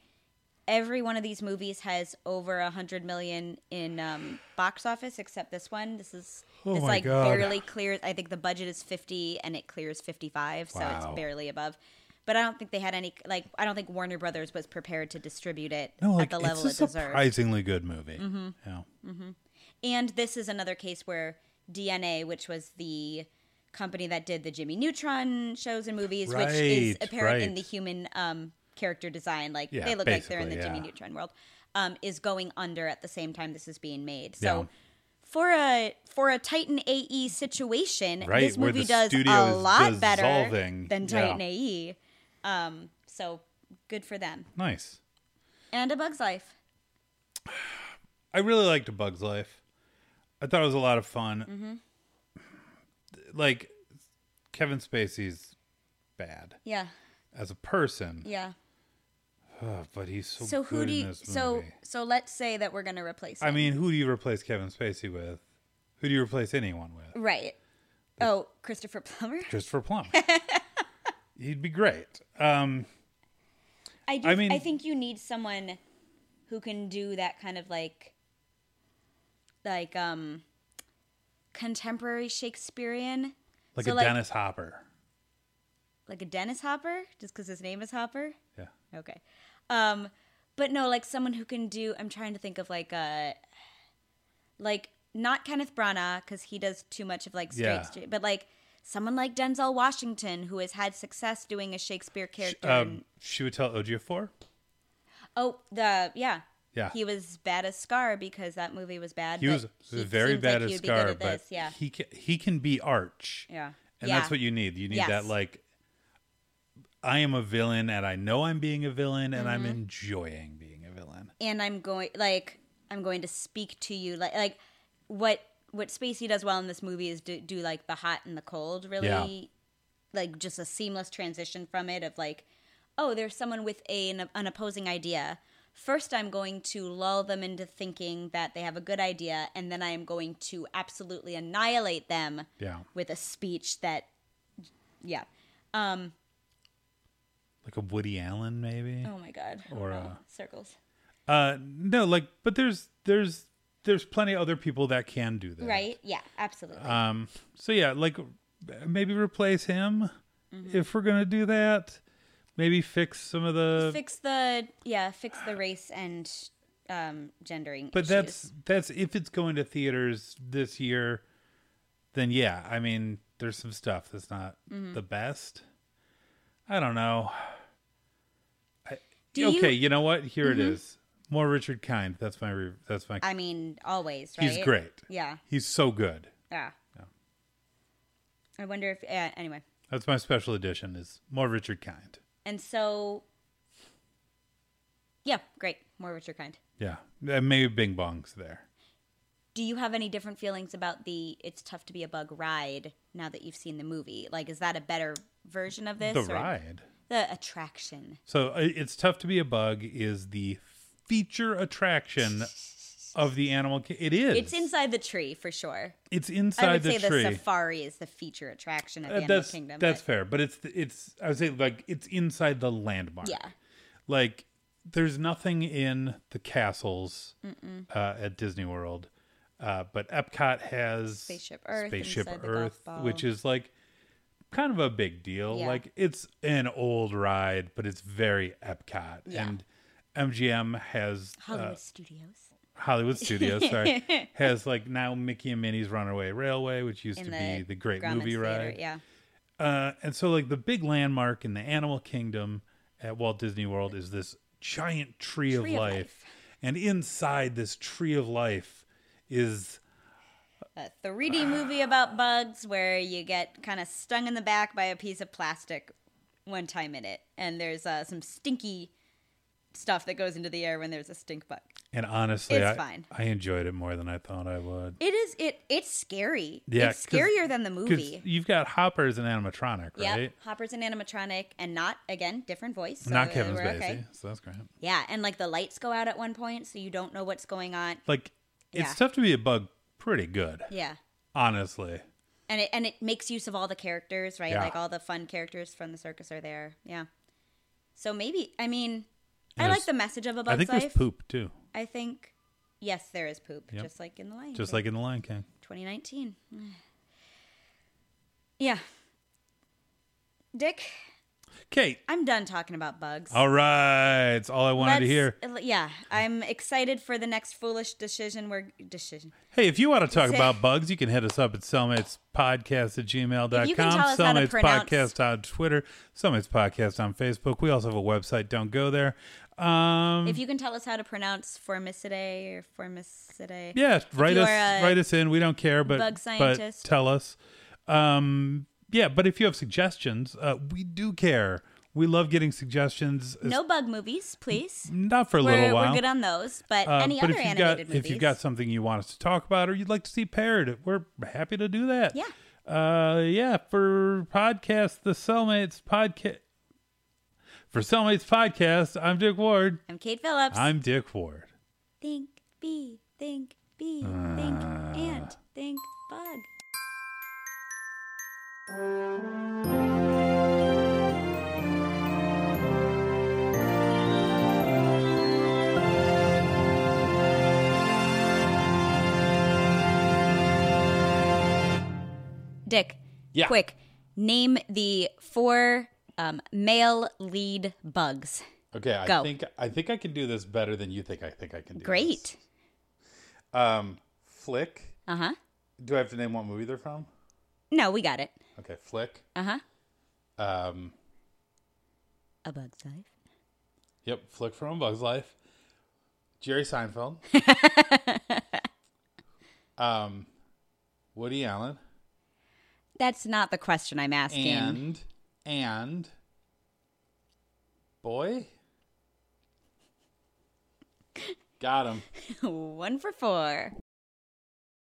[SPEAKER 2] every one of these movies has over a hundred million in um, box office, except this one. This is
[SPEAKER 1] Oh
[SPEAKER 2] this
[SPEAKER 1] my
[SPEAKER 2] like
[SPEAKER 1] God.
[SPEAKER 2] barely clears. I think the budget is fifty and it clears fifty five, so
[SPEAKER 1] Wow.
[SPEAKER 2] it's barely above. But I don't think they had any like I don't think Warner Brothers was prepared to distribute it
[SPEAKER 1] No, like
[SPEAKER 2] at the level it Mm-hmm.
[SPEAKER 1] it's a
[SPEAKER 2] deserved.
[SPEAKER 1] surprisingly good movie. Yeah.
[SPEAKER 2] And this is another case where DNA, which was the company that did the Jimmy Neutron shows and movies, which is
[SPEAKER 1] Right,
[SPEAKER 2] apparent in
[SPEAKER 1] right.
[SPEAKER 2] the human um, character design, like
[SPEAKER 1] Yeah,
[SPEAKER 2] they look like they're in the
[SPEAKER 1] basically,
[SPEAKER 2] Jimmy
[SPEAKER 1] yeah.
[SPEAKER 2] Neutron world, um, is going under at the same time this is being made. So.
[SPEAKER 1] Yeah.
[SPEAKER 2] For a for a Titan AE situation,
[SPEAKER 1] Right,
[SPEAKER 2] this
[SPEAKER 1] where
[SPEAKER 2] movie
[SPEAKER 1] the
[SPEAKER 2] does
[SPEAKER 1] studio
[SPEAKER 2] a
[SPEAKER 1] is
[SPEAKER 2] lot better
[SPEAKER 1] dissolving.
[SPEAKER 2] than
[SPEAKER 1] Yeah.
[SPEAKER 2] Titan AE. Um, so good for them.
[SPEAKER 1] Nice.
[SPEAKER 2] And a Bug's Life.
[SPEAKER 1] I really liked A Bug's Life. I thought it was a lot of fun.
[SPEAKER 2] Mm-hmm.
[SPEAKER 1] Like Kevin Spacey's bad
[SPEAKER 2] Yeah,
[SPEAKER 1] as a person,
[SPEAKER 2] yeah.
[SPEAKER 1] Ugh, but he's so,
[SPEAKER 2] So who
[SPEAKER 1] good
[SPEAKER 2] do
[SPEAKER 1] in
[SPEAKER 2] you?
[SPEAKER 1] this
[SPEAKER 2] So
[SPEAKER 1] movie.
[SPEAKER 2] so let's say that we're gonna replace.
[SPEAKER 1] I
[SPEAKER 2] him.
[SPEAKER 1] mean, who do you replace Kevin Spacey with? Who do you replace anyone with?
[SPEAKER 2] Right. Oh, Christopher Plummer.
[SPEAKER 1] Christopher Plummer. He'd be great. Um,
[SPEAKER 2] I do.
[SPEAKER 1] I
[SPEAKER 2] I
[SPEAKER 1] mean-
[SPEAKER 2] mean, I think you need someone who can do that kind of like, like um, contemporary Shakespearean,
[SPEAKER 1] like
[SPEAKER 2] So,
[SPEAKER 1] a
[SPEAKER 2] like-
[SPEAKER 1] Dennis Hopper.
[SPEAKER 2] like a Dennis Hopper, just because his name is Hopper.
[SPEAKER 1] Yeah.
[SPEAKER 2] Okay. Um, but no, like someone who can do. I'm trying to think of like a, like not Kenneth Branagh because he does too much of like straight,
[SPEAKER 1] Yeah.
[SPEAKER 2] straight, but like someone like Denzel Washington who has had success doing a Shakespeare character. and-
[SPEAKER 1] Um, she would tell Ogier
[SPEAKER 2] Oh, the yeah.
[SPEAKER 1] Yeah.
[SPEAKER 2] He was bad as Scar because that movie was bad.
[SPEAKER 1] He
[SPEAKER 2] but
[SPEAKER 1] was very
[SPEAKER 2] seems
[SPEAKER 1] bad
[SPEAKER 2] like
[SPEAKER 1] as
[SPEAKER 2] he'd be
[SPEAKER 1] Scar,
[SPEAKER 2] good at
[SPEAKER 1] but
[SPEAKER 2] this, yeah.
[SPEAKER 1] he can, he can be arch.
[SPEAKER 2] Yeah.
[SPEAKER 1] And
[SPEAKER 2] yeah.
[SPEAKER 1] that's what you need. You need
[SPEAKER 2] Yes.
[SPEAKER 1] that like I am a villain and I know I'm being a villain and
[SPEAKER 2] Mm-hmm.
[SPEAKER 1] I'm enjoying being a villain.
[SPEAKER 2] and I'm going like I'm going to speak to you like like what what Spacey does well in this movie is do, do like the hot and the cold really
[SPEAKER 1] Yeah.
[SPEAKER 2] like just a seamless transition from it of like oh there's someone with a, an, an opposing idea first I'm going to lull them into thinking that they have a good idea and then I am going to absolutely annihilate them
[SPEAKER 1] Yeah.
[SPEAKER 2] with a speech that yeah
[SPEAKER 1] Like a Woody Allen maybe.
[SPEAKER 2] oh my god
[SPEAKER 1] Or,
[SPEAKER 2] Oh,
[SPEAKER 1] uh,
[SPEAKER 2] circles
[SPEAKER 1] Uh no, like but there's there's there's plenty of other people that can do that.
[SPEAKER 2] Right? Yeah, absolutely.
[SPEAKER 1] Um, so yeah, like maybe replace him
[SPEAKER 2] Mm-hmm.
[SPEAKER 1] if we're gonna do that. Maybe fix some of the.
[SPEAKER 2] fix the yeah, fix the race and um gendering.
[SPEAKER 1] but
[SPEAKER 2] issues.
[SPEAKER 1] that's that's if it's going to theaters this year, then yeah. I mean, there's some stuff that's not
[SPEAKER 2] Mm-hmm.
[SPEAKER 1] the best. I don't know. I,
[SPEAKER 2] Do you- Mm-hmm.
[SPEAKER 1] okay, you... know what? Here it is. More Richard Kind. That's my. Re- that's my.
[SPEAKER 2] I mean, always, right?
[SPEAKER 1] he's great.
[SPEAKER 2] Yeah.
[SPEAKER 1] He's so good.
[SPEAKER 2] Yeah. I wonder if uh, anyway.
[SPEAKER 1] That's my special edition. Is more Richard Kind.
[SPEAKER 2] And so Yeah, great. More Richard Kind.
[SPEAKER 1] Yeah, and maybe Bing Bong's there.
[SPEAKER 2] Do you have any different feelings about the it's tough to be a bug ride now that you've seen the movie? Like is that a better version of this?
[SPEAKER 1] the
[SPEAKER 2] or
[SPEAKER 1] ride.
[SPEAKER 2] The attraction.
[SPEAKER 1] So uh, it's tough to be a bug is the feature attraction of the animal. Ki- it is.
[SPEAKER 2] It's inside the tree for sure.
[SPEAKER 1] It's
[SPEAKER 2] I
[SPEAKER 1] inside
[SPEAKER 2] would
[SPEAKER 1] the
[SPEAKER 2] say
[SPEAKER 1] tree.
[SPEAKER 2] the safari is the feature attraction of the
[SPEAKER 1] Uh,
[SPEAKER 2] Animal
[SPEAKER 1] that's
[SPEAKER 2] Kingdom.
[SPEAKER 1] that's
[SPEAKER 2] but-
[SPEAKER 1] fair, but it's it's I would say like it's inside the landmark.
[SPEAKER 2] Yeah.
[SPEAKER 1] Like there's nothing in the castles uh, at Disney World, uh, but Epcot has
[SPEAKER 2] Spaceship Earth
[SPEAKER 1] Spaceship
[SPEAKER 2] inside the golf
[SPEAKER 1] Earth,
[SPEAKER 2] ball.
[SPEAKER 1] which is like kind of a big deal.
[SPEAKER 2] Yeah.
[SPEAKER 1] Like it's an old ride, but it's very Epcot,
[SPEAKER 2] Yeah.
[SPEAKER 1] and MGM has uh,
[SPEAKER 2] Hollywood Studios
[SPEAKER 1] Hollywood Studios, sorry, has like now Mickey and Minnie's Runaway Railway, which used
[SPEAKER 2] in
[SPEAKER 1] to
[SPEAKER 2] the
[SPEAKER 1] be the great
[SPEAKER 2] Grauman's
[SPEAKER 1] movie
[SPEAKER 2] Theater,
[SPEAKER 1] ride.
[SPEAKER 2] Yeah.
[SPEAKER 1] Uh, and so, like, the big landmark in the animal kingdom at Walt Disney World is this giant tree, of,
[SPEAKER 2] Tree of
[SPEAKER 1] life.
[SPEAKER 2] life.
[SPEAKER 1] And inside this tree of life is
[SPEAKER 2] a 3D movie about bugs where you get kind of stung in the back by a piece of plastic one time in it, and there's uh, some stinky stuff that goes into the air when there's a stink bug.
[SPEAKER 1] and honestly
[SPEAKER 2] It's
[SPEAKER 1] I,
[SPEAKER 2] fine.
[SPEAKER 1] I enjoyed it more than I thought I would.
[SPEAKER 2] It is it it's scary.
[SPEAKER 1] Yeah,
[SPEAKER 2] it's
[SPEAKER 1] 'cause-
[SPEAKER 2] scarier than the
[SPEAKER 1] 'Cause
[SPEAKER 2] movie.
[SPEAKER 1] you've got Hopper as an animatronic,
[SPEAKER 2] Yeah,
[SPEAKER 1] right?
[SPEAKER 2] Hopper's an animatronic, and not again different voice. so
[SPEAKER 1] Not eh?
[SPEAKER 2] uh,
[SPEAKER 1] Kevin
[SPEAKER 2] we're
[SPEAKER 1] Spacey,
[SPEAKER 2] okay.
[SPEAKER 1] so that's great.
[SPEAKER 2] Yeah, and like the lights go out at one point, so you don't know what's going on.
[SPEAKER 1] Like it's
[SPEAKER 2] Yeah.
[SPEAKER 1] tough to be a bug pretty good,
[SPEAKER 2] Yeah.
[SPEAKER 1] honestly.
[SPEAKER 2] and it and it makes use of all the characters, right?
[SPEAKER 1] Yeah.
[SPEAKER 2] Like all the fun characters from the circus are there. Yeah. So maybe I mean, I
[SPEAKER 1] And
[SPEAKER 2] like
[SPEAKER 1] there's-
[SPEAKER 2] the message of a
[SPEAKER 1] I
[SPEAKER 2] Bug's
[SPEAKER 1] think
[SPEAKER 2] Life.
[SPEAKER 1] there's poop too,
[SPEAKER 2] I think yes, there is poop,
[SPEAKER 1] Yep.
[SPEAKER 2] just like in the Lion.
[SPEAKER 1] just
[SPEAKER 2] King.
[SPEAKER 1] like in The Lion King.
[SPEAKER 2] 2019. yeah. Dick,
[SPEAKER 1] Kate,
[SPEAKER 2] I'm done talking about bugs.
[SPEAKER 1] all right, it's all I wanted to hear.
[SPEAKER 2] Let's- Yeah, I'm excited for the next foolish decision. We're decision.
[SPEAKER 1] Hey, if you want to talk
[SPEAKER 2] Say-
[SPEAKER 1] about bugs, you can hit us up at cellmatespodcast at gmail.com,
[SPEAKER 2] If you can tell us how to pronounce-
[SPEAKER 1] cellmatespodcast on Twitter, cellmates podcast on Facebook. We also have a website. Don't go there. Um,
[SPEAKER 2] If you can tell us how to pronounce formicidae or formicidae.
[SPEAKER 1] yeah, write
[SPEAKER 2] you
[SPEAKER 1] us
[SPEAKER 2] are a
[SPEAKER 1] write us in. We don't care, but,
[SPEAKER 2] bug
[SPEAKER 1] but
[SPEAKER 2] scientist.
[SPEAKER 1] tell us. Um, yeah, but if you have suggestions, uh, we do care. We love getting suggestions, uh,
[SPEAKER 2] No bug movies, please.
[SPEAKER 1] not for a
[SPEAKER 2] we're,
[SPEAKER 1] little
[SPEAKER 2] we're
[SPEAKER 1] while.
[SPEAKER 2] good on those, but
[SPEAKER 1] Uh,
[SPEAKER 2] any
[SPEAKER 1] but
[SPEAKER 2] other
[SPEAKER 1] if you've
[SPEAKER 2] animated
[SPEAKER 1] got,
[SPEAKER 2] movies.
[SPEAKER 1] If you've got something you want us to talk about or you'd like to see paired, we're happy to do that.
[SPEAKER 2] Yeah.
[SPEAKER 1] Uh, yeah. For podcast, the Cellmates podcast. For Cellmates podcast, I'm Dick Ward.
[SPEAKER 2] I'm Kate Phillips.
[SPEAKER 1] I'm Dick Ward.
[SPEAKER 2] think, bee, think, bee, think, ant, think, bug. Dick,
[SPEAKER 1] Yeah.
[SPEAKER 2] quick, name the four um, male lead bugs.
[SPEAKER 1] Okay, I
[SPEAKER 2] Go.
[SPEAKER 1] think I think I can do this better than you think I think I can do.
[SPEAKER 2] Great.
[SPEAKER 1] Um, Flick.
[SPEAKER 2] Uh huh.
[SPEAKER 1] Do I have to name what movie they're from?
[SPEAKER 2] No, we got it.
[SPEAKER 1] Okay, Flick.
[SPEAKER 2] Uh huh.
[SPEAKER 1] Um,
[SPEAKER 2] A Bug's Life.
[SPEAKER 1] yep, Flick from A Bug's Life. Jerry Seinfeld. um, Woody Allen.
[SPEAKER 2] That's not the question I'm asking.
[SPEAKER 1] and and boy got him
[SPEAKER 2] One for four.